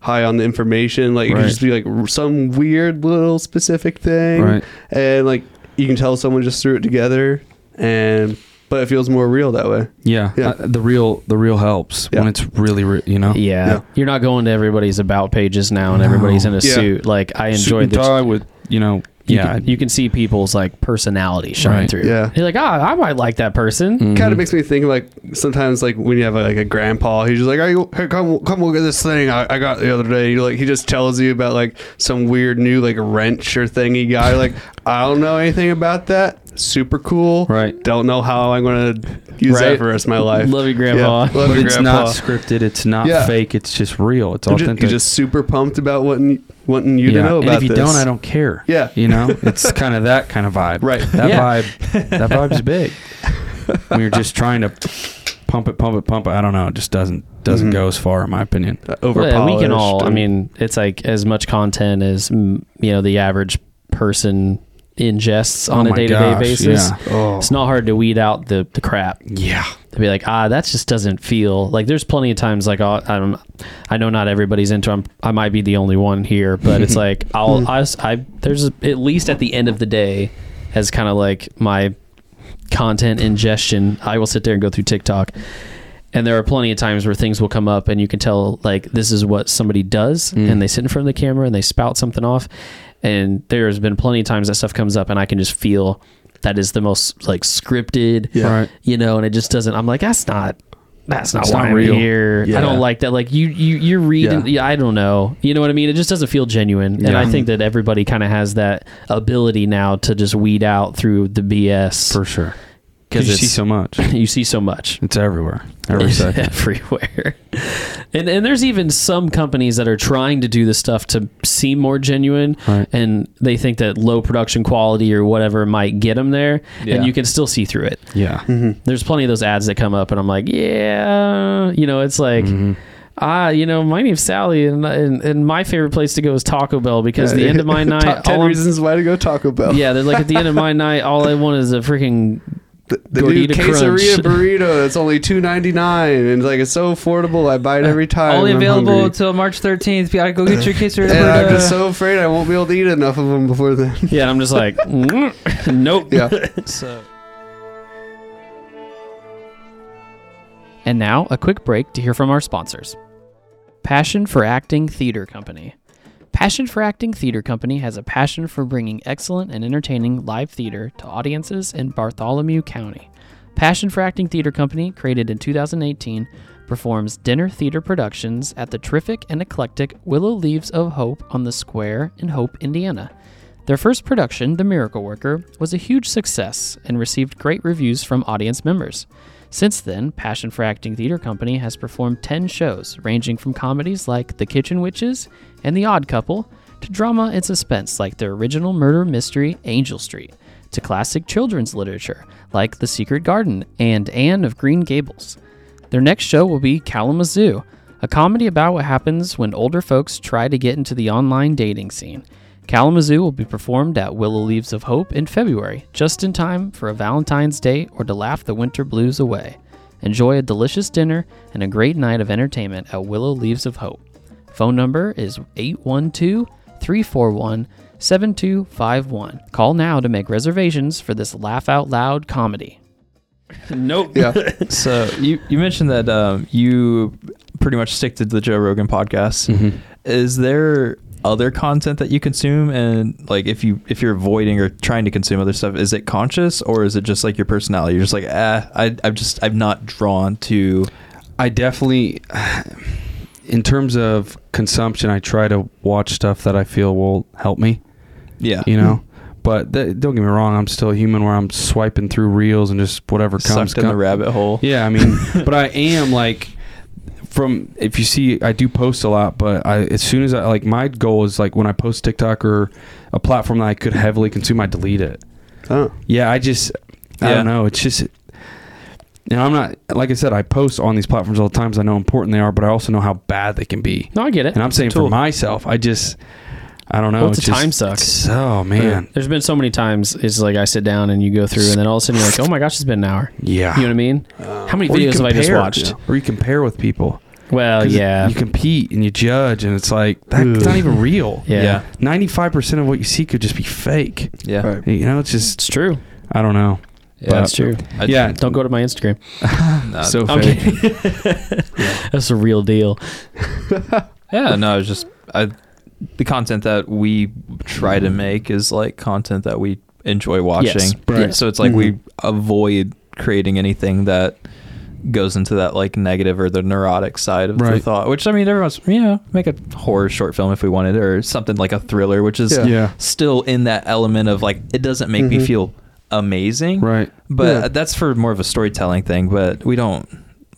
[SPEAKER 2] high on the information. Like it
[SPEAKER 4] Right.
[SPEAKER 2] could just be like r- some weird little specific thing,
[SPEAKER 4] Right.
[SPEAKER 2] and like you can tell someone just threw it together, and but it feels more real that way.
[SPEAKER 4] Yeah,
[SPEAKER 2] Yeah.
[SPEAKER 4] uh, the real the real helps
[SPEAKER 2] Yeah.
[SPEAKER 4] when it's really re- you know.
[SPEAKER 1] Yeah.
[SPEAKER 2] Yeah.
[SPEAKER 1] you're not going to everybody's about pages now, and everybody's in a
[SPEAKER 2] Yeah.
[SPEAKER 1] suit. Like I
[SPEAKER 4] Suit
[SPEAKER 1] enjoyed
[SPEAKER 4] and
[SPEAKER 1] this.
[SPEAKER 4] tie with you know.
[SPEAKER 1] You
[SPEAKER 4] yeah,
[SPEAKER 1] can, you can see people's like personality shine
[SPEAKER 4] Right.
[SPEAKER 1] through.
[SPEAKER 2] Yeah.
[SPEAKER 1] you're like, ah, I might like that person.
[SPEAKER 4] Mm-hmm.
[SPEAKER 2] kind of makes me think like sometimes like when you have like a grandpa he's just like hey, hey come come look at this thing I, I got the other day like he just tells you about like some weird new like wrench or thing he got You're like I don't know anything about that super cool
[SPEAKER 4] Right.
[SPEAKER 2] don't know how I'm gonna use
[SPEAKER 1] Right.
[SPEAKER 2] that for the rest of my life
[SPEAKER 1] Love you,
[SPEAKER 2] Yeah.
[SPEAKER 1] Grandpa.
[SPEAKER 2] love
[SPEAKER 4] But
[SPEAKER 2] you
[SPEAKER 4] it's
[SPEAKER 2] grandpa
[SPEAKER 4] not scripted. It's not
[SPEAKER 2] Yeah.
[SPEAKER 4] fake. It's just real. It's
[SPEAKER 2] I'm ju-
[SPEAKER 4] authentic.
[SPEAKER 2] he's just super pumped about wanting wanting you
[SPEAKER 4] yeah.
[SPEAKER 2] to know about
[SPEAKER 4] and if you
[SPEAKER 2] this.
[SPEAKER 4] don't, I don't care.
[SPEAKER 2] Yeah.
[SPEAKER 4] you know, it's kind of that kind of vibe.
[SPEAKER 2] Right.
[SPEAKER 4] That
[SPEAKER 1] Yeah.
[SPEAKER 4] vibe. That vibe's big. we are just trying to pump it, pump it, pump it. I don't know. It just doesn't doesn't
[SPEAKER 2] Mhm.
[SPEAKER 4] go as far, in my opinion.
[SPEAKER 2] Uh, over
[SPEAKER 1] Well, yeah, we can all. I
[SPEAKER 2] and-
[SPEAKER 1] mean, it's like as much content as mm, you know the average person ingests on a
[SPEAKER 4] Oh my
[SPEAKER 1] day to day
[SPEAKER 4] gosh,
[SPEAKER 1] basis.
[SPEAKER 4] yeah.
[SPEAKER 2] oh
[SPEAKER 1] It's not hard to weed out the the crap.
[SPEAKER 4] Yeah.
[SPEAKER 1] To be like, ah, that just doesn't feel like. There's plenty of times like I'll, I'm, I know not everybody's into. i I might be the only one here, but it's like I'll I, I there's a, at least at the end of the day, as kind of like my content ingestion, I will sit there and go through TikTok. And there are plenty of times where things will come up and you can tell like this is what somebody does and they sit in front of the camera and they spout something off. And there's been plenty of times that stuff comes up and I can just feel that is the most like scripted,
[SPEAKER 2] Yeah.
[SPEAKER 4] Right.
[SPEAKER 1] you know, and it just doesn't I'm like, that's not that's not
[SPEAKER 4] It's
[SPEAKER 1] why
[SPEAKER 4] not
[SPEAKER 1] I'm
[SPEAKER 4] real.
[SPEAKER 1] here. I
[SPEAKER 2] Yeah.
[SPEAKER 1] don't like that. Like you, you, you're reading.
[SPEAKER 2] Yeah.
[SPEAKER 1] Yeah, I don't know. You know what I mean? It just doesn't feel genuine. And
[SPEAKER 4] Yeah.
[SPEAKER 1] I think that everybody kind of has that ability now to just weed out through the BS
[SPEAKER 4] for sure. Because
[SPEAKER 1] because
[SPEAKER 4] you see so much.
[SPEAKER 1] you see so much.
[SPEAKER 4] It's everywhere. Every
[SPEAKER 1] It's
[SPEAKER 4] second.
[SPEAKER 1] everywhere. And and there's even some companies that are trying to do this stuff to seem more genuine
[SPEAKER 4] Right.
[SPEAKER 1] and they think that low production quality or whatever might get them there
[SPEAKER 4] Yeah.
[SPEAKER 1] and you can still see through it.
[SPEAKER 4] Yeah.
[SPEAKER 2] Mm-hmm.
[SPEAKER 1] There's plenty of those ads that come up and I'm like, yeah, you know, it's
[SPEAKER 2] Mm-hmm.
[SPEAKER 1] like
[SPEAKER 3] Mm-hmm.
[SPEAKER 1] Ah, you know, my name's Sally, and, and and my favorite place to go is Taco Bell because the end of my night,
[SPEAKER 2] Top ten
[SPEAKER 1] all I'm-
[SPEAKER 2] reasons why to go Taco Bell.
[SPEAKER 1] yeah, they're like at the end of my night, all I want is a freaking
[SPEAKER 2] the, the
[SPEAKER 1] Gordita
[SPEAKER 2] new quesadilla
[SPEAKER 1] Crunch.
[SPEAKER 2] burrito. It's only two ninety nine, and like it's so affordable. I buy it every time.
[SPEAKER 3] Only
[SPEAKER 2] when I'm
[SPEAKER 3] available
[SPEAKER 2] hungry.
[SPEAKER 3] until March 13th. You gotta go get your quesadilla.
[SPEAKER 2] And I'm
[SPEAKER 3] burrito.
[SPEAKER 2] just so afraid I won't be able to eat enough of them before then.
[SPEAKER 1] Yeah, and I'm just like, mm, nope.
[SPEAKER 2] Yeah.
[SPEAKER 1] So
[SPEAKER 5] And now, a quick break to hear from our sponsors Passion for Acting Theater Company. Passion for Acting Theater Company has a passion for bringing excellent and entertaining live theater to audiences in Bartholomew County. Passion for Acting Theater Company, created in 2018, performs dinner theater productions at the terrific and eclectic Willow Leaves of Hope on the Square in Hope, Indiana. Their first production, The Miracle Worker, was a huge success and received great reviews from audience members. Since then, Passion for Acting Theater Company has performed 10 shows, ranging from comedies like The Kitchen Witches and The Odd Couple, to drama and suspense like their original murder mystery, Angel Street, to classic children's literature like The Secret Garden and Anne of Green Gables. Their next show will be Kalamazoo, a comedy about what happens when older folks try to get into the online dating scene. Kalamazoo will be performed at Willow Leaves of Hope in February, just in time for a Valentine's Day or to laugh the winter blues away. Enjoy a delicious dinner and a great night of entertainment at Willow Leaves of Hope. Phone number is 812 341 7251. Call now to make reservations for this laugh out loud comedy.
[SPEAKER 1] nope.
[SPEAKER 2] Yeah.
[SPEAKER 3] So you, you mentioned that um, you pretty much stick to the Joe Rogan podcast. Is there other content that you consume and like if you if you're avoiding or trying to consume other stuff, is it conscious or is it just like your personality? You're just like, ah, I I'm just I'm not drawn to
[SPEAKER 4] I definitely, in terms of consumption, I try to watch stuff that I feel will help me.
[SPEAKER 3] yeah.
[SPEAKER 4] You know,
[SPEAKER 1] Mm-hmm.
[SPEAKER 4] but th- don't get me wrong, I'm still human where I'm swiping through reels and just whatever comes.
[SPEAKER 3] sucked in the
[SPEAKER 4] com-
[SPEAKER 3] rabbit hole.
[SPEAKER 4] Yeah, I mean, but I am like from if you see I do post a lot, but I as soon as I like my goal is like when I post TikTok or a platform that I could heavily consume, I delete it.
[SPEAKER 2] Oh.
[SPEAKER 4] Yeah, I just I
[SPEAKER 3] Yeah.
[SPEAKER 4] don't know. It's just you know, I'm not like I said, I post on these platforms all the times. I know how important they are, but I also know how bad they can be.
[SPEAKER 1] No, I get it.
[SPEAKER 4] And I'm saying
[SPEAKER 3] Tool.
[SPEAKER 4] for myself, I just I don't know.
[SPEAKER 1] Well, it's a
[SPEAKER 4] just-
[SPEAKER 1] time suck.
[SPEAKER 4] it's- Oh man.
[SPEAKER 1] There's been so many times it's like I sit down and you go through, and then all of a sudden you're like, oh my gosh, it's been an hour.
[SPEAKER 4] Yeah.
[SPEAKER 1] You know what I mean? How many
[SPEAKER 4] Or you
[SPEAKER 1] videos have I just
[SPEAKER 4] compare,
[SPEAKER 1] watched?
[SPEAKER 4] Or you compare with people.
[SPEAKER 1] Well,
[SPEAKER 4] 'Cause
[SPEAKER 1] yeah.
[SPEAKER 4] You compete and you judge, and it's like that's
[SPEAKER 2] Ugh.
[SPEAKER 4] not even real.
[SPEAKER 1] yeah,
[SPEAKER 3] yeah.
[SPEAKER 4] Ninety-five percent of what you see could just be fake.
[SPEAKER 3] Yeah.
[SPEAKER 2] Right.
[SPEAKER 4] You know, it's just
[SPEAKER 1] It's true.
[SPEAKER 4] I don't know.
[SPEAKER 3] Yeah.
[SPEAKER 1] That's true.
[SPEAKER 3] I-
[SPEAKER 4] yeah.
[SPEAKER 1] Don't go to my Instagram.
[SPEAKER 3] no,
[SPEAKER 4] so
[SPEAKER 1] I'm
[SPEAKER 4] fake.
[SPEAKER 1] kidding. That's a real deal.
[SPEAKER 3] Yeah, no, it's just I, the content that we try to make is like content that we enjoy watching.
[SPEAKER 2] right.
[SPEAKER 3] So it's like we avoid creating anything that goes into that like negative or the neurotic side of the
[SPEAKER 4] Right.
[SPEAKER 3] thought. Which I mean, everyone's you know make a horror short film if we wanted, or something like a thriller, which is
[SPEAKER 2] Yeah.
[SPEAKER 4] Yeah.
[SPEAKER 3] still in that element of like it doesn't make me feel amazing,
[SPEAKER 4] Right.
[SPEAKER 3] But
[SPEAKER 2] Yeah.
[SPEAKER 3] that's for more of a storytelling thing. But we don't.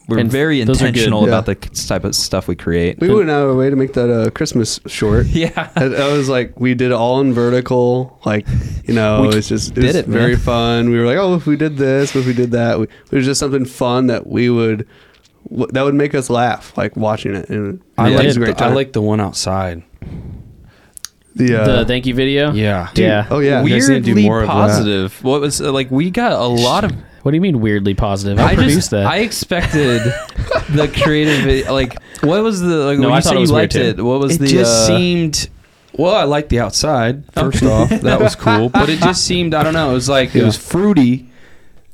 [SPEAKER 3] We're
[SPEAKER 1] And
[SPEAKER 3] very
[SPEAKER 1] those are good.
[SPEAKER 3] intentional about
[SPEAKER 2] Yeah.
[SPEAKER 3] the type of stuff we create.
[SPEAKER 2] We went out of our way to make that a Christmas short.
[SPEAKER 3] yeah.
[SPEAKER 2] I I was like, we did it all in vertical. Like, you know,
[SPEAKER 3] We
[SPEAKER 2] it's just it
[SPEAKER 3] did
[SPEAKER 2] was
[SPEAKER 3] it, man.
[SPEAKER 2] very fun. We were like, oh, if we did this, if we did that, we, it was just something fun that we would w- that would make us laugh, like watching it. And
[SPEAKER 4] I
[SPEAKER 2] it
[SPEAKER 4] like
[SPEAKER 2] was a
[SPEAKER 4] the, I like the one outside.
[SPEAKER 2] the, uh,
[SPEAKER 1] the thank you video.
[SPEAKER 4] Yeah.
[SPEAKER 1] yeah.
[SPEAKER 2] oh yeah,
[SPEAKER 4] we- guys need to do
[SPEAKER 3] weirdly
[SPEAKER 4] more of that.
[SPEAKER 3] positive. What was uh, like? We got a lot of.
[SPEAKER 1] What do you mean weirdly positive? I,
[SPEAKER 3] I
[SPEAKER 1] produced
[SPEAKER 3] just.
[SPEAKER 1] that.
[SPEAKER 3] I expected the creative. Like, what was the? Like,
[SPEAKER 1] No,
[SPEAKER 3] when
[SPEAKER 1] I
[SPEAKER 3] you
[SPEAKER 1] thought
[SPEAKER 3] said
[SPEAKER 1] it
[SPEAKER 3] you
[SPEAKER 1] was weird
[SPEAKER 3] liked
[SPEAKER 1] too.
[SPEAKER 3] it. What was
[SPEAKER 4] it
[SPEAKER 3] the?
[SPEAKER 4] just
[SPEAKER 3] uh,
[SPEAKER 4] seemed well i liked the outside first off that was cool but it just seemed i don't know it was like it was fruity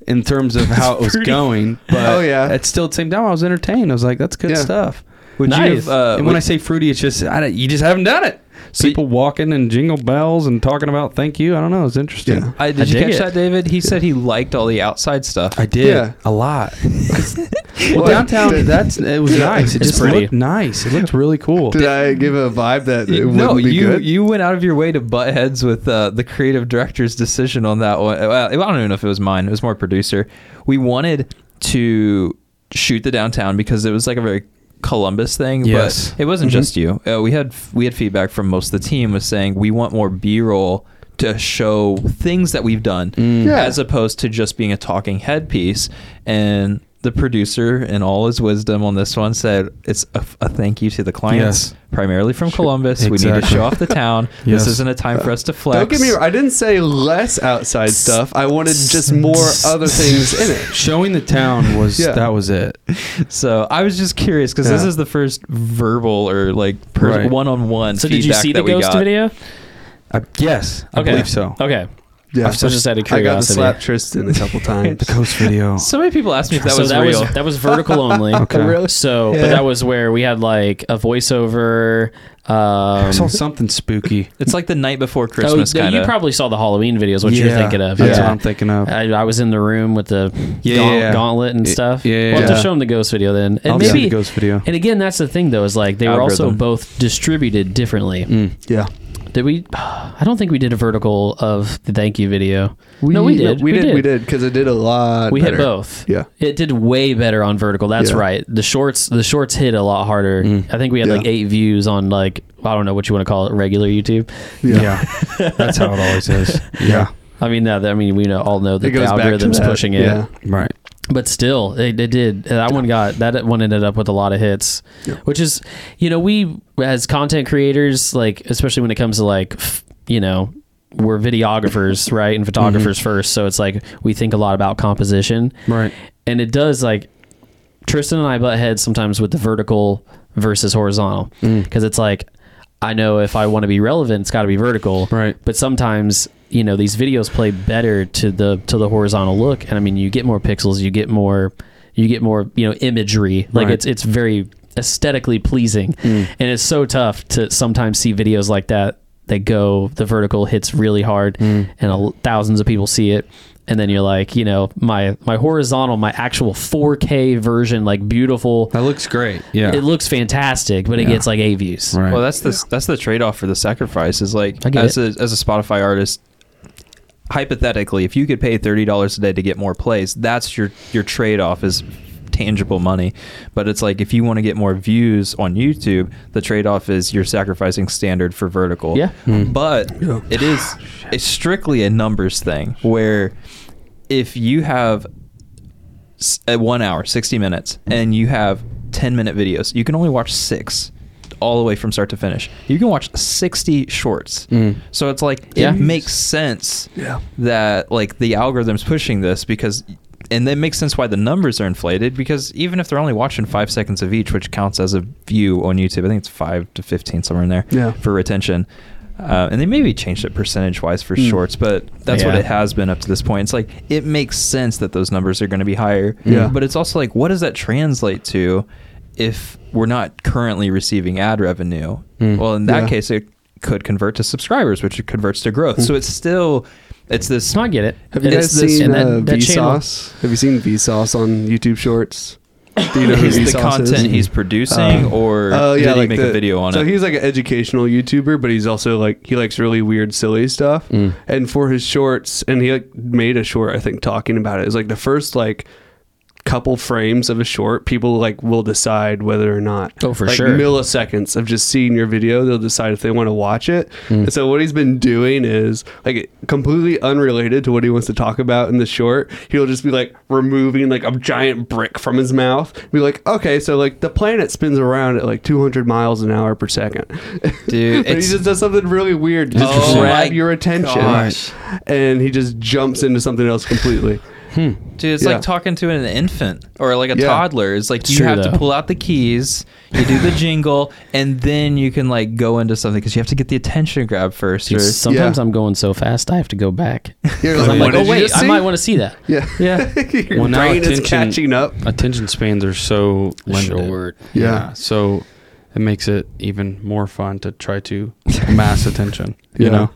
[SPEAKER 4] in terms of how it was going but
[SPEAKER 2] Oh, yeah.
[SPEAKER 4] it still seemed down i was entertained i was like that's good
[SPEAKER 2] Yeah.
[SPEAKER 4] stuff
[SPEAKER 3] would you
[SPEAKER 1] Nice.
[SPEAKER 3] have, uh,
[SPEAKER 4] and when
[SPEAKER 3] would-
[SPEAKER 4] i say fruity it's just I don't, you just haven't done it
[SPEAKER 3] So-
[SPEAKER 4] people walking and jingle bells and talking about thank you. I don't know. It's interesting.
[SPEAKER 2] Yeah.
[SPEAKER 3] I, did you
[SPEAKER 1] dig
[SPEAKER 3] catch
[SPEAKER 1] it.
[SPEAKER 3] that, David? He said he liked all the outside stuff.
[SPEAKER 4] I did
[SPEAKER 2] Yeah.
[SPEAKER 4] a lot.
[SPEAKER 2] Well,
[SPEAKER 4] well,
[SPEAKER 2] did-
[SPEAKER 4] downtown, that's it was nice. It
[SPEAKER 1] It's
[SPEAKER 4] just
[SPEAKER 1] pretty.
[SPEAKER 4] looked nice. It looked really cool.
[SPEAKER 2] Did I give a vibe that it wouldn't
[SPEAKER 3] no,
[SPEAKER 2] be
[SPEAKER 3] you
[SPEAKER 2] good?
[SPEAKER 3] you went out of your way to butt heads with uh, the creative director's decision on that one. Well, I don't even know if it was mine. It was more producer. We wanted to shoot the downtown because it was like a very Columbus thing.
[SPEAKER 4] Yes.
[SPEAKER 3] but it wasn't
[SPEAKER 2] Mm-hmm.
[SPEAKER 3] just you. Uh, we had we had feedback from most of the team was saying we want more B roll to show things that we've done
[SPEAKER 2] Yeah.
[SPEAKER 3] as opposed to just being a talking headpiece and. The producer, in all his wisdom on this one, said it's a, a thank you to the clients,
[SPEAKER 4] Yes.
[SPEAKER 3] primarily from Columbus. We need to
[SPEAKER 4] Exactly.
[SPEAKER 3] show off the town.
[SPEAKER 4] Yes.
[SPEAKER 3] This isn't a time for us to flex.
[SPEAKER 2] Uh, Don't get me wrong. I didn't say less outside stuff. I wanted just more other things in it.
[SPEAKER 4] Showing the town was
[SPEAKER 2] Yeah.
[SPEAKER 4] that was it.
[SPEAKER 3] So I was just curious because this
[SPEAKER 2] Yeah.
[SPEAKER 3] is the first verbal or like pers-
[SPEAKER 4] Right.
[SPEAKER 3] one-on-one.
[SPEAKER 1] So did you
[SPEAKER 3] feedback
[SPEAKER 1] see
[SPEAKER 3] that
[SPEAKER 1] the
[SPEAKER 3] we
[SPEAKER 1] ghost
[SPEAKER 3] got.
[SPEAKER 1] video?
[SPEAKER 4] I, yes, I
[SPEAKER 1] Okay. Oh.
[SPEAKER 4] believe so.
[SPEAKER 1] Okay. I
[SPEAKER 2] Yeah.
[SPEAKER 1] was just out of
[SPEAKER 2] I got to
[SPEAKER 1] curiosity.
[SPEAKER 2] slap Tristan a couple times.
[SPEAKER 3] Oh,
[SPEAKER 4] The ghost video.
[SPEAKER 3] So many people asked me if that
[SPEAKER 1] so
[SPEAKER 3] was
[SPEAKER 1] that
[SPEAKER 3] real.
[SPEAKER 1] was that was vertical only.
[SPEAKER 4] Okay.
[SPEAKER 2] Really?
[SPEAKER 1] So,
[SPEAKER 2] Yeah.
[SPEAKER 1] but that was where we had like a voiceover. Um,
[SPEAKER 4] I saw something spooky.
[SPEAKER 3] it's like the night before
[SPEAKER 1] oh,
[SPEAKER 3] Christmas,
[SPEAKER 1] no,
[SPEAKER 3] kind
[SPEAKER 1] You
[SPEAKER 3] of.
[SPEAKER 1] probably saw the Halloween videos, what you're
[SPEAKER 4] Yeah,
[SPEAKER 1] thinking of.
[SPEAKER 4] That's
[SPEAKER 1] yeah. Uh,
[SPEAKER 4] what I'm thinking of.
[SPEAKER 1] I, I was in the room with the
[SPEAKER 4] Yeah,
[SPEAKER 1] gaunt-
[SPEAKER 4] yeah, yeah.
[SPEAKER 1] gauntlet and
[SPEAKER 4] Y-
[SPEAKER 1] stuff.
[SPEAKER 4] yeah, yeah,
[SPEAKER 1] we'll have
[SPEAKER 2] yeah.
[SPEAKER 1] to show them the ghost video then, and
[SPEAKER 4] I'll see
[SPEAKER 1] maybe.
[SPEAKER 4] the ghost video.
[SPEAKER 1] and again, that's the thing though is like they were also
[SPEAKER 3] Algorithm.
[SPEAKER 1] both distributed differently.
[SPEAKER 4] Mm.
[SPEAKER 2] Yeah.
[SPEAKER 1] Did we? I don't think we did a vertical of the thank you video.
[SPEAKER 2] We,
[SPEAKER 1] no, we did.
[SPEAKER 2] We, did, We did because I did a lot.
[SPEAKER 1] We
[SPEAKER 2] better.
[SPEAKER 1] hit both.
[SPEAKER 2] Yeah.
[SPEAKER 1] It did way better on vertical. That's
[SPEAKER 2] Yeah. Mm.
[SPEAKER 1] right. The shorts, the shorts hit a lot harder. I think we had
[SPEAKER 2] Yeah.
[SPEAKER 1] like eight views on like I don't know what you want to call it, regular YouTube.
[SPEAKER 4] Yeah. That's how it always is. Yeah.
[SPEAKER 1] I mean, no, that- I mean, we know, all know that
[SPEAKER 2] It
[SPEAKER 1] the
[SPEAKER 2] goes back to
[SPEAKER 1] algorithm's
[SPEAKER 2] that.
[SPEAKER 1] pushing it,
[SPEAKER 2] Yeah.
[SPEAKER 4] Right.
[SPEAKER 1] but still, it, it did. That one got that one ended up with a lot of hits,
[SPEAKER 2] Yeah.
[SPEAKER 1] which is, you know, we as content creators, like especially when it comes to like, f- you know. We're videographers, right, and photographers first. So it's like we think a lot about composition,
[SPEAKER 4] Right.
[SPEAKER 1] and it does like Tristan and I butt heads sometimes with the vertical versus horizontal because it's like I know if I want to be relevant, it's got to be vertical,
[SPEAKER 4] Right.
[SPEAKER 1] But sometimes you know these videos play better to the to the horizontal look, and I mean you get more pixels, you get more you get more you know imagery, like
[SPEAKER 4] Right. Mm.
[SPEAKER 1] it's it's very aesthetically pleasing, and it's so tough to sometimes see videos like that that go the vertical hits really hard,
[SPEAKER 4] Mm.
[SPEAKER 1] and a, thousands of people see it. And then you're like, you know, my my horizontal, my actual 4K version, like beautiful,
[SPEAKER 4] That looks great. Yeah.
[SPEAKER 1] it looks fantastic, but it
[SPEAKER 4] Yeah.
[SPEAKER 1] gets like eight views.
[SPEAKER 4] right.
[SPEAKER 3] Well, that's the that's the trade-off for the sacrifice. Is like
[SPEAKER 1] I get
[SPEAKER 3] as a as a Spotify artist, hypothetically, if you could pay thirty dollars a day to get more plays, that's your your trade-off is tangible money. But it's like if you want to get more views on YouTube, the trade-off is you're sacrificing standard for vertical.
[SPEAKER 1] Yeah.
[SPEAKER 3] But it is it's strictly a numbers thing where if you have s- at one hour, 60 minutes, and you have 10 minute videos, you can only watch six all the way from start to finish. You can watch 60 shorts. So it's like,
[SPEAKER 1] Mm. Yeah.
[SPEAKER 3] it makes sense
[SPEAKER 2] Yeah.
[SPEAKER 3] that like the algorithm's pushing this because, and that makes sense why the numbers are inflated because even if they're only watching five seconds of each, which counts as a view on YouTube, I think it's five to 15, somewhere in there
[SPEAKER 2] Yeah.
[SPEAKER 3] for retention. Uh, and they maybe changed it percentage wise for
[SPEAKER 2] Mm.
[SPEAKER 3] shorts, but that's what
[SPEAKER 1] Yeah.
[SPEAKER 3] it has been up to this point. It's like it makes sense that those numbers are going to be higher.
[SPEAKER 2] Yeah.
[SPEAKER 3] But it's also like, what does that translate to if we're not currently receiving ad revenue?
[SPEAKER 4] Mm.
[SPEAKER 3] Well, in that
[SPEAKER 2] Hmm. Yeah.
[SPEAKER 3] case, it could convert to subscribers, which it converts to growth.
[SPEAKER 2] Hmm.
[SPEAKER 3] So it's still, it's this.
[SPEAKER 1] So I get it.
[SPEAKER 2] Have you
[SPEAKER 1] It's
[SPEAKER 2] guys
[SPEAKER 1] this-
[SPEAKER 2] seen
[SPEAKER 1] and that-
[SPEAKER 2] uh,
[SPEAKER 1] that channel-
[SPEAKER 2] Vsauce? Have you seen Vsauce on YouTube Shorts? Do you know who
[SPEAKER 3] is the
[SPEAKER 2] Vsauce
[SPEAKER 3] content
[SPEAKER 2] is?
[SPEAKER 3] he's producing, or
[SPEAKER 2] Oh yeah,
[SPEAKER 3] did he
[SPEAKER 2] like
[SPEAKER 3] make
[SPEAKER 2] the-
[SPEAKER 3] a video on
[SPEAKER 2] so
[SPEAKER 3] it?
[SPEAKER 2] he's like an educational YouTuber, but he's also like he likes really weird, silly stuff.
[SPEAKER 3] Mm.
[SPEAKER 2] And for his shorts, and he like made a short I think talking about it. It's like the first like couple frames of a short, people like will decide whether or not.
[SPEAKER 1] Oh, for
[SPEAKER 2] like,
[SPEAKER 1] sure.
[SPEAKER 2] Milliseconds of just seeing your video, they'll decide if they want to watch it. And so what he's been doing is like completely unrelated to what he wants to talk about in the short. He'll just be like removing like a giant brick from his mouth. Be like, okay, so like the planet spins around at like 200 miles an hour per second.
[SPEAKER 3] Dude,
[SPEAKER 2] but he
[SPEAKER 3] it's-
[SPEAKER 2] just does something really weird to just
[SPEAKER 3] Oh
[SPEAKER 2] grab
[SPEAKER 3] my
[SPEAKER 2] your attention,
[SPEAKER 3] gosh.
[SPEAKER 2] and he just jumps into something else completely.
[SPEAKER 3] Dude, it's
[SPEAKER 2] Yeah.
[SPEAKER 3] like talking to an infant or like a
[SPEAKER 2] Yeah.
[SPEAKER 3] toddler. It's like you
[SPEAKER 1] true,
[SPEAKER 3] have
[SPEAKER 1] though.
[SPEAKER 3] to pull out the keys, you do the jingle, and then you can like go into something because you have to get the attention grab first. Or,
[SPEAKER 1] Dude, sometimes
[SPEAKER 2] Yeah.
[SPEAKER 1] I'm going so fast, I have to go back. 'Cause I'm
[SPEAKER 2] "What
[SPEAKER 1] like, oh
[SPEAKER 2] did you
[SPEAKER 1] wait,
[SPEAKER 2] just
[SPEAKER 1] I
[SPEAKER 2] see?"
[SPEAKER 1] might want to see that.
[SPEAKER 2] Yeah,
[SPEAKER 1] Yeah.
[SPEAKER 2] your
[SPEAKER 4] Well, now
[SPEAKER 2] brain is
[SPEAKER 4] attention-
[SPEAKER 2] catching up.
[SPEAKER 4] attention spans are so limited.
[SPEAKER 1] Short.
[SPEAKER 2] Yeah.
[SPEAKER 4] So it makes it even more fun to try to amass attention. You
[SPEAKER 2] Yeah.
[SPEAKER 4] know,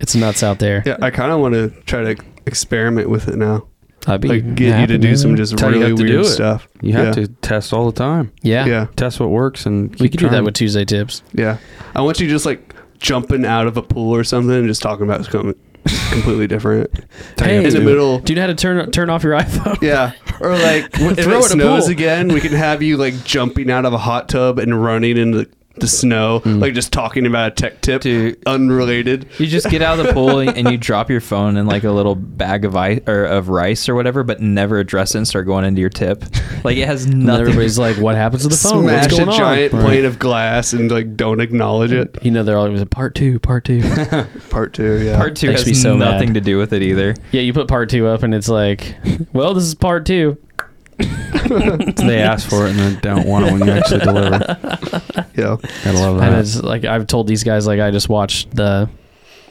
[SPEAKER 1] It's nuts out there.
[SPEAKER 2] Yeah, I kind of want to try to experiment with it now.
[SPEAKER 1] I'd be
[SPEAKER 2] Like get you
[SPEAKER 1] happy
[SPEAKER 2] to do some just
[SPEAKER 4] Tell you
[SPEAKER 2] really
[SPEAKER 4] have to do
[SPEAKER 2] weird
[SPEAKER 4] it.
[SPEAKER 2] stuff.
[SPEAKER 4] you have
[SPEAKER 2] Yeah.
[SPEAKER 4] to test all the time.
[SPEAKER 1] Yeah.
[SPEAKER 2] Yeah. yeah,
[SPEAKER 4] Test what works, and
[SPEAKER 1] We
[SPEAKER 4] keep
[SPEAKER 1] could do that
[SPEAKER 4] trying.
[SPEAKER 1] with Tuesday tips.
[SPEAKER 2] I want you just like jumping out of a pool or something and just talking about something completely different
[SPEAKER 1] Hey,
[SPEAKER 2] in the middle.
[SPEAKER 1] do you know how to turn turn off your iPhone?
[SPEAKER 2] Yeah, or like if
[SPEAKER 1] Throw it in
[SPEAKER 2] it
[SPEAKER 1] a
[SPEAKER 2] snows
[SPEAKER 1] pool.
[SPEAKER 2] again, we can have you like jumping out of a hot tub and running into the, the snow,
[SPEAKER 1] Mm.
[SPEAKER 2] like just talking about a tech tip,
[SPEAKER 3] Dude.
[SPEAKER 2] unrelated.
[SPEAKER 3] You just get out of the pool and and you drop your phone in like a little bag of ice or of rice or whatever, but never address it and start going into your tip. Like it has
[SPEAKER 1] And then
[SPEAKER 3] nothing.
[SPEAKER 1] everybody's like, "What happens to the phone?
[SPEAKER 2] Smash
[SPEAKER 1] What's going
[SPEAKER 2] a
[SPEAKER 1] on?"
[SPEAKER 2] giant
[SPEAKER 1] Right.
[SPEAKER 2] plane of glass and like don't acknowledge it.
[SPEAKER 1] You know, they're always like, part two, part two.
[SPEAKER 2] Part two, yeah.
[SPEAKER 3] Part two
[SPEAKER 1] Makes me
[SPEAKER 3] has
[SPEAKER 1] so mad.
[SPEAKER 3] nothing to do with it either.
[SPEAKER 1] yeah, you put part two up, and it's like, well, this is part two.
[SPEAKER 4] they ask for it and then don't want it when you actually deliver.
[SPEAKER 2] yeah.
[SPEAKER 4] I love
[SPEAKER 1] And
[SPEAKER 4] that.
[SPEAKER 1] it's like I've told these guys, like I just watched the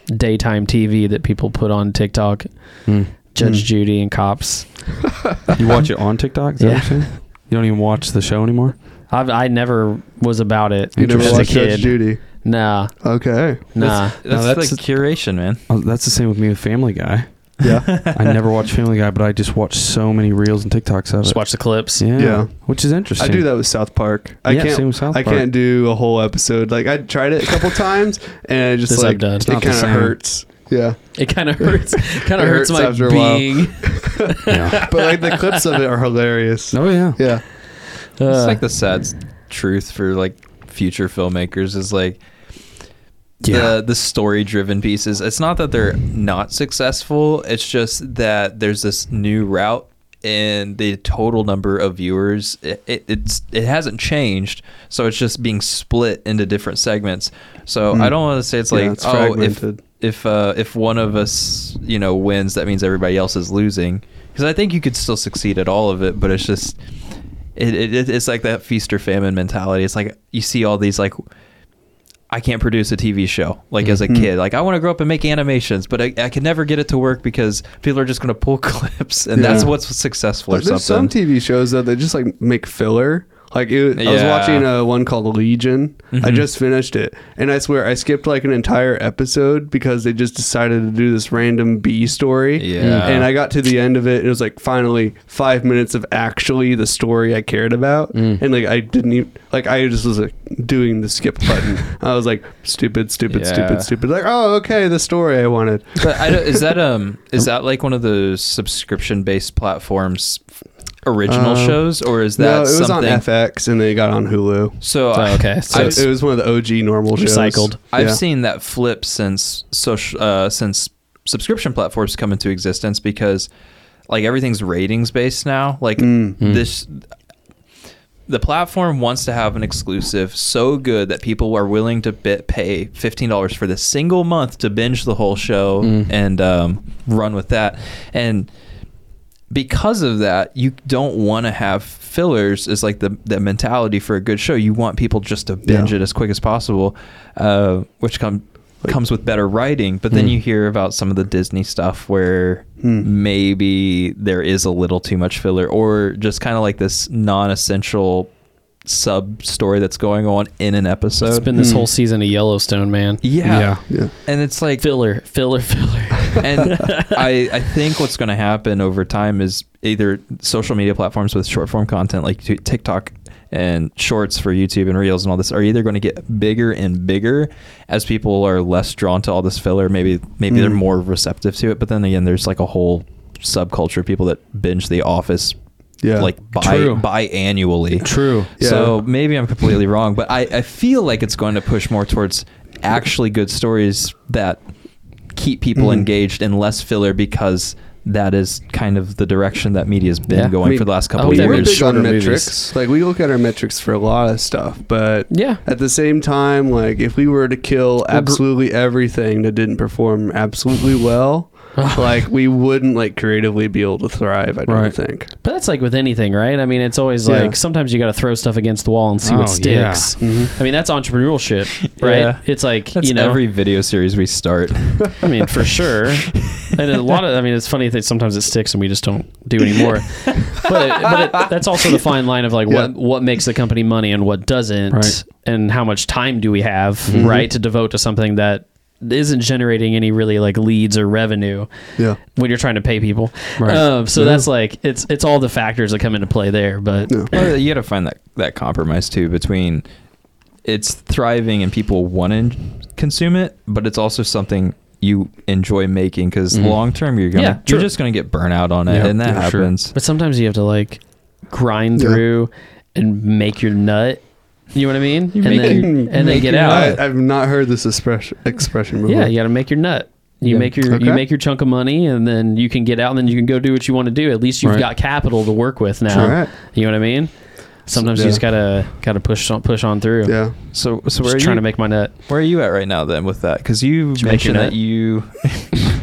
[SPEAKER 1] daytime TV that people put on TikTok,
[SPEAKER 4] Hmm.
[SPEAKER 1] Judge
[SPEAKER 2] Hmm.
[SPEAKER 1] Judy and Cops. Hmm.
[SPEAKER 4] You watch it on TikTok? Is that what you're saying? You don't even watch the show anymore.
[SPEAKER 1] I've, I never was about it
[SPEAKER 2] You never
[SPEAKER 1] as
[SPEAKER 2] watched
[SPEAKER 1] a kid.
[SPEAKER 2] Judge Judy.
[SPEAKER 1] Nah,
[SPEAKER 2] Okay.
[SPEAKER 1] nah.
[SPEAKER 3] That's, that's,
[SPEAKER 4] No, that's-
[SPEAKER 3] like curation, man.
[SPEAKER 4] Oh, that's the same with me with Family Guy.
[SPEAKER 2] Yeah.
[SPEAKER 4] I never watch Family Guy, but I just watch so many reels and TikToks of
[SPEAKER 1] Just
[SPEAKER 4] it.
[SPEAKER 1] watch the clips.
[SPEAKER 4] yeah,
[SPEAKER 2] Yeah.
[SPEAKER 4] which is interesting.
[SPEAKER 2] I do that with South Park. I
[SPEAKER 4] yeah,
[SPEAKER 2] can't
[SPEAKER 4] same with South
[SPEAKER 2] I
[SPEAKER 4] Park.
[SPEAKER 2] can't do a whole episode. Like I tried it a couple times and it just
[SPEAKER 1] This
[SPEAKER 2] like
[SPEAKER 1] I've done.
[SPEAKER 2] it
[SPEAKER 1] It's
[SPEAKER 2] kind
[SPEAKER 4] not the
[SPEAKER 2] of
[SPEAKER 4] same.
[SPEAKER 2] hurts. Yeah.
[SPEAKER 1] It kind of hurts. Kind
[SPEAKER 2] It
[SPEAKER 1] of hurts,
[SPEAKER 2] hurts
[SPEAKER 1] my
[SPEAKER 2] after a while.
[SPEAKER 1] being.
[SPEAKER 4] Yeah.
[SPEAKER 2] But like the clips of it are hilarious.
[SPEAKER 4] Oh yeah.
[SPEAKER 2] Yeah.
[SPEAKER 1] Uh,
[SPEAKER 3] it's like the sad s- truth for like future filmmakers is like the the story driven pieces. It's not that they're not successful. It's just that there's this new route and the total number of viewers it, it it's it hasn't changed. So it's just being split into different segments. So I don't want to say it's
[SPEAKER 2] Hmm. Yeah,
[SPEAKER 3] like
[SPEAKER 2] it's
[SPEAKER 3] oh
[SPEAKER 2] fragmented.
[SPEAKER 3] if if uh, if one of us you know wins, that means everybody else is losing. Because I think you could still succeed at all of it, but it's just it, it it- it's like that feast or famine mentality. It's like you see all these like I can't produce a TV show like as
[SPEAKER 2] Mm-hmm.
[SPEAKER 3] a kid. Like I want to grow up and make animations, but I, I can never get it to work because people are just going to pull clips, and that's
[SPEAKER 2] Yeah.
[SPEAKER 3] what's successful
[SPEAKER 2] Like,
[SPEAKER 3] or something.
[SPEAKER 2] there's some TV shows though that just like make filler. Like it, I was
[SPEAKER 3] Yeah.
[SPEAKER 2] watching uh, one called Legion.
[SPEAKER 4] Mm-hmm.
[SPEAKER 2] I just finished it, and I swear I skipped like an entire episode because they just decided to do this random B story.
[SPEAKER 3] Yeah.
[SPEAKER 2] and I got to the end of it, and it was like finally five minutes of actually the story I cared about,
[SPEAKER 1] Mm.
[SPEAKER 2] and like I didn't even like I just was like doing the skip button. I was like stupid, stupid,
[SPEAKER 3] Yeah.
[SPEAKER 2] stupid, stupid. Like oh okay, the story I wanted.
[SPEAKER 3] but I don't, is that um is that like one of the subscription based platforms original
[SPEAKER 2] Um,
[SPEAKER 3] shows or is
[SPEAKER 2] No,
[SPEAKER 3] that
[SPEAKER 2] it was on
[SPEAKER 3] something?
[SPEAKER 2] FX, and then it got on Hulu.
[SPEAKER 3] So
[SPEAKER 1] Oh,
[SPEAKER 3] I,
[SPEAKER 1] okay, so
[SPEAKER 2] I-
[SPEAKER 1] it's-
[SPEAKER 2] it was one of the OG normal shows.
[SPEAKER 1] Recycled.
[SPEAKER 3] I've
[SPEAKER 2] Yeah.
[SPEAKER 3] seen that flip since social uh, since subscription platforms come into existence because like everything's ratings based now. Like
[SPEAKER 2] Mm.
[SPEAKER 3] this the platform wants to have an exclusive so good that people are willing to bit pay $15 for the single month to binge the whole show and um, run with that. And because of that, you don't want to have fillers is like the, the mentality for a good show. You want people just to binge
[SPEAKER 2] Yeah.
[SPEAKER 3] it as quick as possible, uh, which come, comes with better writing. But then you hear about some of the Disney stuff where maybe there is a little too much filler or just kind of like this non-essential sub story that's going on in an episode.
[SPEAKER 1] it's been this whole season of Yellowstone, man.
[SPEAKER 3] yeah.
[SPEAKER 4] Yeah.
[SPEAKER 2] Yeah.
[SPEAKER 3] And it's like
[SPEAKER 1] Filler, filler, filler.
[SPEAKER 3] and I, I think what's going to happen over time is either social media platforms with short form content like t- TikTok and shorts for YouTube and reels and all this are either going to get bigger and bigger as people are less drawn to all this filler. Maybe maybe they're
[SPEAKER 1] Hmm.
[SPEAKER 3] more receptive to it. But then again, there's like a whole subculture of people that binge The Office
[SPEAKER 2] Yeah.
[SPEAKER 3] like bi-
[SPEAKER 4] True.
[SPEAKER 3] biannually.
[SPEAKER 4] True.
[SPEAKER 2] Yeah.
[SPEAKER 3] So maybe I'm completely wrong, but I, I feel like it's going to push more towards actually good stories that keep people
[SPEAKER 2] Mm-hmm.
[SPEAKER 3] engaged and less filler because that is kind of the direction that media's been
[SPEAKER 1] Yeah.
[SPEAKER 3] going
[SPEAKER 2] I mean, oh,
[SPEAKER 3] for the
[SPEAKER 1] I
[SPEAKER 3] last couple
[SPEAKER 1] hope
[SPEAKER 3] of
[SPEAKER 1] that
[SPEAKER 2] we're
[SPEAKER 1] means
[SPEAKER 2] big
[SPEAKER 3] years.
[SPEAKER 1] shorter
[SPEAKER 2] on
[SPEAKER 1] movies.
[SPEAKER 2] metrics. Like we look at our metrics for a lot of stuff, but
[SPEAKER 1] Yeah.
[SPEAKER 2] At the same time, like if we were to kill absolutely everything that didn't perform absolutely well, like we wouldn't like creatively be able to thrive. I don't
[SPEAKER 4] Right.
[SPEAKER 2] think.
[SPEAKER 1] But that's like with anything, right? I mean, it's always
[SPEAKER 2] Yeah.
[SPEAKER 1] like sometimes you got to throw stuff against the wall and see
[SPEAKER 4] Oh,
[SPEAKER 1] what sticks.
[SPEAKER 2] Mm-hmm.
[SPEAKER 1] I mean, that's entrepreneurship, right?
[SPEAKER 3] Yeah.
[SPEAKER 1] It's like
[SPEAKER 3] That's
[SPEAKER 1] you know,
[SPEAKER 3] every video series we start.
[SPEAKER 1] I mean, for sure. and a lot of I mean, it's funny that sometimes it sticks and we just don't do anymore. but it, but it, that's also the fine line of like
[SPEAKER 2] Yeah.
[SPEAKER 1] what what makes the company money and what doesn't,
[SPEAKER 4] Right.
[SPEAKER 1] and how much time do we have
[SPEAKER 2] Mm-hmm.
[SPEAKER 1] right to devote to something that isn't generating any really like leads or revenue
[SPEAKER 2] Yeah.
[SPEAKER 1] when you're trying to pay people.
[SPEAKER 4] Right.
[SPEAKER 1] Um, so that's like it's it's all the factors that come into play there. But
[SPEAKER 2] Yeah.
[SPEAKER 3] well, you got to find that that compromise too between it's thriving and people want to consume it, but it's also something you enjoy making because
[SPEAKER 4] Mhm.
[SPEAKER 3] long term you're gonna
[SPEAKER 1] Yeah,
[SPEAKER 3] you're
[SPEAKER 1] true.
[SPEAKER 3] just gonna get burnout on it,
[SPEAKER 4] Yeah,
[SPEAKER 3] and that
[SPEAKER 4] for sure.
[SPEAKER 3] happens.
[SPEAKER 1] but sometimes you have to like grind
[SPEAKER 2] Yeah.
[SPEAKER 1] through and make your nut. You know what I mean? and
[SPEAKER 3] make
[SPEAKER 1] then
[SPEAKER 3] your-
[SPEAKER 1] and then
[SPEAKER 3] make
[SPEAKER 1] get
[SPEAKER 3] your
[SPEAKER 1] out.
[SPEAKER 3] nut.
[SPEAKER 2] I, I've not heard this expression expression before.
[SPEAKER 1] Yeah, you got to make your nut. You
[SPEAKER 4] Yeah.
[SPEAKER 1] make your
[SPEAKER 2] Mm-hmm. Okay.
[SPEAKER 1] you make your chunk of money, and then you can get out, and then you can go do what you want to do. At least you've
[SPEAKER 4] Right.
[SPEAKER 1] got capital to work with now.
[SPEAKER 2] All right.
[SPEAKER 1] You know what I mean? Sometimes
[SPEAKER 2] Yeah.
[SPEAKER 1] you just gotta gotta push on, push on through.
[SPEAKER 2] Yeah.
[SPEAKER 3] So so where
[SPEAKER 1] Just
[SPEAKER 3] are
[SPEAKER 1] trying
[SPEAKER 3] you
[SPEAKER 1] to make my nut.
[SPEAKER 3] where are you at right now then with that? Because you
[SPEAKER 1] Did you make your
[SPEAKER 3] mentioned that
[SPEAKER 1] nut?
[SPEAKER 3] you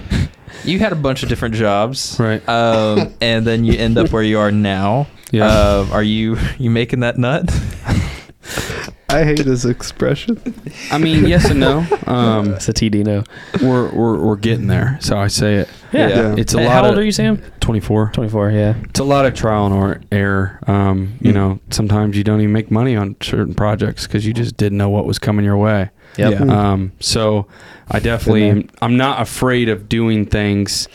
[SPEAKER 3] you had a bunch of different jobs,
[SPEAKER 4] Right.
[SPEAKER 3] Um, and then you end up where you are now.
[SPEAKER 4] Yeah.
[SPEAKER 3] Um, are you you making that nut?
[SPEAKER 2] I hate this expression.
[SPEAKER 4] I mean, yes and no. Um,
[SPEAKER 1] It's a TD no.
[SPEAKER 4] we're, we're we're getting there. So I say it.
[SPEAKER 1] Yeah.
[SPEAKER 2] Yeah.
[SPEAKER 4] It's a
[SPEAKER 1] Hey,
[SPEAKER 4] lot.
[SPEAKER 1] How
[SPEAKER 4] of,
[SPEAKER 1] old are you, Sam?
[SPEAKER 4] Twenty four.
[SPEAKER 1] Twenty four. Yeah.
[SPEAKER 4] It's a lot of trial and or- error. Um, you
[SPEAKER 2] Mm.
[SPEAKER 4] know, sometimes you don't even make money on certain projects because you just didn't know what was coming your way.
[SPEAKER 1] Yep.
[SPEAKER 2] Yeah. Mm.
[SPEAKER 4] Um, so I definitely,
[SPEAKER 2] Good
[SPEAKER 4] am, I'm not afraid of doing things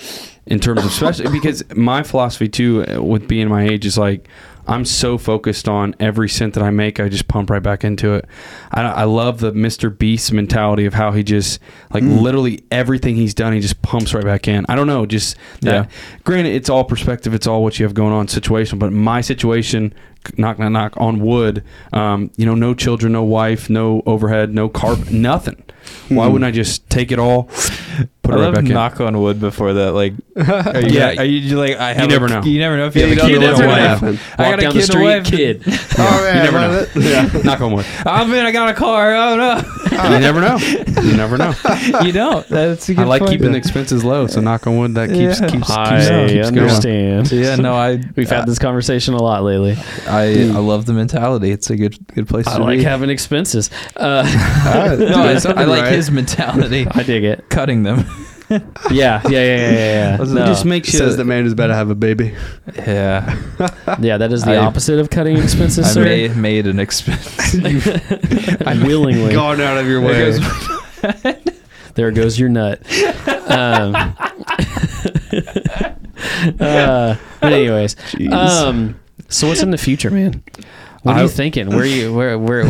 [SPEAKER 4] in terms of, especially because my philosophy too, uh, with being my age, is like I'm so focused on every cent that I make, I just pump right back into it. I, I love the Mr. Beast mentality of how he just like
[SPEAKER 2] Mm.
[SPEAKER 4] literally everything he's done, he just pumps right back in. I don't know, just
[SPEAKER 3] Yeah.
[SPEAKER 4] that. Granted, it's all perspective, it's all what you have going on situation, but my situation, knock knock knock on wood, um, you know, no children, no wife, no overhead, no car, nothing. Why
[SPEAKER 2] Mhm.
[SPEAKER 4] wouldn't I just take it all, put
[SPEAKER 3] I
[SPEAKER 4] it right
[SPEAKER 3] love
[SPEAKER 4] back in?
[SPEAKER 3] knock on wood before that. Like, are you,
[SPEAKER 4] Yeah.
[SPEAKER 3] are you like I have?
[SPEAKER 4] never
[SPEAKER 3] a,
[SPEAKER 4] know.
[SPEAKER 3] You never know if you
[SPEAKER 2] Yeah,
[SPEAKER 3] have
[SPEAKER 2] you
[SPEAKER 3] a kid
[SPEAKER 2] don't know
[SPEAKER 3] or
[SPEAKER 2] what's
[SPEAKER 3] a
[SPEAKER 2] gonna
[SPEAKER 3] wife.
[SPEAKER 2] happen.
[SPEAKER 3] I
[SPEAKER 1] Walk
[SPEAKER 3] got a
[SPEAKER 1] down the
[SPEAKER 3] kid
[SPEAKER 1] street,
[SPEAKER 3] wife.
[SPEAKER 1] kid.
[SPEAKER 2] Oh man,
[SPEAKER 4] You never
[SPEAKER 2] love
[SPEAKER 4] know.
[SPEAKER 2] it. Yeah.
[SPEAKER 4] knock on wood.
[SPEAKER 3] Oh man, I got a car. Oh no,
[SPEAKER 2] Ah.
[SPEAKER 4] you never know. You never know.
[SPEAKER 3] you don't. That's a good
[SPEAKER 4] I like
[SPEAKER 3] point.
[SPEAKER 4] keeping the expenses low, so knock on wood that keeps
[SPEAKER 3] Yeah.
[SPEAKER 4] keeps, keeps,
[SPEAKER 1] I
[SPEAKER 4] keeps going.
[SPEAKER 1] understand.
[SPEAKER 3] Yeah, no, I
[SPEAKER 1] We've had this conversation a lot lately.
[SPEAKER 3] I, I love the mentality. It's a good good place
[SPEAKER 1] I
[SPEAKER 3] to
[SPEAKER 1] like
[SPEAKER 3] be.
[SPEAKER 1] having expenses. Uh,
[SPEAKER 2] Ah,
[SPEAKER 3] no,
[SPEAKER 2] dude,
[SPEAKER 3] I,
[SPEAKER 2] it's
[SPEAKER 3] I
[SPEAKER 2] something,
[SPEAKER 3] like
[SPEAKER 2] right?
[SPEAKER 3] his mentality.
[SPEAKER 1] I dig it.
[SPEAKER 3] Cutting them.
[SPEAKER 1] Yeah. Yeah. Yeah. Yeah. Yeah. yeah.
[SPEAKER 3] It
[SPEAKER 1] No.
[SPEAKER 4] Just make sure.
[SPEAKER 2] Says the man is better have a baby.
[SPEAKER 3] Yeah,
[SPEAKER 1] yeah. That is the
[SPEAKER 3] I-
[SPEAKER 1] opposite of cutting expenses,
[SPEAKER 3] I
[SPEAKER 1] sir.
[SPEAKER 3] ma- made an expense.
[SPEAKER 1] willingly.
[SPEAKER 2] Gone out of your way.
[SPEAKER 3] There
[SPEAKER 1] There goes your nut. Um, uh, but anyways,
[SPEAKER 2] Jeez.
[SPEAKER 1] um, so what's in the future, man? What are
[SPEAKER 4] I-
[SPEAKER 1] you thinking? Where are you? Where? Where?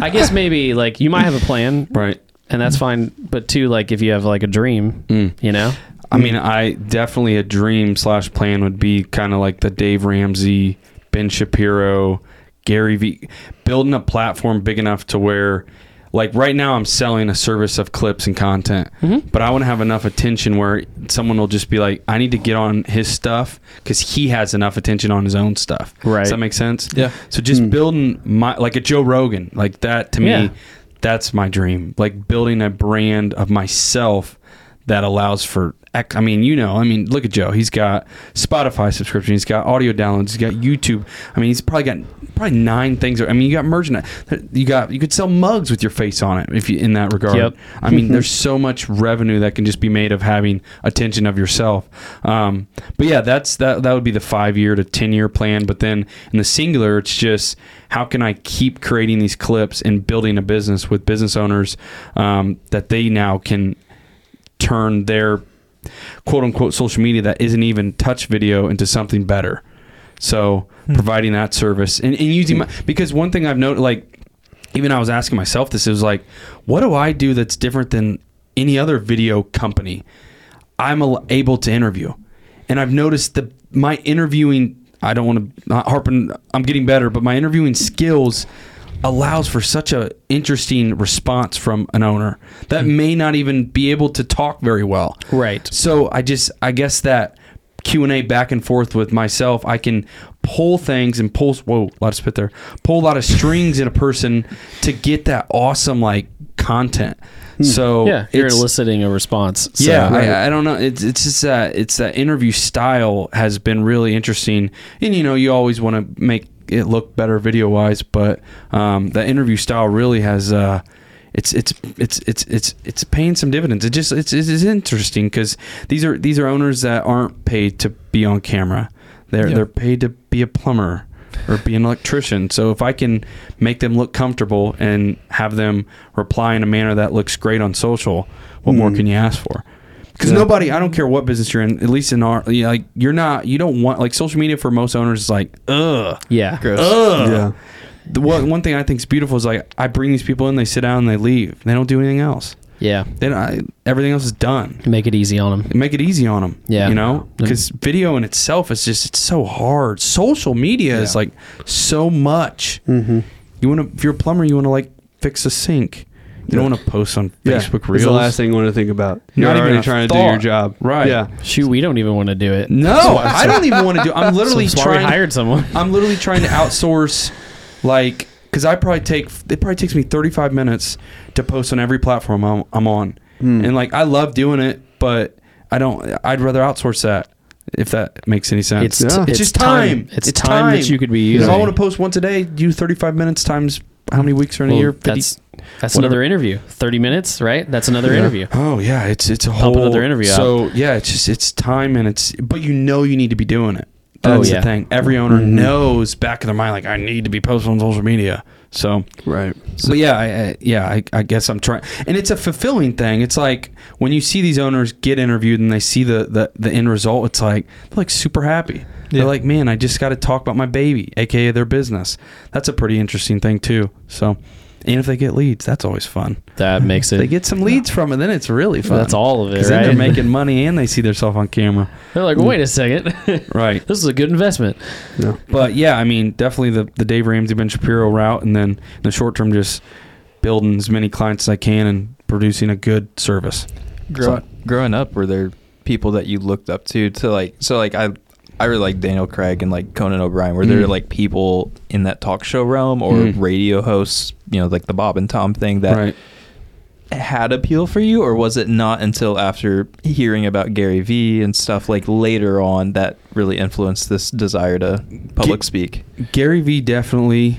[SPEAKER 1] I guess maybe like you might have a plan,
[SPEAKER 4] Right.
[SPEAKER 1] and that's fine. But two, like if you have like a dream,
[SPEAKER 4] Mm.
[SPEAKER 1] you know,
[SPEAKER 4] I mean, I definitely a dream slash plan would be kind of like the Dave Ramsey, Ben Shapiro, Gary V, building a platform big enough to where, like right now, I'm selling a service of clips and content, but I want to have enough attention where someone will just be like, I need to get on his stuff because he has enough attention on his own stuff.
[SPEAKER 1] Right.
[SPEAKER 4] Does that make sense?
[SPEAKER 3] Yeah.
[SPEAKER 4] So just
[SPEAKER 2] Mm.
[SPEAKER 4] building my like a Joe Rogan, like that to me,
[SPEAKER 1] Yeah.
[SPEAKER 4] that's my dream. Like building a brand of myself that allows for ec- I mean, you know, I mean, look at Joe. He's got Spotify subscription, he's got audio downloads, he's got YouTube. I mean, he's probably got probably nine things. I mean, you got merchandise. You got you could sell mugs with your face on it if you in that regard.
[SPEAKER 1] Yep.
[SPEAKER 4] I mean, there's so much revenue that can just be made of having attention of yourself. Um, but yeah, that's that. That would be the five year to ten year plan. But then in the singular, it's just how can I keep creating these clips and building a business with business owners um, that they now can turn their quote unquote social media that isn't even touch video into something better. So providing that service and, and using my, because one thing I've noted, like even I was asking myself this, it was like, what do I do that's different than any other video company? I'm al- able to interview, and I've noticed that my interviewing. I don't want to not harping. I'm getting better, but my interviewing skills allows for such a interesting response from an owner that may not even be able to talk very well.
[SPEAKER 1] Right.
[SPEAKER 4] So I just I guess that Q and A back and forth with myself, I can pull things and pull whoa, a lot of spit there. Pull a lot of strings in a person to get that awesome like content. So
[SPEAKER 1] Hmm. yeah, you're
[SPEAKER 4] Oh, it's-
[SPEAKER 1] eliciting a response. So.
[SPEAKER 4] yeah,
[SPEAKER 2] Right.
[SPEAKER 4] I, I don't know. It's it's just that it's that interview style has been really interesting, and you know you always want to make it look better video wise, but um, that interview style really has uh, it's it's it's it's it's it's paying some dividends. It just it's it's interesting because these are these are owners that aren't paid to be on camera. They're
[SPEAKER 5] Yeah.
[SPEAKER 4] they're paid to be a plumber or be an electrician. So if I can make them look comfortable and have them reply in a manner that looks great on social, what more
[SPEAKER 2] Mm.
[SPEAKER 4] can you ask for? Because
[SPEAKER 2] Yeah.
[SPEAKER 4] nobody, I don't care what business you're in, at least in our, yeah, like you're not, you don't want like social media for most owners is like, ugh,
[SPEAKER 1] Yeah.
[SPEAKER 3] Gross.
[SPEAKER 4] ugh.
[SPEAKER 2] yeah.
[SPEAKER 4] The one, one thing I think is beautiful is like I bring these people in, they sit down, and they leave. They don't do anything else.
[SPEAKER 1] Yeah.
[SPEAKER 4] Then I, everything else is done.
[SPEAKER 1] Make it easy on them.
[SPEAKER 4] Make it easy on them.
[SPEAKER 1] Yeah.
[SPEAKER 4] you know, because video in itself is just it's so hard. Social media is
[SPEAKER 3] Yeah.
[SPEAKER 4] like so much.
[SPEAKER 2] Mm-hmm.
[SPEAKER 4] You want to, if you're a plumber, you want to like fix a sink. You
[SPEAKER 2] Yeah.
[SPEAKER 4] don't want to post on
[SPEAKER 2] Yeah.
[SPEAKER 4] Facebook
[SPEAKER 2] It's
[SPEAKER 4] Reels.
[SPEAKER 2] the last thing you want to think about. You're
[SPEAKER 4] Not
[SPEAKER 2] not
[SPEAKER 4] even
[SPEAKER 2] already
[SPEAKER 4] a
[SPEAKER 2] trying to do
[SPEAKER 4] thought.
[SPEAKER 2] your job.
[SPEAKER 4] Right.
[SPEAKER 2] Yeah.
[SPEAKER 1] Shoot, we don't even want to do it.
[SPEAKER 4] No, I don't even want to do. I'm literally
[SPEAKER 1] so that's why we
[SPEAKER 4] trying.
[SPEAKER 1] hired someone.
[SPEAKER 4] I'm literally trying to outsource, like, because I probably take it probably takes me 35 minutes to post on every platform I'm, I'm on,
[SPEAKER 1] Mm.
[SPEAKER 2] Hmm.
[SPEAKER 4] and like I love doing it, but I don't. I'd rather outsource that if that makes any sense.
[SPEAKER 1] It's,
[SPEAKER 2] Yeah.
[SPEAKER 1] t-
[SPEAKER 2] It's
[SPEAKER 4] just time.
[SPEAKER 1] It's,
[SPEAKER 4] It's
[SPEAKER 1] time,
[SPEAKER 4] time.
[SPEAKER 1] that you could be
[SPEAKER 4] if
[SPEAKER 1] using.
[SPEAKER 4] I want to post one today, do 35 minutes times how many weeks are in
[SPEAKER 1] Well,
[SPEAKER 4] a year? 50
[SPEAKER 1] that's that's
[SPEAKER 4] whatever.
[SPEAKER 1] another interview. Thirty minutes, right? That's another
[SPEAKER 2] Yeah.
[SPEAKER 1] interview.
[SPEAKER 4] Oh yeah, it's it's a
[SPEAKER 1] Pump
[SPEAKER 4] whole
[SPEAKER 1] another interview out.
[SPEAKER 4] So yeah, it's just it's time and it's but you know you need to be doing it.
[SPEAKER 1] Oh,
[SPEAKER 4] That's
[SPEAKER 1] yeah.
[SPEAKER 4] the thing. Every owner
[SPEAKER 2] Mhm.
[SPEAKER 4] knows back of their mind like I need to be posting on social media. So,
[SPEAKER 2] Right.
[SPEAKER 4] but yeah, I, I, yeah, I, I guess I'm trying, and it's a fulfilling thing. It's like when you see these owners get interviewed and they see the the, the end result, it's like they're like super happy.
[SPEAKER 3] Yeah.
[SPEAKER 4] They're like, man, I just got to talk about my baby, aka their business. That's a pretty interesting thing too. So, and if they get leads, that's always fun
[SPEAKER 1] That makes it.
[SPEAKER 4] they get some leads from it, then it's really fun.
[SPEAKER 1] that's all of it,
[SPEAKER 4] 'Cause
[SPEAKER 1] right?
[SPEAKER 4] Then they're making money Mm. and they see themselves on camera.
[SPEAKER 1] They're like, wait a second,
[SPEAKER 4] Right.
[SPEAKER 1] this is a good investment.
[SPEAKER 2] Yeah.
[SPEAKER 4] But yeah, I mean, definitely the, the Dave Ramsey Ben Shapiro route, and then in the short term, just building as many clients as I can and producing a good service.
[SPEAKER 3] Grow, growing up, were there people that you looked up to to like? So like I, I really like Daniel Craig and like Conan O'Brien. Were there
[SPEAKER 4] Mm.
[SPEAKER 3] like people in that talk show realm or
[SPEAKER 4] Mm.
[SPEAKER 3] radio hosts? You know, like the Bob and Tom thing that
[SPEAKER 4] right.
[SPEAKER 3] had appeal for you, or was it not until after hearing about Gary Vee and stuff like later on that really influenced this desire to public
[SPEAKER 4] Ge-
[SPEAKER 3] speak?
[SPEAKER 4] Gary Vee definitely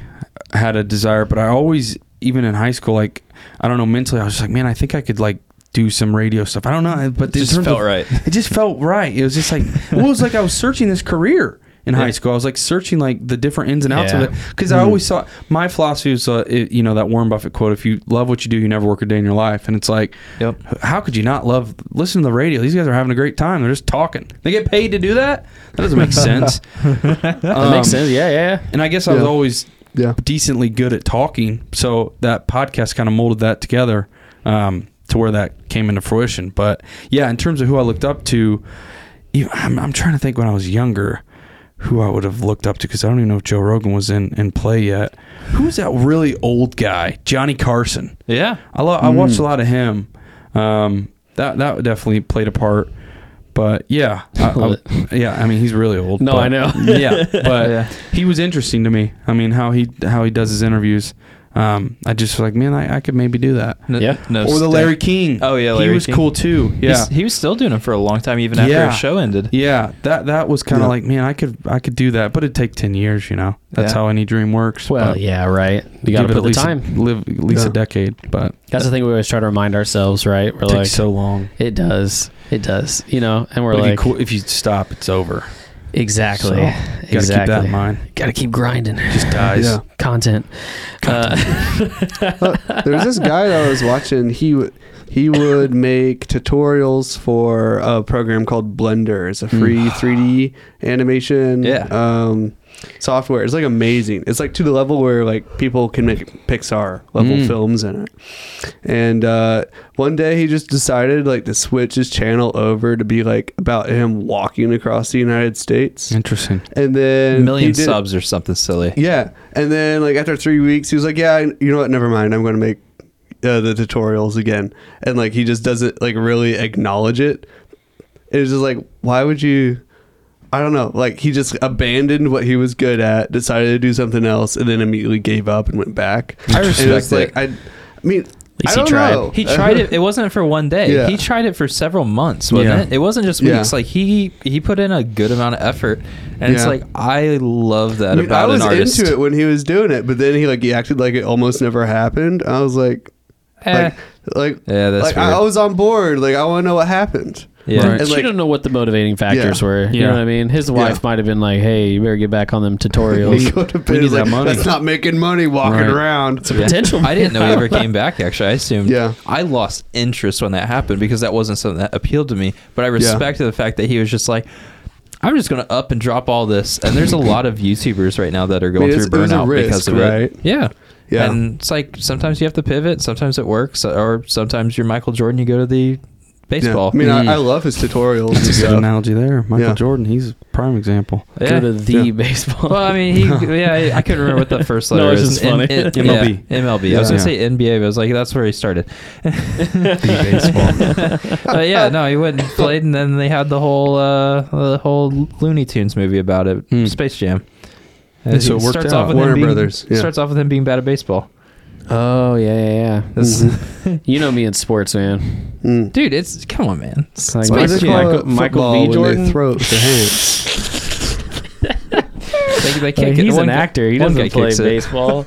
[SPEAKER 4] had a desire, but I always, even in high school, like, I don't know, mentally, I was just like, man, I think I could, like, do some radio stuff. I don't know, but
[SPEAKER 3] It
[SPEAKER 4] in
[SPEAKER 3] just
[SPEAKER 4] terms
[SPEAKER 3] felt
[SPEAKER 4] of-
[SPEAKER 3] right.
[SPEAKER 4] It just felt right. It was just like well, it was like I was searching this career in high
[SPEAKER 3] Yeah.
[SPEAKER 4] school. I was like searching like the different ins and outs
[SPEAKER 1] Yeah. Mm-hmm.
[SPEAKER 4] of it because I
[SPEAKER 2] Mhm.
[SPEAKER 4] always saw my philosophy was uh, it, you know that Warren Buffett quote: "If you love what you do, you never work a day in your life." And it's like,
[SPEAKER 3] Yep.
[SPEAKER 4] how could you not love listen to the radio? These guys are having a great time. They're just talking. They get paid to do that. That doesn't make sense. Um,
[SPEAKER 1] That makes sense. Yeah, yeah.
[SPEAKER 4] And I guess I was
[SPEAKER 2] Yeah.
[SPEAKER 4] always
[SPEAKER 2] Yeah.
[SPEAKER 4] decently good at talking. So that podcast kind of molded that together um, to where that came into fruition. But yeah, in terms of who I looked up to, you I'm, I'm trying to think when I was younger who I would have looked up to because I don't even know if Joe Rogan was in, in play yet. Who was that really old guy? Johnny Carson.
[SPEAKER 3] Yeah.
[SPEAKER 4] I, lo- I watched
[SPEAKER 2] Mm.
[SPEAKER 1] Hmm.
[SPEAKER 4] a lot of him. Um, that that definitely played a part. But yeah, I, I- yeah. I mean, he's really old.
[SPEAKER 1] No,
[SPEAKER 4] but-
[SPEAKER 1] I know.
[SPEAKER 4] yeah, but
[SPEAKER 3] Yeah.
[SPEAKER 4] he was interesting to me. I mean, how he how he does his interviews. Um, I just was like, man, I, I could maybe do that.
[SPEAKER 3] N-
[SPEAKER 1] Yeah.
[SPEAKER 3] No
[SPEAKER 4] or the
[SPEAKER 3] stink.
[SPEAKER 4] Larry King.
[SPEAKER 3] Oh, yeah, Larry
[SPEAKER 4] he was
[SPEAKER 3] King.
[SPEAKER 4] cool too. Yeah,
[SPEAKER 3] He's- he was still doing it for a long time, even after
[SPEAKER 4] Yeah.
[SPEAKER 3] his show ended.
[SPEAKER 4] yeah. That that was kind of
[SPEAKER 2] Yeah.
[SPEAKER 4] like, man, I could I could do that, but it'd take ten years. You know, that's
[SPEAKER 3] Yeah.
[SPEAKER 4] how any dream works.
[SPEAKER 1] Well,
[SPEAKER 4] but
[SPEAKER 1] yeah, right. You got to
[SPEAKER 4] give it
[SPEAKER 1] put
[SPEAKER 4] at
[SPEAKER 1] the
[SPEAKER 4] Uh, least a-
[SPEAKER 1] time.
[SPEAKER 4] live at least a
[SPEAKER 2] Yeah.
[SPEAKER 4] decade, but
[SPEAKER 1] That's the thing we always try to remind ourselves, right? We're
[SPEAKER 4] it
[SPEAKER 1] like,
[SPEAKER 4] takes so long.
[SPEAKER 1] it does, it does, you know. And we're
[SPEAKER 4] But
[SPEAKER 1] like,
[SPEAKER 4] if, you, qu- if you stop, it's over.
[SPEAKER 1] exactly,
[SPEAKER 4] So, gotta Got to keep that
[SPEAKER 1] exactly.
[SPEAKER 4] in mind.
[SPEAKER 1] gotta keep grinding.
[SPEAKER 4] Just dies.
[SPEAKER 2] Yeah.
[SPEAKER 1] Content.
[SPEAKER 2] Uh, There's this guy that I was watching. He w- he would make tutorials for a program called Blender. It's a free 3D animation
[SPEAKER 3] Yeah.
[SPEAKER 2] um, software. It's like amazing. It's like to the level where like people can make Pixar level
[SPEAKER 4] Mm.
[SPEAKER 2] films in it. And uh, one day he just decided like to switch his channel over to be like about him walking across the United States.
[SPEAKER 4] Interesting.
[SPEAKER 2] And then
[SPEAKER 3] A million
[SPEAKER 2] he did-
[SPEAKER 3] subs or something silly.
[SPEAKER 2] yeah, and then like after three weeks, he was like, "Yeah, I- you know what? Never mind. I'm going to make uh, the tutorials again." And like he just doesn't like really acknowledge it. It was just like, why would you? I don't know. Like he just abandoned what he was good at, decided to do something else, and then immediately gave up and went back.
[SPEAKER 3] I
[SPEAKER 2] And
[SPEAKER 3] respect
[SPEAKER 2] was
[SPEAKER 3] it.
[SPEAKER 2] Like I, I mean,
[SPEAKER 1] least
[SPEAKER 2] I
[SPEAKER 1] he
[SPEAKER 2] don't
[SPEAKER 1] tried.
[SPEAKER 2] know.
[SPEAKER 3] He tried it. It wasn't for one day.
[SPEAKER 2] Yeah.
[SPEAKER 3] He tried it for several months, wasn't
[SPEAKER 4] Yeah.
[SPEAKER 3] it? It wasn't just
[SPEAKER 2] Yeah.
[SPEAKER 3] weeks. Like he he put in a good amount of effort, and it's
[SPEAKER 2] Yeah.
[SPEAKER 3] like I love that
[SPEAKER 2] I, mean,
[SPEAKER 3] about
[SPEAKER 2] I was
[SPEAKER 3] an artist.
[SPEAKER 2] into it when he was doing it, but then he like he acted like it almost never happened. I was like,
[SPEAKER 5] Eh.
[SPEAKER 2] Like, like,
[SPEAKER 3] Yeah, that's
[SPEAKER 2] like I, I
[SPEAKER 3] weird.
[SPEAKER 2] was on board. Like, I want to know what happened.
[SPEAKER 3] Yeah.
[SPEAKER 4] Right.
[SPEAKER 2] And,
[SPEAKER 1] you
[SPEAKER 2] like-
[SPEAKER 1] don't know what the motivating factors
[SPEAKER 2] Yeah.
[SPEAKER 1] were. You
[SPEAKER 4] Yeah.
[SPEAKER 1] know what I mean? His wife
[SPEAKER 2] Yeah.
[SPEAKER 1] might have been like, "Hey, you better get back on them
[SPEAKER 2] He
[SPEAKER 1] tutorials."
[SPEAKER 2] go to
[SPEAKER 4] We
[SPEAKER 2] bed.
[SPEAKER 4] need
[SPEAKER 2] He's
[SPEAKER 4] that
[SPEAKER 2] like,
[SPEAKER 4] money.
[SPEAKER 2] That's not making money walking
[SPEAKER 4] Right.
[SPEAKER 2] around.
[SPEAKER 1] Potential.
[SPEAKER 3] I didn't know he ever came back. Actually, I assumed.
[SPEAKER 2] Yeah.
[SPEAKER 3] I lost interest when that happened because that wasn't something that appealed to me. But I respected the fact that he was just like, I'm just going to up and drop all this. And there's a lot of YouTubers right now that are going
[SPEAKER 2] mean,
[SPEAKER 3] through
[SPEAKER 2] it's- it was a
[SPEAKER 3] burnout
[SPEAKER 2] risk,
[SPEAKER 3] because of
[SPEAKER 2] right?
[SPEAKER 3] it. Yeah.
[SPEAKER 2] Yeah.
[SPEAKER 3] And it's like sometimes you have to pivot. Sometimes it works, or sometimes you're Michael Jordan. You go to the
[SPEAKER 2] Yeah.
[SPEAKER 3] baseball.
[SPEAKER 2] I mean,
[SPEAKER 4] Mm.
[SPEAKER 2] I, I love his tutorials. and
[SPEAKER 4] Good
[SPEAKER 2] stuff.
[SPEAKER 4] analogy there. Michael
[SPEAKER 2] Yeah.
[SPEAKER 4] Jordan, he's a prime example.
[SPEAKER 3] Yeah.
[SPEAKER 1] Go to the
[SPEAKER 2] Yeah.
[SPEAKER 1] baseball.
[SPEAKER 3] Well, I mean, he yeah, I- I couldn't remember what the first
[SPEAKER 1] No,
[SPEAKER 3] letter
[SPEAKER 1] it's
[SPEAKER 3] is.
[SPEAKER 1] just funny.
[SPEAKER 3] N- N-
[SPEAKER 4] MLB.
[SPEAKER 3] yeah, MLB. I was
[SPEAKER 4] Yeah.
[SPEAKER 3] gonna say NBA, but I was like, that's where he started. baseball. but yeah, no, he went and played, and then they had the whole uh, the whole Looney Tunes movie about it,
[SPEAKER 4] Hmm.
[SPEAKER 3] Space Jam.
[SPEAKER 4] Yeah, so it worked out.
[SPEAKER 3] him
[SPEAKER 2] Warner
[SPEAKER 3] being-
[SPEAKER 2] Brothers, yeah.
[SPEAKER 3] Starts off with him being bad at baseball.
[SPEAKER 1] oh yeah, yeah, yeah.
[SPEAKER 3] This-
[SPEAKER 2] Mm-hmm.
[SPEAKER 1] You know me in sports, man.
[SPEAKER 2] Mm.
[SPEAKER 3] Dude, it's come on, man. It's
[SPEAKER 1] Like,
[SPEAKER 2] Why do
[SPEAKER 3] Space
[SPEAKER 2] they
[SPEAKER 1] Michael-
[SPEAKER 2] call
[SPEAKER 3] Jam.
[SPEAKER 2] it
[SPEAKER 1] Michael
[SPEAKER 2] football
[SPEAKER 1] B.
[SPEAKER 2] when
[SPEAKER 1] Jordan?
[SPEAKER 2] They throw it with their hands.
[SPEAKER 3] They, they
[SPEAKER 1] Like,
[SPEAKER 3] can't get
[SPEAKER 1] he's
[SPEAKER 3] one
[SPEAKER 1] an
[SPEAKER 3] guy-
[SPEAKER 1] actor. He
[SPEAKER 3] one
[SPEAKER 1] doesn't
[SPEAKER 3] guy
[SPEAKER 1] play
[SPEAKER 3] kicks it.
[SPEAKER 1] baseball.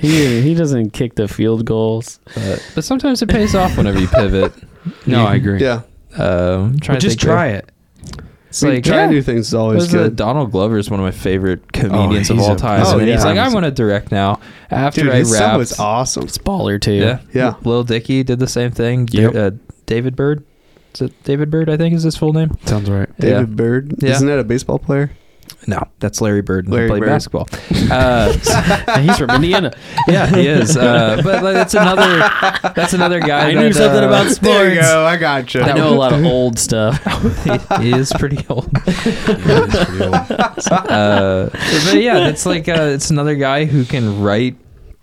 [SPEAKER 1] he he doesn't kick the field goals.
[SPEAKER 3] But, but sometimes it pays off whenever you pivot.
[SPEAKER 4] No, I agree.
[SPEAKER 2] Yeah.
[SPEAKER 3] Um, trying to
[SPEAKER 4] But just
[SPEAKER 3] think of-
[SPEAKER 4] try it.
[SPEAKER 3] It's
[SPEAKER 2] I mean,
[SPEAKER 3] like
[SPEAKER 2] trying
[SPEAKER 3] yeah.
[SPEAKER 2] new things is always
[SPEAKER 3] Was the
[SPEAKER 2] good.
[SPEAKER 3] Donald Glover is one of my favorite comedians of
[SPEAKER 4] he's
[SPEAKER 3] all
[SPEAKER 4] a-
[SPEAKER 3] time.
[SPEAKER 2] oh,
[SPEAKER 3] and he's
[SPEAKER 2] yeah.
[SPEAKER 3] like, I want to direct now. After
[SPEAKER 2] Dude,
[SPEAKER 3] I
[SPEAKER 2] his stuff
[SPEAKER 3] rap,
[SPEAKER 2] was awesome.
[SPEAKER 1] Baller too.
[SPEAKER 3] yeah,
[SPEAKER 2] Yeah.
[SPEAKER 3] Lil Dicky did the same thing.
[SPEAKER 4] Yep.
[SPEAKER 3] Uh, David Bird, is it David Bird? I think is his full name.
[SPEAKER 4] Sounds right.
[SPEAKER 2] David
[SPEAKER 3] Yeah.
[SPEAKER 2] Bird.
[SPEAKER 3] Yeah.
[SPEAKER 2] Isn't that a baseball player?
[SPEAKER 3] No, that's Larry Bird. and
[SPEAKER 2] Larry
[SPEAKER 3] he played
[SPEAKER 2] Bird.
[SPEAKER 3] basketball. Uh,
[SPEAKER 1] he's from Indiana.
[SPEAKER 3] yeah, he is. Uh, but like, that's another. That's another guy.
[SPEAKER 1] I
[SPEAKER 3] that,
[SPEAKER 1] knew something
[SPEAKER 3] uh,
[SPEAKER 1] about sports.
[SPEAKER 2] There you go. I got you.
[SPEAKER 1] I know a lot of old stuff.
[SPEAKER 3] he is pretty old. uh, but yeah, it's like uh, it's another guy who can write,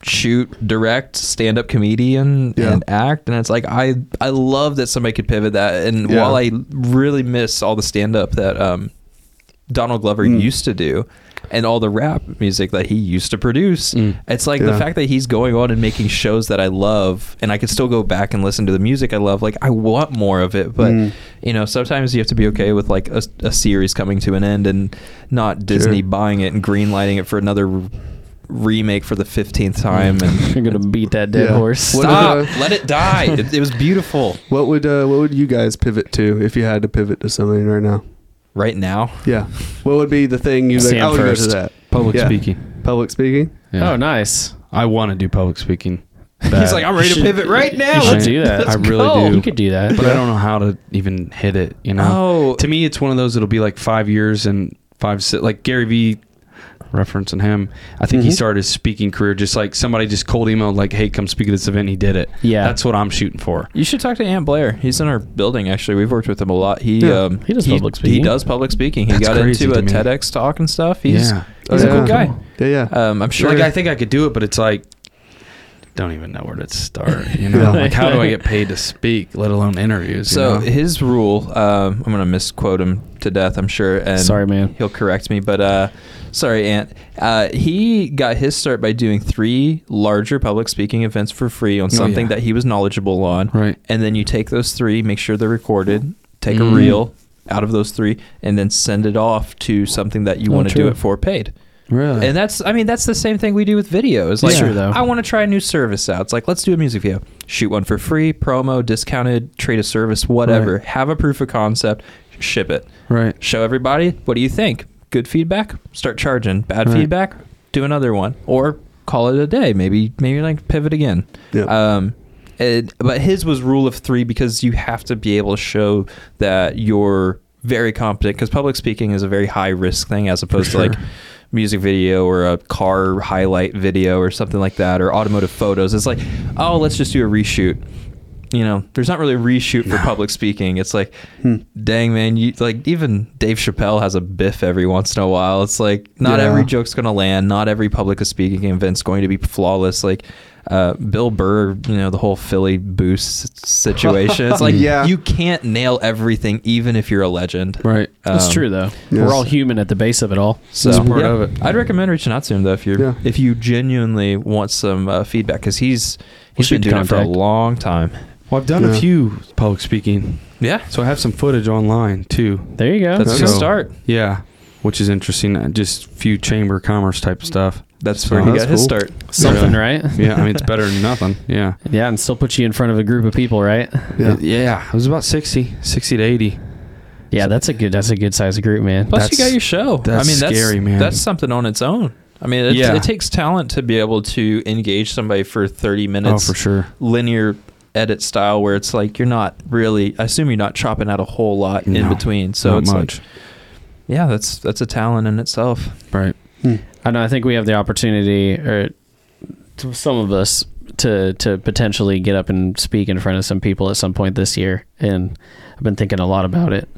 [SPEAKER 3] shoot, direct, stand up comedian,
[SPEAKER 2] Yeah.
[SPEAKER 3] and act. And it's like I I love that somebody could pivot that. And
[SPEAKER 2] Yeah.
[SPEAKER 3] while I really miss all the stand up that um, Donald Glover
[SPEAKER 2] Mm.
[SPEAKER 3] used to do. And all the rap music that he used to produce.
[SPEAKER 4] Mm.
[SPEAKER 3] It's like the
[SPEAKER 2] Yeah.
[SPEAKER 3] fact that he's going on and making shows that I love, and I can still go back and listen to the music I love. Like, I want more of it, but
[SPEAKER 2] Mm.
[SPEAKER 3] you know, sometimes you have to be okay with like a, a series coming to an end and not Disney
[SPEAKER 2] Sure.
[SPEAKER 3] buying it and greenlighting it for another r- remake for the 15th time. And
[SPEAKER 1] You're gonna beat that dead
[SPEAKER 2] Yeah.
[SPEAKER 1] horse.
[SPEAKER 2] What-
[SPEAKER 3] stop,
[SPEAKER 2] uh,
[SPEAKER 3] let it die. It, it was beautiful
[SPEAKER 2] What would uh, what would you guys pivot to if you had to pivot to something right now?
[SPEAKER 3] right now.
[SPEAKER 2] Yeah. What would be the thing you like?
[SPEAKER 1] Sam
[SPEAKER 2] I would
[SPEAKER 1] first.
[SPEAKER 2] go to that.
[SPEAKER 4] Public
[SPEAKER 2] Yeah.
[SPEAKER 4] speaking.
[SPEAKER 2] Public speaking.
[SPEAKER 4] Yeah.
[SPEAKER 1] Oh, nice.
[SPEAKER 4] I want to do public speaking.
[SPEAKER 3] He's
[SPEAKER 4] Bad.
[SPEAKER 3] like, I'm ready to
[SPEAKER 1] should-
[SPEAKER 3] pivot right now.
[SPEAKER 1] You should
[SPEAKER 3] Let's-
[SPEAKER 1] do that.
[SPEAKER 4] I
[SPEAKER 3] let's
[SPEAKER 4] really
[SPEAKER 3] go.
[SPEAKER 4] do.
[SPEAKER 1] You could do that.
[SPEAKER 4] but I don't know how to even hit it. You know,
[SPEAKER 3] No.
[SPEAKER 4] to me, it's one of those. It'll be like five years and five, si- like Gary Vee, referencing him. I think he
[SPEAKER 2] Mhm.
[SPEAKER 4] started his speaking career just like somebody just cold emailed, like, "Hey, come speak at this event." He did it.
[SPEAKER 1] Yeah.
[SPEAKER 4] that's what I'm shooting for.
[SPEAKER 3] You should talk to Ant Blair. He's in our building actually. We've worked with him a lot. He
[SPEAKER 2] Yeah.
[SPEAKER 3] um,
[SPEAKER 1] He does public
[SPEAKER 3] He
[SPEAKER 1] speaking.
[SPEAKER 3] does public speaking. He
[SPEAKER 4] That's
[SPEAKER 3] got
[SPEAKER 4] crazy
[SPEAKER 3] into a
[SPEAKER 4] to me.
[SPEAKER 3] TEDx talk and stuff. He's
[SPEAKER 4] Yeah.
[SPEAKER 3] he's
[SPEAKER 2] Oh,
[SPEAKER 3] a cool
[SPEAKER 2] yeah.
[SPEAKER 3] guy.
[SPEAKER 2] Yeah, yeah.
[SPEAKER 3] Um, I'm sure.
[SPEAKER 4] Like I think I could do it, but it's like don't even know where to start. You know,
[SPEAKER 2] Yeah.
[SPEAKER 4] like how do I get paid to speak, let alone interviews? you
[SPEAKER 3] So
[SPEAKER 4] know?
[SPEAKER 3] his rule, um, I'm gonna misquote him to death, I'm sure. And
[SPEAKER 1] Sorry, man.
[SPEAKER 3] He'll correct me, but uh, sorry, Ant. Uh, he got his start by doing three larger public speaking events for free on
[SPEAKER 4] Oh,
[SPEAKER 3] something
[SPEAKER 4] yeah.
[SPEAKER 3] that he was knowledgeable on.
[SPEAKER 4] Right.
[SPEAKER 3] And then you take those three, make sure they're recorded, take
[SPEAKER 4] Mm.
[SPEAKER 3] a reel out of those three, and then send it off to something that you
[SPEAKER 1] Oh,
[SPEAKER 3] want to do
[SPEAKER 1] true.
[SPEAKER 3] it for paid.
[SPEAKER 4] really,
[SPEAKER 3] And that's, I mean, that's the same thing we do with videos. Like,
[SPEAKER 1] Sure, though.
[SPEAKER 3] I want to try a new service out. It's like, let's do a music video, shoot one for free, promo, discounted, trade a service, whatever.
[SPEAKER 4] Right.
[SPEAKER 3] Have a proof of concept, ship it,
[SPEAKER 4] right.
[SPEAKER 3] show everybody. What do you think? Good feedback, start charging. Bad
[SPEAKER 4] Right.
[SPEAKER 3] feedback, do another one, or call it a day. Maybe, maybe like pivot again.
[SPEAKER 2] Yep.
[SPEAKER 3] Um, it, but his was rule of three because you have to be able to show that you're very competent because public speaking is a very high risk thing as opposed
[SPEAKER 4] sure.
[SPEAKER 3] to like music video or a car highlight video or something like that or automotive photos. It's like, oh, let's just do a reshoot. You know, there's not really a reshoot for public speaking. It's like,
[SPEAKER 2] Hmm.
[SPEAKER 3] dang man, you like even Dave Chappelle has a biff every once in a while. It's like not
[SPEAKER 2] Yeah.
[SPEAKER 3] every joke joke's going to land. Not every public speaking event's going to be flawless. Like uh, Bill Burr, you know, the whole Philly boost situation. It's like
[SPEAKER 2] Yeah.
[SPEAKER 3] you can't nail everything, even if you're a legend.
[SPEAKER 4] Right.
[SPEAKER 1] That's
[SPEAKER 3] Um,
[SPEAKER 1] true though.
[SPEAKER 2] yes.
[SPEAKER 1] We're all human at the base of it all.
[SPEAKER 3] So
[SPEAKER 4] That's part
[SPEAKER 3] yeah.
[SPEAKER 4] of it.
[SPEAKER 3] I'd recommend reaching out to him though if you
[SPEAKER 2] Yeah.
[SPEAKER 3] are if you genuinely want some uh, feedback because he's he's
[SPEAKER 1] should
[SPEAKER 3] been doing it for
[SPEAKER 1] contact.
[SPEAKER 3] a long time.
[SPEAKER 4] Well, I've done a
[SPEAKER 2] Yeah.
[SPEAKER 4] few public speaking,
[SPEAKER 3] Yeah,
[SPEAKER 4] so I have some footage online too.
[SPEAKER 1] There you go.
[SPEAKER 3] that's a
[SPEAKER 2] Okay.
[SPEAKER 3] good
[SPEAKER 4] So-
[SPEAKER 3] start.
[SPEAKER 4] Yeah. which is interesting. uh, Just few chamber commerce type stuff.
[SPEAKER 3] That's
[SPEAKER 4] So-
[SPEAKER 3] where he
[SPEAKER 2] That's
[SPEAKER 3] got his
[SPEAKER 2] cool.
[SPEAKER 3] start.
[SPEAKER 1] Something, right?
[SPEAKER 4] Yeah, I mean it's better than nothing. Yeah.
[SPEAKER 1] Yeah, and still put you in front of a group of people, right?
[SPEAKER 2] Yeah.
[SPEAKER 4] Uh, yeah, it was about 60, 60 to 80.
[SPEAKER 1] Yeah, that's a good that's a good size group, man.
[SPEAKER 4] But-
[SPEAKER 1] But
[SPEAKER 4] Plus, you got your
[SPEAKER 3] show.
[SPEAKER 4] that's
[SPEAKER 3] I mean, that's,
[SPEAKER 4] scary, man.
[SPEAKER 3] That's something on its own. I mean, it,
[SPEAKER 4] Yeah.
[SPEAKER 3] it takes talent to be able to engage somebody for 30
[SPEAKER 4] Oh,
[SPEAKER 3] minutes
[SPEAKER 4] for sure.
[SPEAKER 3] linear edit style where it's like you're not really I assume you're not chopping out a whole lot in
[SPEAKER 4] No,
[SPEAKER 3] between. So
[SPEAKER 4] Not
[SPEAKER 3] it's
[SPEAKER 4] much.
[SPEAKER 3] like yeah, that's that's a talent in itself.
[SPEAKER 4] right.
[SPEAKER 1] I know I think we have the opportunity or to some of us to to potentially get up and speak in front of some people at some point this year and I've been thinking a lot about it.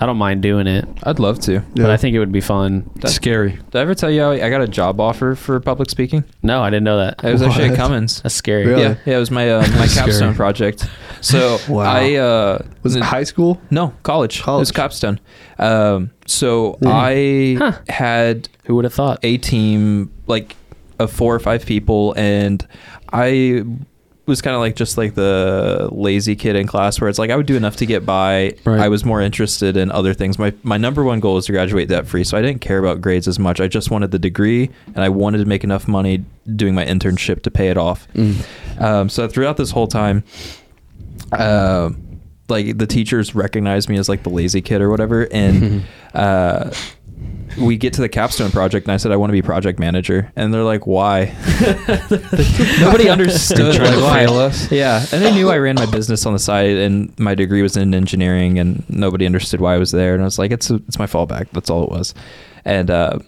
[SPEAKER 1] I don't mind doing it,
[SPEAKER 3] I'd love to.
[SPEAKER 1] but I think it would be fun.
[SPEAKER 3] That's-
[SPEAKER 4] scary.
[SPEAKER 3] Did I ever tell you how I got a job offer for public speaking?
[SPEAKER 1] No, I didn't know that.
[SPEAKER 3] It was actually at
[SPEAKER 2] What?
[SPEAKER 3] Cummins.
[SPEAKER 1] That's scary.
[SPEAKER 2] Really?
[SPEAKER 3] Yeah, yeah, it was my uh, my
[SPEAKER 4] Scary.
[SPEAKER 3] capstone project. So
[SPEAKER 2] Wow.
[SPEAKER 3] I uh,
[SPEAKER 2] was it
[SPEAKER 3] n-
[SPEAKER 2] high school?
[SPEAKER 3] No, college. It was
[SPEAKER 2] College.
[SPEAKER 3] capstone. Um, so I
[SPEAKER 1] Huh.
[SPEAKER 3] had
[SPEAKER 1] Who would have thought?
[SPEAKER 3] a team like of four or five people and i was kind of like just like the lazy kid in class where it's like i would do enough to get by
[SPEAKER 4] Right.
[SPEAKER 3] i was more interested in other things my my number one goal was to graduate debt free so i didn't care about grades as much i just wanted the degree and i wanted to make enough money doing my internship to pay it off um, so throughout this whole time um, like the teachers recognized me as like the lazy kid or whatever and uh, we get to the capstone project and i said i want to be project manager and they're like why nobody understood
[SPEAKER 4] They're trying
[SPEAKER 3] like,
[SPEAKER 4] to
[SPEAKER 3] why.
[SPEAKER 4] fail us.
[SPEAKER 3] yeah and they knew i ran my business on the side and my degree was in engineering and nobody understood why i was there and i was like it's it's my fallback that's all it was and uh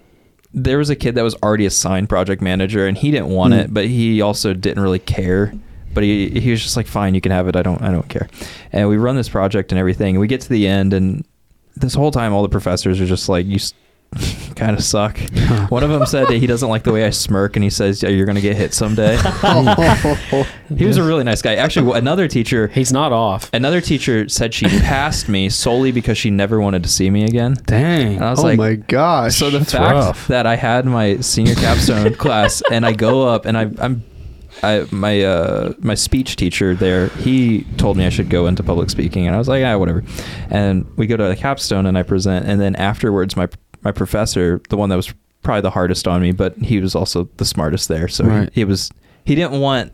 [SPEAKER 3] there was a kid that was already assigned project manager and he didn't want it but he also didn't really care but he, he was just like fine you can have it i don't i don't care and we run this project and everything and we get to the end and this whole time all the professors are just like you kind of suck one of them said that he doesn't like the way i smirk and he says yeah, you're gonna get hit someday he was a really nice guy actually another teacher
[SPEAKER 1] He's not off.
[SPEAKER 3] another teacher said she passed me solely because she never wanted to see me again
[SPEAKER 4] Dang.
[SPEAKER 3] and i was
[SPEAKER 2] oh
[SPEAKER 3] like
[SPEAKER 2] my gosh!
[SPEAKER 3] so the
[SPEAKER 4] That's
[SPEAKER 3] fact
[SPEAKER 4] rough.
[SPEAKER 3] that I had my senior capstone class and I go up and I, I'm, I my uh my speech teacher there he told me I should go into public speaking and I was like ah whatever, and we go to the capstone and I present and then afterwards my my professor the one that was probably the hardest on me but he was also the smartest there so
[SPEAKER 4] Right.
[SPEAKER 3] he, he was he didn't want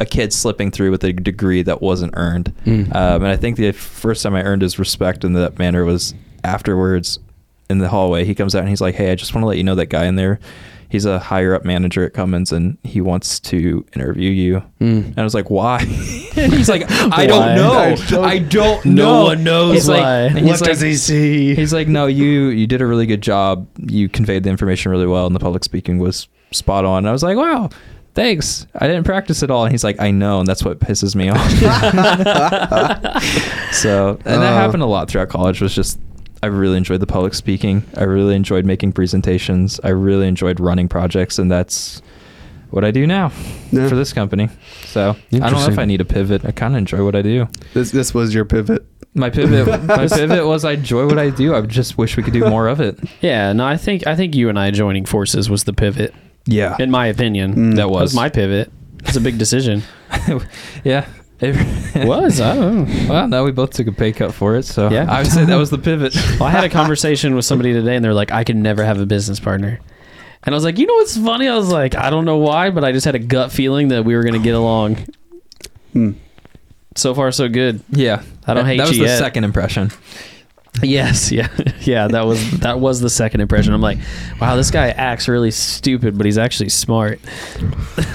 [SPEAKER 3] a kid slipping through with a degree that wasn't earned.
[SPEAKER 4] Mm.
[SPEAKER 3] Um, and I think the first time I earned his respect in that manner was afterwards in the hallway. He comes out and he's like, Hey, I just want to let you know that guy in there, he's a higher up manager at Cummins and he wants to interview you.
[SPEAKER 4] Mm.
[SPEAKER 3] And I was like, Why? and he's like, I
[SPEAKER 1] Why?
[SPEAKER 3] don't
[SPEAKER 2] I
[SPEAKER 3] know.
[SPEAKER 2] don't-
[SPEAKER 3] I don't
[SPEAKER 1] No
[SPEAKER 3] know.
[SPEAKER 1] one knows
[SPEAKER 3] He's
[SPEAKER 1] why.
[SPEAKER 3] Like, and
[SPEAKER 2] what
[SPEAKER 3] he's
[SPEAKER 2] does
[SPEAKER 3] like,
[SPEAKER 2] he see?
[SPEAKER 3] He's like, no, you you did a really good job. You conveyed the information really well, and the public speaking was spot on. And I was like, wow, thanks. I didn't practice at all. And he's like, I know, and that's what pisses me off. so, and that
[SPEAKER 2] Uh.
[SPEAKER 3] happened a lot throughout college. Was just I really enjoyed the public speaking. I really enjoyed making presentations. I really enjoyed running projects, and that's what I do now
[SPEAKER 2] Yeah.
[SPEAKER 3] for this company. So I don't know if
[SPEAKER 4] Interesting.
[SPEAKER 3] I need a pivot. I kind of enjoy what I do.
[SPEAKER 2] this this was your pivot.
[SPEAKER 3] My pivot, my pivot was I enjoy what I do. I just wish we could do more of it.
[SPEAKER 1] Yeah, no, I think I think you and I joining forces was the pivot,
[SPEAKER 3] Yeah,
[SPEAKER 1] in my opinion.
[SPEAKER 2] Mm.
[SPEAKER 3] that
[SPEAKER 1] That was
[SPEAKER 3] was
[SPEAKER 1] my pivot. It's a big decision.
[SPEAKER 3] yeah. It-
[SPEAKER 1] was I don't know.
[SPEAKER 3] well, now we both took a pay cut for it, so
[SPEAKER 1] Yeah.
[SPEAKER 3] I would say that was the pivot.
[SPEAKER 1] Well, I had a conversation with somebody today, and they're like, "I can never have a business partner." And I was like, "You know what's funny?" I was like, "I don't know why, but I just had a gut feeling that we were going to get along."
[SPEAKER 2] Hmm.
[SPEAKER 1] So far, so good.
[SPEAKER 3] Yeah,
[SPEAKER 1] I don't
[SPEAKER 3] that,
[SPEAKER 1] hate E
[SPEAKER 3] That was
[SPEAKER 1] you
[SPEAKER 3] the
[SPEAKER 1] yet.
[SPEAKER 3] second impression.
[SPEAKER 1] Yes, yeah, yeah. That was that was the second impression. I'm like, wow, this guy acts really stupid, but he's actually smart.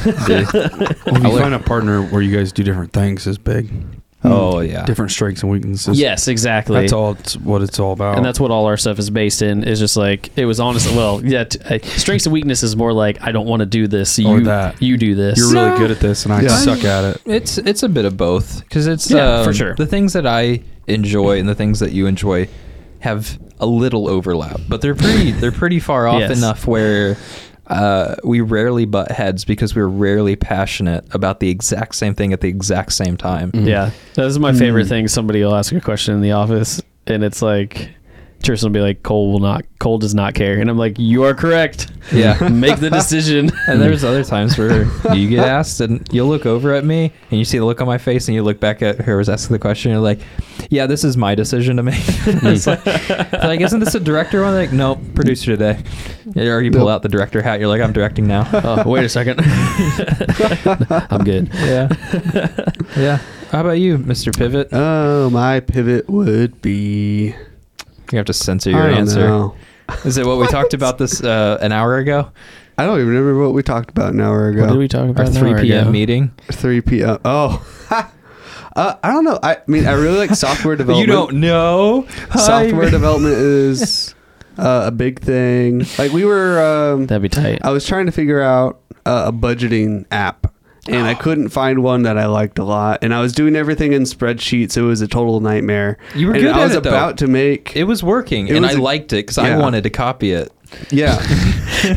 [SPEAKER 4] When you find a partner where you guys do different things is big.
[SPEAKER 3] Oh yeah,
[SPEAKER 4] Different strengths and weaknesses.
[SPEAKER 1] yes, exactly.
[SPEAKER 4] That's all. It's what it's all about.
[SPEAKER 1] and that's what all our stuff is based in. Is just like it was honestly. Well, yeah. T- uh, strengths and weaknesses is more like I don't want to do this. You
[SPEAKER 4] Or that.
[SPEAKER 1] you do this.
[SPEAKER 4] You're really good at this, and I
[SPEAKER 2] Yeah.
[SPEAKER 4] suck at it.
[SPEAKER 3] it's it's a bit of both because it's
[SPEAKER 1] Yeah, for
[SPEAKER 3] um,
[SPEAKER 1] sure.
[SPEAKER 3] the things that I enjoy and the things that you enjoy have a little overlap, but they're pretty they're pretty far off
[SPEAKER 1] Yes.
[SPEAKER 3] enough where uh, we rarely butt heads because we're rarely passionate about the exact same thing at the exact same time.
[SPEAKER 1] Mm-hmm.
[SPEAKER 4] Mm.
[SPEAKER 1] Yeah, that is my favorite thing. Somebody will ask a question in the office, and it's like, Tristan will be like, Cole will not, Cole does not care. And I'm like, you are correct.
[SPEAKER 3] Yeah.
[SPEAKER 1] Make the decision.
[SPEAKER 3] And there's other times where you get asked and you'll look over at me and you see the look on my face and you look back at whoever's asking the question and you're like, yeah, this is my decision to make.
[SPEAKER 1] Mm.
[SPEAKER 3] it's like, it's like, isn't this a director one? Like, nope, producer today. Or you pull
[SPEAKER 2] Nope.
[SPEAKER 3] out the director hat. You're like, I'm directing now.
[SPEAKER 1] oh, wait a second. I'm good.
[SPEAKER 3] yeah. Yeah. How about you, Mr. Pivot?
[SPEAKER 2] Oh, my pivot would be.
[SPEAKER 3] You have to censor
[SPEAKER 2] I
[SPEAKER 3] your
[SPEAKER 2] don't
[SPEAKER 3] answer.
[SPEAKER 2] know.
[SPEAKER 3] Is it what we talked about this uh, an hour ago?
[SPEAKER 2] I don't even remember what we talked about an hour ago.
[SPEAKER 1] What did we talk about? uh,
[SPEAKER 3] Our
[SPEAKER 1] an
[SPEAKER 3] 3
[SPEAKER 1] hour
[SPEAKER 3] p.m.
[SPEAKER 1] ago?
[SPEAKER 3] meeting?
[SPEAKER 2] 3 p.m. uh, Oh, uh, I don't know. I mean, I really like software
[SPEAKER 3] You
[SPEAKER 2] development.
[SPEAKER 3] don't know?
[SPEAKER 2] Software
[SPEAKER 3] Hi.
[SPEAKER 2] development is uh, a big thing. Like we were, um,
[SPEAKER 1] That'd be tight.
[SPEAKER 2] I was trying to figure out uh, a budgeting app, and I couldn't find one that I liked a lot. And I was doing everything in spreadsheets. It was a total nightmare.
[SPEAKER 3] You were
[SPEAKER 2] and
[SPEAKER 3] good
[SPEAKER 2] I
[SPEAKER 3] at
[SPEAKER 2] was
[SPEAKER 3] it, though.
[SPEAKER 2] about to make.
[SPEAKER 3] It was working,
[SPEAKER 2] It
[SPEAKER 3] and
[SPEAKER 2] was
[SPEAKER 3] I
[SPEAKER 2] a-
[SPEAKER 3] liked it because I
[SPEAKER 2] yeah.
[SPEAKER 3] wanted to copy it.
[SPEAKER 2] yeah,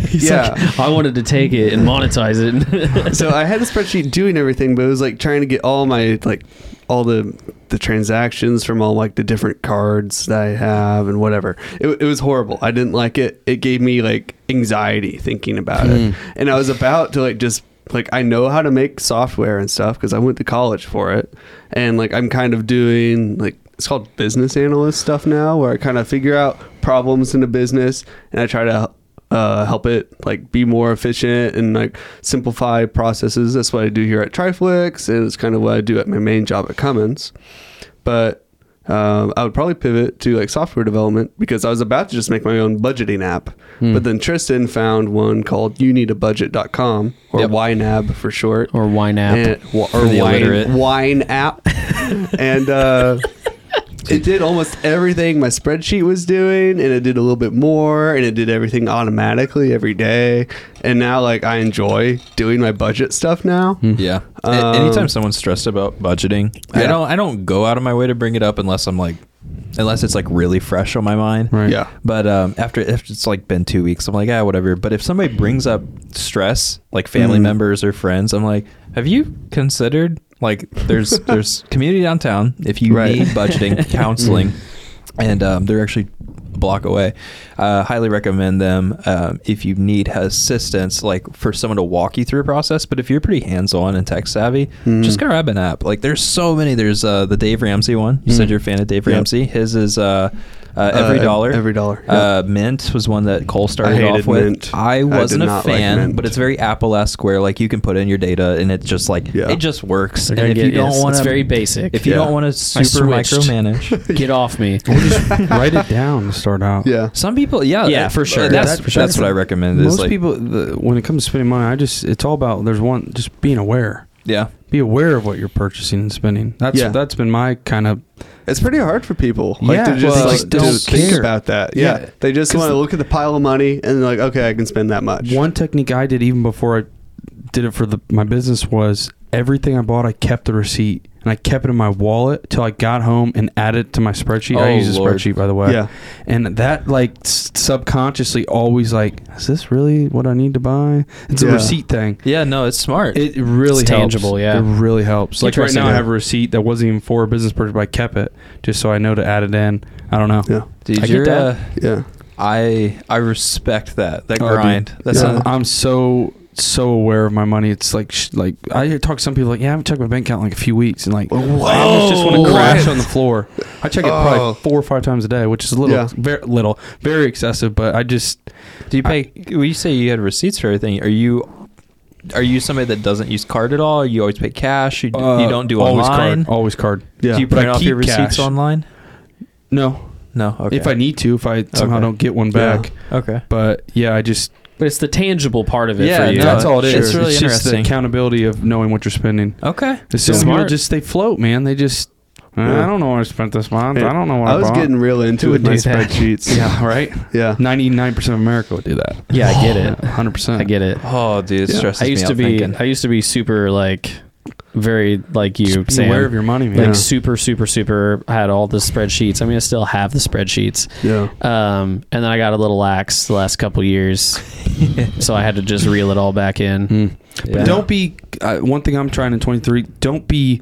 [SPEAKER 1] He's
[SPEAKER 2] yeah.
[SPEAKER 1] like, I wanted to take it and monetize it.
[SPEAKER 2] so I had the spreadsheet doing everything, but it was like trying to get all my like all the the transactions from all like the different cards that I have and whatever. It, it was horrible. I didn't like it. It gave me like anxiety thinking about it, and I was about to like just like I know how to make software and stuff because I went to college for it, and like I'm kind of doing like it's called business analyst stuff now, where I kind of figure out problems in a business and I try to uh, help it like be more efficient and like simplify processes. That's what I do here at Triflix, and it's kind of what I do at my main job at Cummins. But um, I would probably pivot to like software development because I was about to just make my own budgeting app, but then Tristan found one called you need a budget.com or
[SPEAKER 3] Yep.
[SPEAKER 2] YNAB for short
[SPEAKER 1] or why now?
[SPEAKER 2] and, w-
[SPEAKER 3] For
[SPEAKER 2] or
[SPEAKER 3] the illiterate.
[SPEAKER 2] wine, wine app and uh it did almost everything my spreadsheet was doing and it did a little bit more and it did everything automatically every day and now like i enjoy doing my budget stuff now
[SPEAKER 4] Mm-hmm.
[SPEAKER 3] Yeah.
[SPEAKER 2] Um,
[SPEAKER 3] anytime someone's stressed about budgeting, I
[SPEAKER 2] Yeah.
[SPEAKER 3] don't. I don't go out of my way to bring it up unless I'm like, unless it's like really fresh on my mind.
[SPEAKER 4] Right.
[SPEAKER 2] yeah
[SPEAKER 3] But um, after if it's like been two weeks, I'm like, ah, whatever. But if somebody brings up stress, like family
[SPEAKER 2] Mhm.
[SPEAKER 3] members or friends, I'm like, have you considered like there's there's community downtown if you
[SPEAKER 2] Right. Mm-hmm.
[SPEAKER 3] need budgeting counseling, and um, they're actually a block away. Uh, highly recommend them um, if you need assistance, like for someone to walk you through a process. But if you're pretty hands on and tech savvy,
[SPEAKER 2] Mm-hmm.
[SPEAKER 3] just grab an app. Like there's so many. There's uh, the Dave Ramsey one. You said you're a fan of Dave
[SPEAKER 2] Mm-hmm. Yep.
[SPEAKER 3] Ramsey. His is. Uh, uh,
[SPEAKER 2] Uh,
[SPEAKER 3] every
[SPEAKER 2] ev-
[SPEAKER 3] dollar.
[SPEAKER 2] every dollar, yeah.
[SPEAKER 3] Uh, Mint was one that Cole started
[SPEAKER 2] hated
[SPEAKER 3] off with.
[SPEAKER 2] Mint. I
[SPEAKER 3] I
[SPEAKER 2] did
[SPEAKER 3] wasn't a
[SPEAKER 2] not like
[SPEAKER 3] fan,
[SPEAKER 2] Mint.
[SPEAKER 3] but it's very Apple-esque, where like you can put in your data and it just like
[SPEAKER 2] Yeah.
[SPEAKER 3] it just works.
[SPEAKER 1] Like,
[SPEAKER 3] and
[SPEAKER 1] I
[SPEAKER 3] if
[SPEAKER 1] get-
[SPEAKER 3] you don't
[SPEAKER 1] yes,
[SPEAKER 3] want
[SPEAKER 1] it's
[SPEAKER 3] to,
[SPEAKER 1] very basic.
[SPEAKER 3] if you
[SPEAKER 2] Yeah.
[SPEAKER 3] don't want to super
[SPEAKER 1] switched.
[SPEAKER 3] micromanage,
[SPEAKER 1] Get off me.
[SPEAKER 4] Write it down to start out.
[SPEAKER 2] yeah
[SPEAKER 3] some people, yeah,
[SPEAKER 1] Yeah,
[SPEAKER 3] that-
[SPEAKER 1] for sure.
[SPEAKER 3] That's
[SPEAKER 1] That's for sure.
[SPEAKER 3] that's what I recommend. Is
[SPEAKER 4] Most
[SPEAKER 3] like,
[SPEAKER 4] people, the, when it comes to spending money, I just it's all about there's one just being aware.
[SPEAKER 3] yeah,
[SPEAKER 4] Be aware of what you're purchasing and spending. That's
[SPEAKER 2] Yeah.
[SPEAKER 4] that's been my kind of
[SPEAKER 2] it's pretty hard for people like
[SPEAKER 4] Yeah,
[SPEAKER 2] to just,
[SPEAKER 4] well,
[SPEAKER 2] like,
[SPEAKER 4] they just don't
[SPEAKER 2] to think
[SPEAKER 4] care.
[SPEAKER 2] about that yeah,
[SPEAKER 4] Yeah.
[SPEAKER 2] they just
[SPEAKER 4] 'Cause
[SPEAKER 2] want to
[SPEAKER 4] the-
[SPEAKER 2] look at the pile of money and they're like okay i can spend that much
[SPEAKER 4] One technique I did even before I did it for the my business was everything I bought, I kept the receipt and I kept it in my wallet till I got home and added it to my spreadsheet. I
[SPEAKER 3] Oh,
[SPEAKER 4] use
[SPEAKER 3] Lord.
[SPEAKER 4] a spreadsheet, by the way.
[SPEAKER 2] yeah
[SPEAKER 4] And that like s- subconsciously always like, is this really what I need to buy? It's
[SPEAKER 2] Yeah.
[SPEAKER 4] a receipt thing.
[SPEAKER 3] yeah. No, it's smart.
[SPEAKER 4] It really
[SPEAKER 1] It's
[SPEAKER 4] helps.
[SPEAKER 1] tangible, yeah.
[SPEAKER 4] It really helps. Like right
[SPEAKER 1] Interesting,
[SPEAKER 4] now, I
[SPEAKER 1] yeah.
[SPEAKER 4] have a receipt that wasn't even for a business purchase, but I kept it just so I know to add it in. I don't know.
[SPEAKER 2] yeah
[SPEAKER 3] Dude,
[SPEAKER 1] I get
[SPEAKER 3] you're,
[SPEAKER 1] that.
[SPEAKER 3] uh,
[SPEAKER 2] yeah
[SPEAKER 3] I I respect that that
[SPEAKER 4] Oh, dude.
[SPEAKER 3] grind. That's
[SPEAKER 2] Yeah.
[SPEAKER 3] a-
[SPEAKER 4] I'm, I'm so so aware of my money. It's like sh- like I hear- talk to some people like yeah, I haven't checked my bank account in like a few weeks, and like
[SPEAKER 2] Oh.
[SPEAKER 4] I almost just want to
[SPEAKER 2] Whoa.
[SPEAKER 1] Oh.
[SPEAKER 4] crash
[SPEAKER 2] What?
[SPEAKER 4] on the floor. I check it
[SPEAKER 2] Oh.
[SPEAKER 4] probably four or five times a day, which is a little
[SPEAKER 2] Yeah.
[SPEAKER 4] very little, very excessive. But I just
[SPEAKER 3] Do you pay? when you say you had receipts for everything, are you are you somebody that doesn't use card at all? You always pay cash. You,
[SPEAKER 4] uh,
[SPEAKER 3] you don't do
[SPEAKER 4] always
[SPEAKER 3] online.
[SPEAKER 4] card, always card.
[SPEAKER 2] yeah
[SPEAKER 3] Do you
[SPEAKER 4] but I
[SPEAKER 3] print off your
[SPEAKER 4] keep
[SPEAKER 3] receipts
[SPEAKER 4] cash.
[SPEAKER 3] online?
[SPEAKER 4] No,
[SPEAKER 3] No. Okay.
[SPEAKER 4] if I need to, if I somehow
[SPEAKER 3] Okay.
[SPEAKER 4] don't get
[SPEAKER 2] Yeah.
[SPEAKER 4] one back,
[SPEAKER 3] okay.
[SPEAKER 4] but yeah, I just
[SPEAKER 1] But it's the tangible part of it
[SPEAKER 3] Yeah,
[SPEAKER 1] for you.
[SPEAKER 3] no,
[SPEAKER 4] that's all it is.
[SPEAKER 3] it's really
[SPEAKER 4] just the
[SPEAKER 3] interesting.
[SPEAKER 4] accountability of knowing what you're spending.
[SPEAKER 3] Okay.
[SPEAKER 4] So
[SPEAKER 1] Yeah.
[SPEAKER 4] people
[SPEAKER 1] Smart.
[SPEAKER 4] just they float, man. They just.
[SPEAKER 2] Yeah.
[SPEAKER 4] I don't know what I spent this month. I don't know what I,
[SPEAKER 2] i was
[SPEAKER 4] bought."
[SPEAKER 2] getting real into
[SPEAKER 1] Who
[SPEAKER 2] with
[SPEAKER 1] would
[SPEAKER 2] my
[SPEAKER 1] do that?
[SPEAKER 2] spreadsheets
[SPEAKER 4] Yeah, right.
[SPEAKER 2] yeah
[SPEAKER 4] Ninety-nine percent of America would do that.
[SPEAKER 1] Yeah, I get it.
[SPEAKER 4] Hundred percent.
[SPEAKER 1] I get it.
[SPEAKER 3] Oh, dude, it
[SPEAKER 2] Yeah.
[SPEAKER 3] stresses
[SPEAKER 1] I used
[SPEAKER 3] me
[SPEAKER 1] to
[SPEAKER 3] out
[SPEAKER 1] be
[SPEAKER 3] thinking.
[SPEAKER 1] I used to be super like very like you
[SPEAKER 4] Just be
[SPEAKER 1] Sam.
[SPEAKER 4] aware of your money, man.
[SPEAKER 1] like
[SPEAKER 2] Yeah.
[SPEAKER 1] super super super I had all the spreadsheets. I mean I still have the spreadsheets.
[SPEAKER 2] yeah
[SPEAKER 1] Um and then I got a little lax the last couple years. so I had to just reel it all back in.
[SPEAKER 4] Mm. But
[SPEAKER 3] Yeah.
[SPEAKER 4] don't be. Uh, one thing I'm trying in 23. Don't be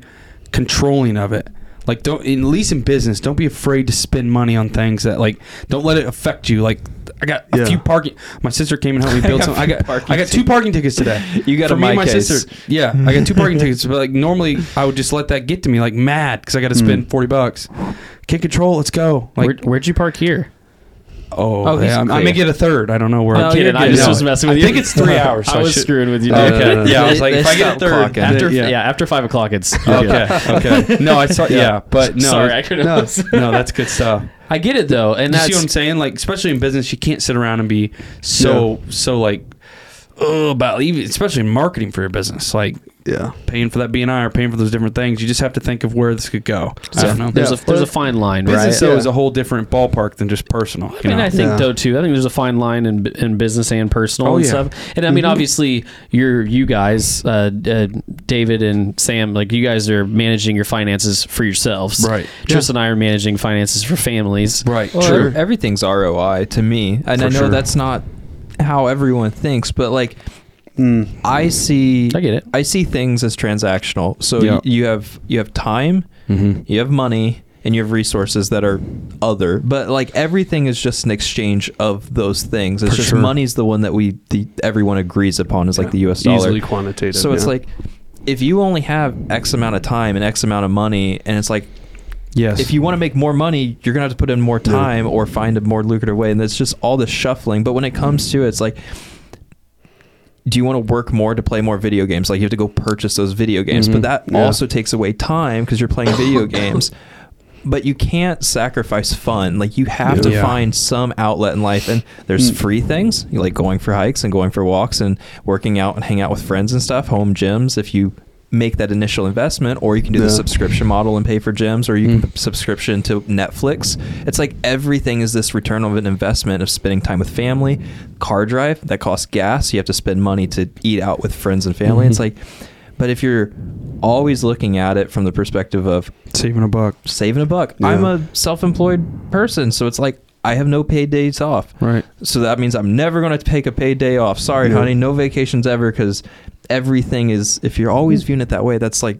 [SPEAKER 4] controlling of it. Like don't in at least in business, don't be afraid to spend money on things that like don't let it affect you. Like I got a
[SPEAKER 2] Yeah.
[SPEAKER 4] few parking. My sister came and helped me build
[SPEAKER 3] got
[SPEAKER 4] some.
[SPEAKER 3] a
[SPEAKER 4] I
[SPEAKER 3] few
[SPEAKER 4] got
[SPEAKER 3] parking
[SPEAKER 4] I got two parking tickets today.
[SPEAKER 3] You got
[SPEAKER 4] For
[SPEAKER 3] a
[SPEAKER 4] me and
[SPEAKER 3] my
[SPEAKER 4] my
[SPEAKER 3] case.
[SPEAKER 4] sister. Yeah, I got two parking tickets. But like normally, I would just let that get to me like mad because I got to
[SPEAKER 3] Hmm.
[SPEAKER 4] spend forty bucks. Can't control. Let's go. Like
[SPEAKER 5] Where, where'd you park here?
[SPEAKER 4] oh,
[SPEAKER 5] Oh, he's
[SPEAKER 4] yeah, I'm- I
[SPEAKER 5] okay.
[SPEAKER 4] may get a third. I don't know where.
[SPEAKER 5] No,
[SPEAKER 4] I'm
[SPEAKER 5] you're
[SPEAKER 4] kidding.
[SPEAKER 5] good.
[SPEAKER 1] Oh, I just
[SPEAKER 5] No,
[SPEAKER 1] was messing with
[SPEAKER 4] I
[SPEAKER 1] you.
[SPEAKER 4] think it's three hours. so
[SPEAKER 1] I was
[SPEAKER 4] should-
[SPEAKER 1] screwing with you.
[SPEAKER 2] Uh,
[SPEAKER 1] dude.
[SPEAKER 2] okay.
[SPEAKER 4] Yeah, I was like,
[SPEAKER 3] They
[SPEAKER 4] if I get a
[SPEAKER 3] stopped
[SPEAKER 4] third,
[SPEAKER 3] clocking.
[SPEAKER 1] After
[SPEAKER 2] Yeah.
[SPEAKER 1] yeah. after five o'clock, it's
[SPEAKER 4] Okay. Okay. No, I saw. Yeah, but no.
[SPEAKER 1] Sorry, I couldn't.
[SPEAKER 4] No, no, that's good stuff.
[SPEAKER 1] I get it though, and
[SPEAKER 4] And you see what
[SPEAKER 1] that's
[SPEAKER 4] I'm saying? Like, especially in business, you can't sit around and be so so like oh, about even especially in marketing for your business, like
[SPEAKER 2] Yeah.
[SPEAKER 4] paying for that BNI or paying for those different things. You just have to think of where this could go. I don't know.
[SPEAKER 1] there's
[SPEAKER 2] Yeah.
[SPEAKER 1] a there's a fine line, right?
[SPEAKER 4] business though
[SPEAKER 2] yeah.
[SPEAKER 4] is a whole different ballpark than just personal.
[SPEAKER 1] I
[SPEAKER 4] You
[SPEAKER 1] mean,
[SPEAKER 4] know?
[SPEAKER 1] I think
[SPEAKER 2] Yeah.
[SPEAKER 1] though too. I think there's a fine line in in business and personal
[SPEAKER 4] Oh,
[SPEAKER 1] and
[SPEAKER 4] yeah.
[SPEAKER 1] stuff. And I mean, obviously, you're you guys, uh, uh, David and Sam, like you guys are managing your finances for yourselves,
[SPEAKER 4] Right.
[SPEAKER 1] Tristan and I are managing finances for families,
[SPEAKER 4] right.
[SPEAKER 3] Well,
[SPEAKER 2] True.
[SPEAKER 3] ev- everything's ROI to me, and
[SPEAKER 4] For
[SPEAKER 3] I know
[SPEAKER 4] sure.
[SPEAKER 3] that's not how everyone thinks, but like
[SPEAKER 2] Mm.
[SPEAKER 3] I see,
[SPEAKER 1] I get it.
[SPEAKER 3] I see things as transactional. So
[SPEAKER 4] Yeah.
[SPEAKER 3] y- you have you have time,
[SPEAKER 4] Mhm.
[SPEAKER 3] you have money, and you have resources that are other. But like everything is just an exchange of those things. It's
[SPEAKER 4] For
[SPEAKER 3] just
[SPEAKER 4] sure.
[SPEAKER 3] money's the one that we the, everyone agrees upon is like the U.S. dollar.
[SPEAKER 2] Easily quantitative.
[SPEAKER 3] So it's
[SPEAKER 2] yeah.
[SPEAKER 3] like if you only have X amount of time and X amount of money, and it's like
[SPEAKER 4] Yes.
[SPEAKER 3] if you want to make more money, you're gonna have to put in more time or find a more lucrative way, and that's just all the shuffling. But when it comes to it, it's like, do you want to work more to play more video games? Like you have to go purchase those video games,
[SPEAKER 4] Mm-hmm.
[SPEAKER 3] but that
[SPEAKER 2] Yeah.
[SPEAKER 3] also takes away time because you're playing video games. But you can't sacrifice fun. Like you have to
[SPEAKER 4] Yeah. Mm.
[SPEAKER 3] find some outlet in life, and there's free things you like going for hikes and going for walks and working out and hang out with friends and stuff. Home gyms, if you make that initial investment, or you can do the
[SPEAKER 2] Yeah.
[SPEAKER 3] subscription model and pay for gyms, or you can
[SPEAKER 4] Mm.
[SPEAKER 3] p- subscription to Netflix. It's like everything is this return of an investment of spending time with family. Car drive that costs gas. You have to spend money to eat out with friends and family. It's
[SPEAKER 4] Mhm.
[SPEAKER 3] like, but if you're always looking at it from the perspective of
[SPEAKER 4] saving a buck.
[SPEAKER 3] saving a buck,
[SPEAKER 2] Yeah.
[SPEAKER 3] I'm a self-employed person, so it's like I have no paid days off.
[SPEAKER 4] Right.
[SPEAKER 3] So that means I'm never going to take a paid day off. Sorry,
[SPEAKER 2] No.
[SPEAKER 3] honey, no vacations ever because everything is. If you're
[SPEAKER 2] Mm.
[SPEAKER 3] always viewing it that way, that's like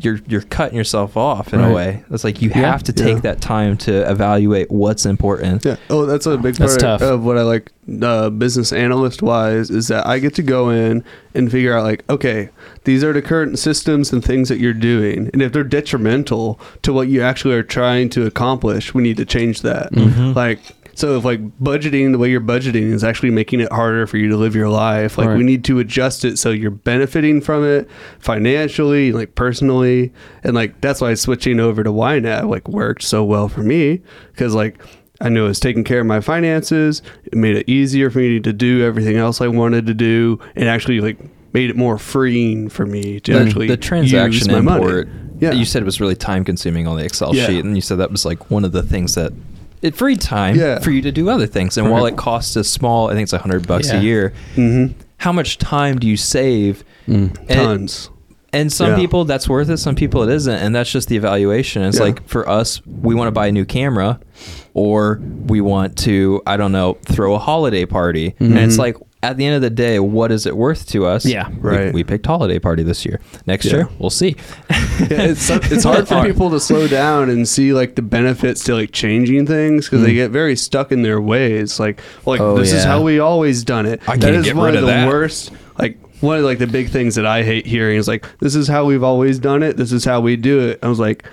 [SPEAKER 3] you're you're cutting yourself off in
[SPEAKER 4] Right.
[SPEAKER 3] a way. It's like you
[SPEAKER 1] Yeah.
[SPEAKER 3] have to take
[SPEAKER 2] Yeah.
[SPEAKER 3] that time to evaluate what's important.
[SPEAKER 2] Yeah. Oh, that's a big
[SPEAKER 1] That's
[SPEAKER 2] part
[SPEAKER 1] tough.
[SPEAKER 2] of what I like uh, business analyst wise is that I get to go in and figure out like, okay, these are the current systems and things that you're doing, and if they're detrimental to what you actually are trying to accomplish, we need to change that.
[SPEAKER 1] Mm-hmm.
[SPEAKER 2] Like. So if like budgeting, the way you're budgeting is actually making it harder for you to live your life. Like
[SPEAKER 4] Right.
[SPEAKER 2] we need to adjust it so you're benefiting from it financially, like personally, and like that's why switching over to YNAB like worked so well for me because like I knew it was taking care of my finances. It made it easier for me to do everything else I wanted to do, and actually like made it more freeing for me to
[SPEAKER 3] The,
[SPEAKER 2] actually
[SPEAKER 3] the transaction
[SPEAKER 2] use my money.
[SPEAKER 3] import.
[SPEAKER 2] Yeah.
[SPEAKER 3] You said it was really time consuming on the Excel
[SPEAKER 2] Yeah.
[SPEAKER 3] sheet, and you said that was like one of the things that it freed time
[SPEAKER 2] Yeah.
[SPEAKER 3] for you to do other things. And while it costs a small, I think it's a hundred bucks
[SPEAKER 1] Yeah.
[SPEAKER 3] a year.
[SPEAKER 2] Mm-hmm.
[SPEAKER 3] How much time do you save?
[SPEAKER 2] Mm.
[SPEAKER 3] And-
[SPEAKER 2] Tons.
[SPEAKER 3] And some
[SPEAKER 2] Yeah.
[SPEAKER 3] people that's worth it, some people it isn't, and that's just the evaluation. It's
[SPEAKER 2] Yeah.
[SPEAKER 3] like for us, we want to buy a new camera or we want to, I don't know, throw a holiday party. And
[SPEAKER 2] Mm-hmm.
[SPEAKER 3] it's like at the end of the day, what is it worth to us?
[SPEAKER 1] Yeah.
[SPEAKER 3] We-
[SPEAKER 2] Right.
[SPEAKER 3] We, picked holiday party this year. Next
[SPEAKER 2] Yeah.
[SPEAKER 3] year, we'll see.
[SPEAKER 2] yeah, it's it's hard for people to slow down and see like the benefits to like changing things because they get very stuck in their ways. Like like
[SPEAKER 3] Oh,
[SPEAKER 2] this is
[SPEAKER 3] yeah.
[SPEAKER 2] how we always done it.
[SPEAKER 3] I
[SPEAKER 2] That
[SPEAKER 3] can't
[SPEAKER 2] is
[SPEAKER 3] get
[SPEAKER 2] one
[SPEAKER 3] rid
[SPEAKER 2] of
[SPEAKER 3] of
[SPEAKER 2] the
[SPEAKER 3] that.
[SPEAKER 2] worst. Like one of like the big things that I hate hearing is like this is how we've always done it. This is how we do it. I was like,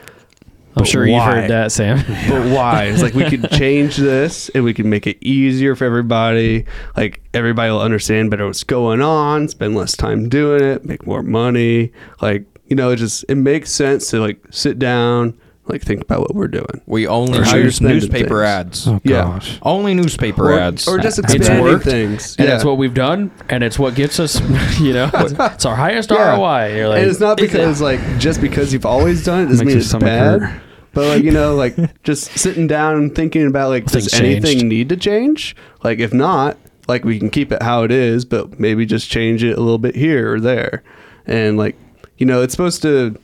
[SPEAKER 1] I'm
[SPEAKER 2] But
[SPEAKER 1] sure you've
[SPEAKER 2] why?
[SPEAKER 1] heard that, Sam.
[SPEAKER 2] but why? It's like we could change this and we can make it easier for everybody. Like everybody will understand better what's going on, spend less time doing it, make more money. Like, you know, it just it makes sense to like sit down, like think about what we're doing.
[SPEAKER 3] We only
[SPEAKER 2] Or how you're
[SPEAKER 3] use
[SPEAKER 2] spending
[SPEAKER 3] newspaper
[SPEAKER 2] things.
[SPEAKER 3] ads.
[SPEAKER 2] Yeah.
[SPEAKER 4] gosh.
[SPEAKER 3] Only newspaper
[SPEAKER 2] Or,
[SPEAKER 3] ads.
[SPEAKER 2] or just
[SPEAKER 1] It's
[SPEAKER 2] expanding
[SPEAKER 1] worked,
[SPEAKER 2] things.
[SPEAKER 1] And it's what we've done, and it's what gets us. You know, it's our highest
[SPEAKER 2] Yeah.
[SPEAKER 1] ROI. You're like,
[SPEAKER 2] and it's not because like just because you've always done it doesn't
[SPEAKER 4] Makes
[SPEAKER 2] mean
[SPEAKER 4] your
[SPEAKER 2] it's
[SPEAKER 4] stomach
[SPEAKER 2] bad.
[SPEAKER 4] hurt.
[SPEAKER 2] But like you know, like just sitting down and thinking about like does
[SPEAKER 1] Things changed.
[SPEAKER 2] anything need to change? Like if not, like we can keep it how it is, but maybe just change it a little bit here or there. And like you know, it's supposed to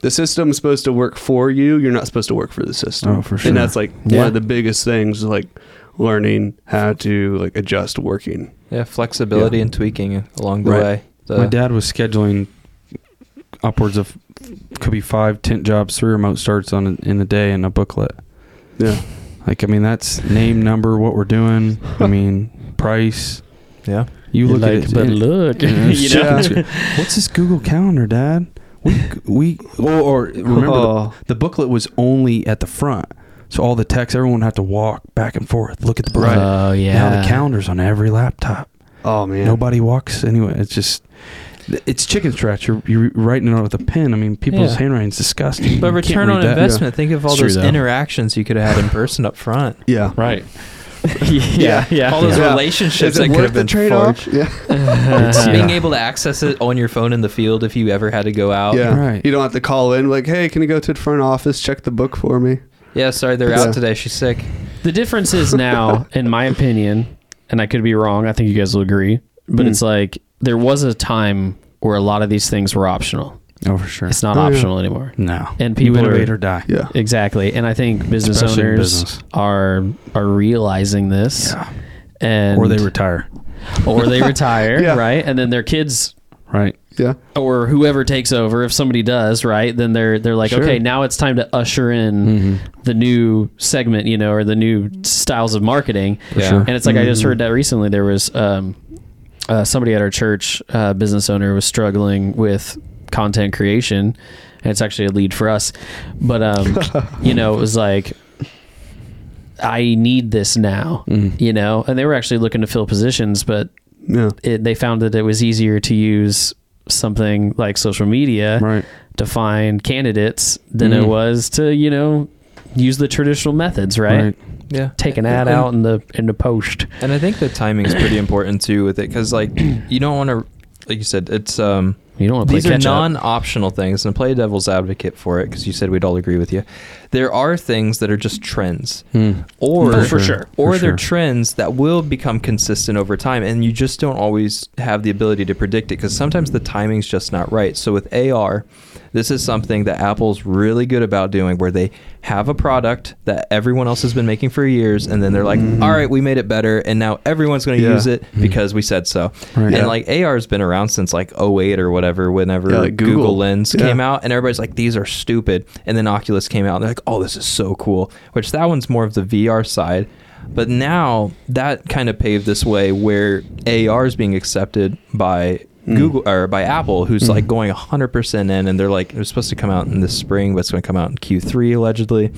[SPEAKER 2] the system's supposed to work for you. You're not supposed to work for the system.
[SPEAKER 4] Oh, for
[SPEAKER 2] And
[SPEAKER 4] sure.
[SPEAKER 2] that's like
[SPEAKER 1] Yeah.
[SPEAKER 2] one of the biggest things is like learning how to like adjust working.
[SPEAKER 3] yeah, flexibility and tweaking along the
[SPEAKER 2] Right.
[SPEAKER 3] way. The-
[SPEAKER 4] My dad was scheduling upwards of could be five tent jobs, three remote starts on a, in a day, and a booklet.
[SPEAKER 2] Yeah.
[SPEAKER 4] Like I mean, that's name, number, what we're doing. I mean, price.
[SPEAKER 3] Yeah.
[SPEAKER 4] You
[SPEAKER 1] You're
[SPEAKER 4] look
[SPEAKER 1] like,
[SPEAKER 4] at it.
[SPEAKER 1] but
[SPEAKER 4] and-
[SPEAKER 1] look,
[SPEAKER 4] and it's
[SPEAKER 1] you know?
[SPEAKER 4] fucking scr- What's this Google Calendar, Dad? We we or, or remember
[SPEAKER 2] Oh.
[SPEAKER 4] the, the booklet was only at the front, so all the text everyone had to walk back and forth, look at the booklet.
[SPEAKER 1] Oh yeah.
[SPEAKER 4] Now the calendar's on every laptop.
[SPEAKER 2] Oh man.
[SPEAKER 4] Nobody walks anyway. It's just it's chicken scratch. You're, you're writing it out with a pen. I mean, people's
[SPEAKER 1] Yeah.
[SPEAKER 4] handwriting's disgusting.
[SPEAKER 3] But
[SPEAKER 4] You can't
[SPEAKER 3] return
[SPEAKER 4] read
[SPEAKER 3] on
[SPEAKER 4] that.
[SPEAKER 3] investment, think of all
[SPEAKER 1] It's true,
[SPEAKER 3] those
[SPEAKER 1] though.
[SPEAKER 3] interactions you could have had in person up front.
[SPEAKER 2] Yeah.
[SPEAKER 1] Right. yeah, Uh-huh. yeah.
[SPEAKER 3] All those
[SPEAKER 2] Yeah.
[SPEAKER 3] relationships
[SPEAKER 2] Is it
[SPEAKER 3] that could
[SPEAKER 2] worth
[SPEAKER 3] have been
[SPEAKER 2] the trade-off?
[SPEAKER 3] forged.
[SPEAKER 2] Yeah.
[SPEAKER 3] It's
[SPEAKER 1] Yeah.
[SPEAKER 3] Being able to access it on your phone in the field if you ever had to go out.
[SPEAKER 2] Yeah.
[SPEAKER 4] Right.
[SPEAKER 2] You don't have to call in like, hey, can you go to the front office, check the book for me?
[SPEAKER 3] Yeah, sorry, they're
[SPEAKER 2] Yeah.
[SPEAKER 3] out today. She's sick.
[SPEAKER 1] The difference is now, in my opinion, and I could be wrong. I think you guys will agree, but
[SPEAKER 2] Hmm.
[SPEAKER 4] Mm.
[SPEAKER 1] it's like there was a time where a lot of these things were optional.
[SPEAKER 4] Oh, for sure.
[SPEAKER 1] It's not
[SPEAKER 2] Oh, yeah.
[SPEAKER 1] optional anymore.
[SPEAKER 4] No.
[SPEAKER 1] And
[SPEAKER 4] You
[SPEAKER 1] people are-
[SPEAKER 4] innovate or die.
[SPEAKER 2] Yeah.
[SPEAKER 1] Exactly, and I think business
[SPEAKER 4] Especially in
[SPEAKER 1] owners
[SPEAKER 4] business.
[SPEAKER 1] are are realizing this,
[SPEAKER 4] Yeah.
[SPEAKER 1] and
[SPEAKER 4] Or they retire.
[SPEAKER 1] or they retire,
[SPEAKER 2] Yeah.
[SPEAKER 1] right? And then their kids
[SPEAKER 4] Right.
[SPEAKER 2] Yeah.
[SPEAKER 1] or whoever takes over, if somebody does, right? Then they're they're like,
[SPEAKER 2] Sure.
[SPEAKER 1] okay, now it's time to usher in
[SPEAKER 4] Mm-hmm.
[SPEAKER 2] Mm-hmm.
[SPEAKER 1] the new segment, you know, or the new styles of marketing.
[SPEAKER 3] Yeah. sure.
[SPEAKER 1] And it's like I just heard that recently. There was um, uh, somebody at our church, uh, business owner, was struggling with content creation, and it's actually a lead for us. But um, you know, it was like. I need this now,
[SPEAKER 3] Mm.
[SPEAKER 1] you know, and they were actually looking to fill positions, but
[SPEAKER 2] Yeah.
[SPEAKER 1] it, they found that it was easier to use something like social media
[SPEAKER 4] Right.
[SPEAKER 1] to find candidates than
[SPEAKER 4] Mhm.
[SPEAKER 2] Mm.
[SPEAKER 1] it was to you know use the traditional methods right,
[SPEAKER 3] Yeah.
[SPEAKER 1] take an ad
[SPEAKER 3] And-
[SPEAKER 1] out in the in the post
[SPEAKER 3] And I think the timing's pretty important too with it because, like, you don't want to, like you said, it's um.
[SPEAKER 1] you don't want to play
[SPEAKER 3] These are
[SPEAKER 1] catch up.
[SPEAKER 3] non-optional things, and play devil's advocate for it because you said we'd all agree with you. There are things that are just trends,
[SPEAKER 4] Mm.
[SPEAKER 3] or
[SPEAKER 1] For For sure. sure.
[SPEAKER 3] or
[SPEAKER 4] For
[SPEAKER 3] they're
[SPEAKER 4] sure.
[SPEAKER 3] trends that will become consistent over time, and you just don't always have the ability to predict it because sometimes the timing's just not right. So with AR, this is something that Apple's really good about doing, where they have a product that everyone else has been making for years, and then they're like, "All right, we made it better, and now everyone's going to
[SPEAKER 2] Yeah.
[SPEAKER 3] use it because we said so."
[SPEAKER 4] Right.
[SPEAKER 3] And
[SPEAKER 2] Yeah.
[SPEAKER 3] like AR has been around since like 08 or whatever, whenever
[SPEAKER 2] Yeah, like
[SPEAKER 3] Google.
[SPEAKER 2] Google.
[SPEAKER 3] Lens
[SPEAKER 2] Yeah.
[SPEAKER 3] came out, and everybody's like, "These are stupid." And then Oculus came out, and they're like, "Oh, this is so cool." Which that one's more of the VR side, but now that kind of paved this way where AR is being accepted by
[SPEAKER 2] Mm.
[SPEAKER 3] Google or by Apple,
[SPEAKER 2] Mm-hmm.
[SPEAKER 3] who's like going 100% in, and they're like, "It was supposed to come out in the spring, but it's going to come out in Q3 allegedly."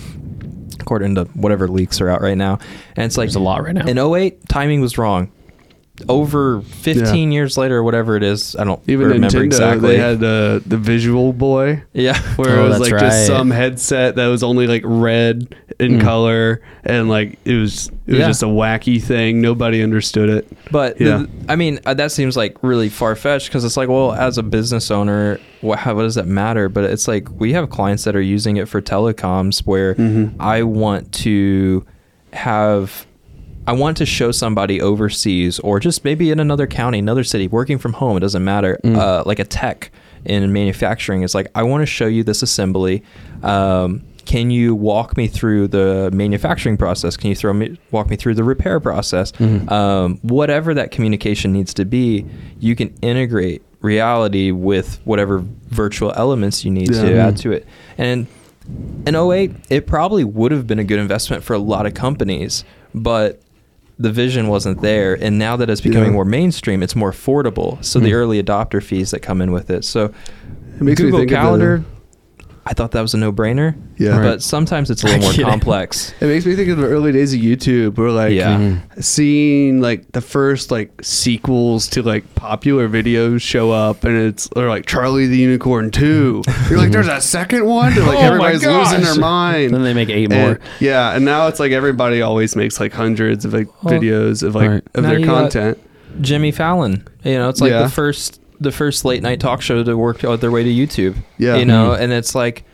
[SPEAKER 3] According to whatever leaks are out right now, and it's like
[SPEAKER 1] There's a lot right now.
[SPEAKER 3] In 08, timing was wrong. Over 15 years later, or whatever it is, I don't
[SPEAKER 2] Even
[SPEAKER 3] remember
[SPEAKER 2] Nintendo,
[SPEAKER 3] exactly.
[SPEAKER 2] they had uh, the Visual Boy,
[SPEAKER 3] yeah,
[SPEAKER 2] where
[SPEAKER 1] Oh,
[SPEAKER 2] it was
[SPEAKER 1] that's
[SPEAKER 2] like just
[SPEAKER 1] right.
[SPEAKER 2] some headset that was only like red in color, and like it was it was
[SPEAKER 3] Mm. Yeah.
[SPEAKER 2] just a wacky thing. Nobody understood it.
[SPEAKER 3] But
[SPEAKER 2] Yeah.
[SPEAKER 3] the, I mean, uh, that seems like really far fetched because it's like, well, as a business owner, what, how, what does that matter? But it's like we have clients that are using it for telecoms where I want to have. I want to show somebody overseas or just maybe in another county, another city, working from home, it doesn't matter, uh, like a tech in manufacturing. It's like, I want to show you this assembly. Um, can you walk me through the manufacturing process? Can you throw me walk me through the repair process? Um, whatever that communication needs to be, you can integrate reality with whatever virtual elements you need to
[SPEAKER 2] Yeah.
[SPEAKER 3] add to it. And in 08, it probably would have been a good investment for a lot of companies, but the vision wasn't there. And now that it's becoming
[SPEAKER 2] Yeah.
[SPEAKER 3] more mainstream, it's more affordable. So the early adopter fees that come in with it. So
[SPEAKER 2] It makes me
[SPEAKER 3] Google
[SPEAKER 2] think of the-
[SPEAKER 3] Calendar, I thought that was a no-brainer.
[SPEAKER 2] Yeah.
[SPEAKER 3] But sometimes it's a little more
[SPEAKER 1] Get it.
[SPEAKER 3] complex.
[SPEAKER 2] It makes me think of the early days of YouTube, where like
[SPEAKER 3] Yeah.
[SPEAKER 1] Mm-hmm.
[SPEAKER 2] seeing like the first like sequels to like popular videos show up, and it's or like Charlie the Unicorn Two. You're like, there's a second one. They're like
[SPEAKER 1] Mm-hmm. Oh my
[SPEAKER 2] everybody's losing their
[SPEAKER 1] gosh.
[SPEAKER 2] mind.
[SPEAKER 1] then they make eight more
[SPEAKER 2] And- yeah, and now it's like everybody always makes like hundreds of like
[SPEAKER 3] Well,
[SPEAKER 2] videos of like
[SPEAKER 4] right.
[SPEAKER 2] of
[SPEAKER 3] now
[SPEAKER 2] their
[SPEAKER 3] you got-
[SPEAKER 2] content.
[SPEAKER 3] Jimmy Fallon. You know, it's like
[SPEAKER 2] Yeah.
[SPEAKER 3] the first the first late night talk show to work out their way to YouTube.
[SPEAKER 2] Yeah.
[SPEAKER 3] You know, and it's like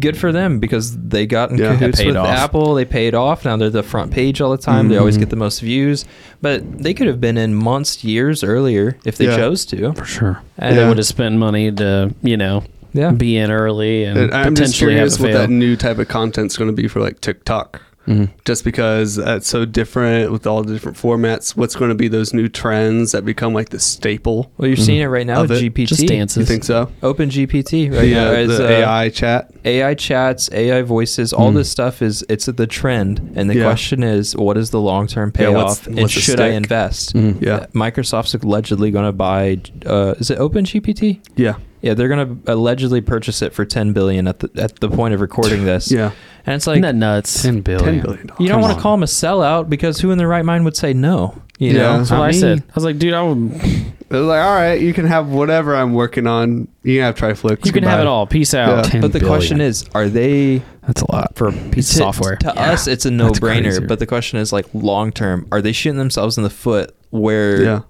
[SPEAKER 3] good for them because they got in
[SPEAKER 2] Yeah. They
[SPEAKER 3] cahoots
[SPEAKER 1] paid
[SPEAKER 3] with
[SPEAKER 1] off.
[SPEAKER 3] Apple. They paid off. Now they're the front page all the time. They always get the most views. But they could have been in months, years earlier if they
[SPEAKER 2] Yeah.
[SPEAKER 3] chose to.
[SPEAKER 4] For sure.
[SPEAKER 1] and
[SPEAKER 2] Yeah.
[SPEAKER 1] they would have spent money to you know
[SPEAKER 3] Yeah.
[SPEAKER 1] be in early and
[SPEAKER 2] And I'm just
[SPEAKER 1] potentially have
[SPEAKER 2] curious
[SPEAKER 1] a
[SPEAKER 2] what
[SPEAKER 1] fail
[SPEAKER 2] that new type of content's going to be for like TikTok.
[SPEAKER 4] Mm.
[SPEAKER 2] just because that's so different with all the different formats. What's going to be those new trends that become like the staple?
[SPEAKER 3] Well, you're seeing it right now
[SPEAKER 2] Of
[SPEAKER 3] with
[SPEAKER 2] it.
[SPEAKER 3] GPT.
[SPEAKER 1] Just dances.
[SPEAKER 2] You think so?
[SPEAKER 3] Open GPT right
[SPEAKER 2] The,
[SPEAKER 3] now
[SPEAKER 2] uh,
[SPEAKER 3] is
[SPEAKER 2] the
[SPEAKER 3] uh,
[SPEAKER 2] AI chat.
[SPEAKER 3] AI chats, AI voices, all this stuff is it's the trend, and the
[SPEAKER 2] Yeah.
[SPEAKER 3] question is, what is the long term
[SPEAKER 2] Yeah,
[SPEAKER 3] payoff,
[SPEAKER 2] what's-
[SPEAKER 3] and
[SPEAKER 2] what's the
[SPEAKER 3] should I
[SPEAKER 2] stick?
[SPEAKER 3] invest?
[SPEAKER 2] Yeah.
[SPEAKER 3] Microsoft's allegedly going to buy. Uh, is it OpenGPT?
[SPEAKER 2] Yeah.
[SPEAKER 3] Yeah, they're going to allegedly purchase it for ten billion at the at the point of recording this.
[SPEAKER 2] Yeah.
[SPEAKER 3] and it's
[SPEAKER 1] Isn't
[SPEAKER 3] like
[SPEAKER 1] that nuts?
[SPEAKER 4] Ten billion.
[SPEAKER 2] Ten billion dollars.
[SPEAKER 3] you don't
[SPEAKER 4] Come
[SPEAKER 3] want to
[SPEAKER 4] on.
[SPEAKER 3] call them a sellout because who in their right mind would say no? You
[SPEAKER 2] Yeah.
[SPEAKER 3] know,
[SPEAKER 1] That's what
[SPEAKER 4] Not
[SPEAKER 1] I
[SPEAKER 4] me.
[SPEAKER 1] said. I was like, dude, I would,
[SPEAKER 2] They're like, all right, you can have whatever I'm working on. You can have Triflix.
[SPEAKER 1] you can have
[SPEAKER 2] Goodbye."
[SPEAKER 1] it all. Peace out.
[SPEAKER 2] Yeah.
[SPEAKER 4] Ten
[SPEAKER 3] but the
[SPEAKER 4] billion.
[SPEAKER 3] question is, are they
[SPEAKER 1] That's a lot for a piece
[SPEAKER 3] to-
[SPEAKER 1] of software.
[SPEAKER 3] To us, it's a
[SPEAKER 4] That's
[SPEAKER 3] no-brainer.
[SPEAKER 4] crazy.
[SPEAKER 3] But the question is, like, long-term, are they shooting themselves in the foot where
[SPEAKER 2] Yeah.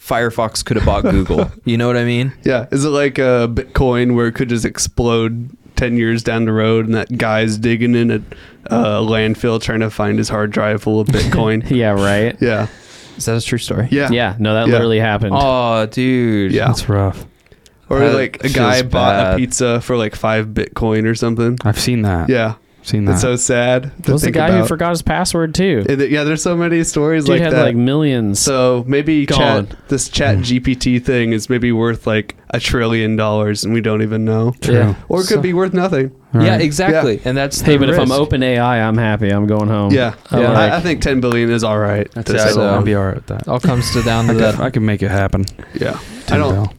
[SPEAKER 3] Firefox could have bought Google? you know what I mean?
[SPEAKER 2] Yeah. Is it like a Bitcoin where it could just explode 10 years down the road and that guy's digging in a uh, landfill trying to find his hard drive full of Bitcoin?
[SPEAKER 1] yeah, right.
[SPEAKER 2] yeah.
[SPEAKER 3] Is that a true story?
[SPEAKER 2] Yeah.
[SPEAKER 1] Yeah, no, that
[SPEAKER 2] Yeah.
[SPEAKER 1] literally happened.
[SPEAKER 3] Oh, dude.
[SPEAKER 2] Yeah.
[SPEAKER 4] That's rough.
[SPEAKER 2] Or
[SPEAKER 3] That
[SPEAKER 2] like a
[SPEAKER 3] feels
[SPEAKER 2] guy bought
[SPEAKER 3] bad.
[SPEAKER 2] a pizza for like five Bitcoin or something.
[SPEAKER 4] I've seen that.
[SPEAKER 2] Yeah.
[SPEAKER 4] Seen that.
[SPEAKER 2] It's so sad.
[SPEAKER 1] It
[SPEAKER 2] To
[SPEAKER 1] was the
[SPEAKER 2] think
[SPEAKER 1] guy who
[SPEAKER 2] about.
[SPEAKER 1] forgot his password too?
[SPEAKER 2] And th- Yeah, there's so many stories
[SPEAKER 1] Dude
[SPEAKER 2] like
[SPEAKER 1] had
[SPEAKER 2] that.
[SPEAKER 1] like millions.
[SPEAKER 2] so maybe
[SPEAKER 1] Gone.
[SPEAKER 2] chat, this chat GPT thing is maybe worth like a trillion dollars and we don't even know.
[SPEAKER 4] True.
[SPEAKER 1] Yeah.
[SPEAKER 2] Or it could
[SPEAKER 1] So-
[SPEAKER 2] be worth nothing.
[SPEAKER 3] Yeah,
[SPEAKER 4] Right.
[SPEAKER 3] exactly. And that's
[SPEAKER 1] Hey,
[SPEAKER 3] the
[SPEAKER 1] but if I'm
[SPEAKER 3] risk.
[SPEAKER 1] open AI, I'm happy. I'm going home.
[SPEAKER 2] Yeah.
[SPEAKER 1] I
[SPEAKER 2] yeah.
[SPEAKER 1] like-
[SPEAKER 2] I, I think 10 billion is all right.
[SPEAKER 4] That's
[SPEAKER 2] to
[SPEAKER 4] it. I'd-
[SPEAKER 2] settle
[SPEAKER 3] so-
[SPEAKER 4] I'll
[SPEAKER 2] on.
[SPEAKER 4] be all right with that.
[SPEAKER 3] it all comes to down
[SPEAKER 4] I
[SPEAKER 3] to
[SPEAKER 4] could,
[SPEAKER 3] that.
[SPEAKER 4] I could make it happen.
[SPEAKER 2] Yeah. I
[SPEAKER 4] Ten
[SPEAKER 2] don't.
[SPEAKER 4] bill.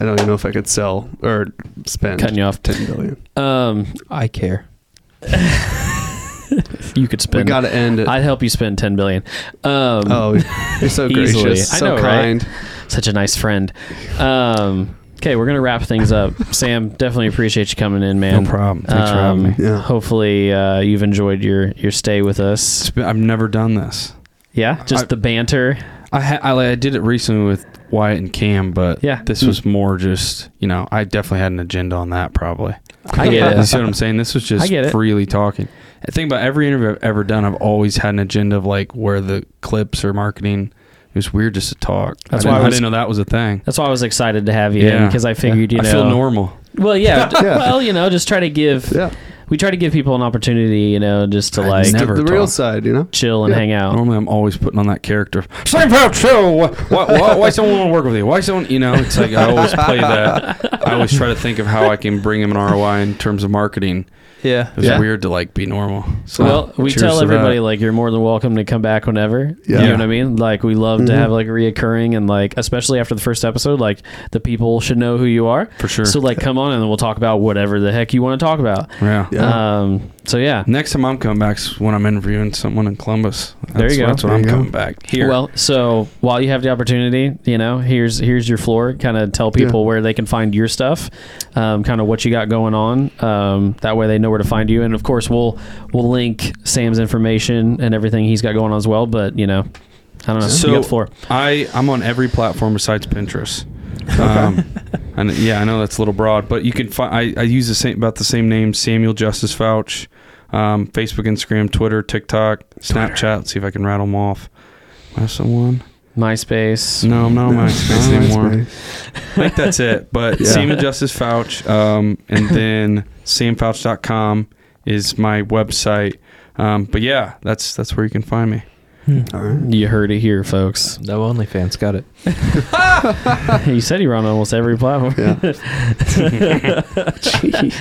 [SPEAKER 2] I don't even know if I could sell or spend
[SPEAKER 1] Cutting you off.
[SPEAKER 2] ten billion.
[SPEAKER 1] Um,
[SPEAKER 3] I care.
[SPEAKER 1] you could
[SPEAKER 2] We
[SPEAKER 1] spend.
[SPEAKER 2] gotta end it.
[SPEAKER 1] I'd help you spend ten billion. Um,
[SPEAKER 2] oh, you're so
[SPEAKER 1] Easily.
[SPEAKER 2] gracious,
[SPEAKER 1] I
[SPEAKER 2] so
[SPEAKER 1] know, right?
[SPEAKER 2] kind.
[SPEAKER 1] such a nice friend. Um, okay, we're gonna wrap things up. Sam, definitely appreciate you coming in, man.
[SPEAKER 4] No problem. Thanks for having
[SPEAKER 1] Um,
[SPEAKER 4] me.
[SPEAKER 2] Yeah.
[SPEAKER 1] Hopefully, uh, you've enjoyed your your stay with us.
[SPEAKER 4] It's been- I've never done this.
[SPEAKER 1] Yeah, just
[SPEAKER 4] I-
[SPEAKER 1] the banter.
[SPEAKER 4] I, ha- I like, I did it recently with Wyatt and Cam, but
[SPEAKER 1] Yeah.
[SPEAKER 4] this was more just you know I definitely had an agenda on that probably.
[SPEAKER 1] I get
[SPEAKER 4] You
[SPEAKER 1] it.
[SPEAKER 4] see what I'm saying? This was just
[SPEAKER 1] I get it.
[SPEAKER 4] freely talking. I think about every interview I've ever done, I've always had an agenda of like where the clips or marketing. It was weird just to talk.
[SPEAKER 1] That's
[SPEAKER 4] I
[SPEAKER 1] why I
[SPEAKER 4] didn't,
[SPEAKER 1] was-
[SPEAKER 4] didn't know that was a thing.
[SPEAKER 1] That's why I was excited to have you in because I figured you know.
[SPEAKER 4] I feel normal.
[SPEAKER 1] Well, yeah, d-
[SPEAKER 2] Yeah.
[SPEAKER 1] Well, you know, just try to give.
[SPEAKER 2] Yeah,
[SPEAKER 1] We try to give people an opportunity, you know, just to
[SPEAKER 4] I
[SPEAKER 1] like
[SPEAKER 4] never
[SPEAKER 2] the real
[SPEAKER 4] talk.
[SPEAKER 2] side, you know.
[SPEAKER 1] chill and
[SPEAKER 2] Yeah.
[SPEAKER 1] hang out.
[SPEAKER 4] Normally, I'm always putting on that character. Same pal, show. Why, why, why someone want to work with you? Why someone? You know, it's like I always play that. I always try to think of how I can bring him an ROI in terms of marketing.
[SPEAKER 3] Yeah.
[SPEAKER 4] It was
[SPEAKER 2] Yeah.
[SPEAKER 4] weird to like be normal. So
[SPEAKER 1] Well, we
[SPEAKER 4] cheers
[SPEAKER 1] tell
[SPEAKER 4] to that.
[SPEAKER 1] everybody like you're more than welcome to come back whenever. You
[SPEAKER 2] Yeah.
[SPEAKER 1] know
[SPEAKER 4] Yeah.
[SPEAKER 1] what I mean? Like we love to
[SPEAKER 2] Mhm.
[SPEAKER 1] have like reoccurring and like especially after the first episode, like the people should know who you are.
[SPEAKER 4] for sure.
[SPEAKER 1] So like come on and we'll talk about whatever the heck you want to talk about.
[SPEAKER 4] yeah.
[SPEAKER 2] Yeah.
[SPEAKER 1] Um so yeah.
[SPEAKER 4] Next time I'm coming back is when I'm interviewing someone in Columbus. That's,
[SPEAKER 1] There you go.
[SPEAKER 4] That's when
[SPEAKER 2] There
[SPEAKER 4] I'm
[SPEAKER 2] you go.
[SPEAKER 4] coming back here.
[SPEAKER 1] Well, so while you have the opportunity, you know, here's here's your floor. Kind of tell people where they can find your stuff, um, kind of what you got going on. Um, that way they know where to find you. And of course, we'll we'll link Sam's information and everything he's got going on as well. But you know, I don't know.
[SPEAKER 4] So-
[SPEAKER 1] you got the floor.
[SPEAKER 4] I I'm on every platform besides Pinterest. Um, and yeah, I know that's a little broad, but you can find I, I use the same about the same name Samuel Justice Fouch, um, Facebook, Instagram, Twitter, TikTok, Snapchat. Let's see if I can rattle them off. Am I someone?
[SPEAKER 1] MySpace.
[SPEAKER 4] No, I'm not on MySpace anymore.
[SPEAKER 2] MySpace.
[SPEAKER 4] I think that's it. But
[SPEAKER 2] Yeah.
[SPEAKER 4] Samuel Justice Fouch, um, and then samfouch.com is my website. Um, but yeah, that's that's where you can find me.
[SPEAKER 2] All right.
[SPEAKER 1] You heard it here, folks.
[SPEAKER 3] No OnlyFans got it.
[SPEAKER 1] you said you were on almost every platform.
[SPEAKER 2] Yeah.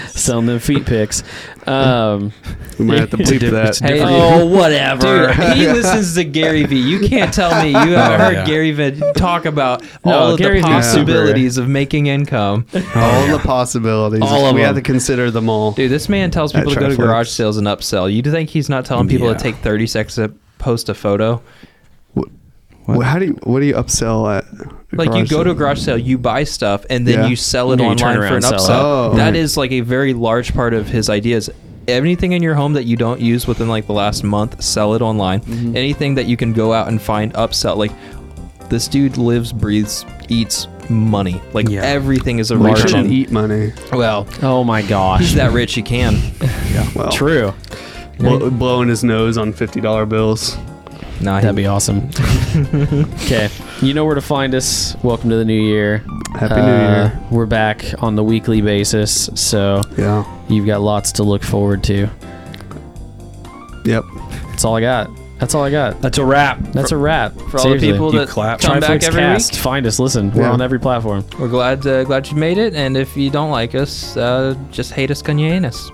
[SPEAKER 1] Selling them feet pics. Um,
[SPEAKER 2] We might have to bleep
[SPEAKER 4] dip-
[SPEAKER 2] that.
[SPEAKER 4] it's dip- Different-
[SPEAKER 3] oh, whatever. Dude, he listens to Gary Vee. You can't tell me you haven't
[SPEAKER 4] Oh,
[SPEAKER 3] heard
[SPEAKER 4] yeah.
[SPEAKER 3] Gary Vee talk about
[SPEAKER 1] No,
[SPEAKER 3] all of
[SPEAKER 1] Gary
[SPEAKER 3] the
[SPEAKER 1] Vee's
[SPEAKER 3] possibilities of making income.
[SPEAKER 4] oh,
[SPEAKER 2] all the possibilities.
[SPEAKER 1] All of
[SPEAKER 2] we have
[SPEAKER 1] them.
[SPEAKER 2] to consider them all.
[SPEAKER 3] Dude, this man tells people
[SPEAKER 2] At
[SPEAKER 3] to go to
[SPEAKER 2] Triflex.
[SPEAKER 3] garage sales and upsell. You think he's not telling people
[SPEAKER 4] Yeah.
[SPEAKER 3] to take 30 seconds to post a photo?
[SPEAKER 4] What?
[SPEAKER 2] Wh- How do you what do you upsell at? a
[SPEAKER 3] Like you
[SPEAKER 2] garage
[SPEAKER 3] go to a
[SPEAKER 2] sale?
[SPEAKER 3] garage sale, you buy stuff, and then
[SPEAKER 2] Yeah.
[SPEAKER 3] you sell it
[SPEAKER 1] Yeah, you turn
[SPEAKER 3] online for
[SPEAKER 1] around
[SPEAKER 3] an
[SPEAKER 1] and
[SPEAKER 3] upsell.
[SPEAKER 2] sell it. Oh.
[SPEAKER 3] That
[SPEAKER 2] Mm.
[SPEAKER 3] is like a very large part of his ideas. Anything in your home that you don't use within like the last month, sell it online.
[SPEAKER 2] Mm-hmm.
[SPEAKER 3] Anything that you can go out and find upsell. Like this dude lives, breathes, eats money. Like
[SPEAKER 4] Yeah.
[SPEAKER 3] everything is a
[SPEAKER 2] We shouldn't
[SPEAKER 3] margin.
[SPEAKER 2] eat money.
[SPEAKER 3] well,
[SPEAKER 1] oh my
[SPEAKER 3] he's
[SPEAKER 1] gosh.
[SPEAKER 3] that rich, he can.
[SPEAKER 2] Yeah.
[SPEAKER 4] Oh.
[SPEAKER 2] Well,
[SPEAKER 1] True.
[SPEAKER 2] bl- blowing his nose on fifty dollar bills.
[SPEAKER 3] Nah,
[SPEAKER 1] That'd
[SPEAKER 3] he,
[SPEAKER 1] be awesome. Okay, you know where to find us. Welcome to the new year. Uh,
[SPEAKER 2] Happy New Year.
[SPEAKER 1] We're back on the weekly basis, so
[SPEAKER 2] Yeah.
[SPEAKER 1] you've got lots to look forward to.
[SPEAKER 2] Yep.
[SPEAKER 1] That's all I got. That's all I got.
[SPEAKER 4] That's a wrap.
[SPEAKER 1] That's a wrap
[SPEAKER 3] For all the people
[SPEAKER 4] you
[SPEAKER 3] that
[SPEAKER 4] clap.
[SPEAKER 3] come back every
[SPEAKER 1] Cast.
[SPEAKER 3] week,
[SPEAKER 1] Find us. Listen, we're
[SPEAKER 2] Yeah.
[SPEAKER 1] on every platform.
[SPEAKER 3] we're glad uh, glad you made it. And if you don't like us, uh, just hate us, can you hate us?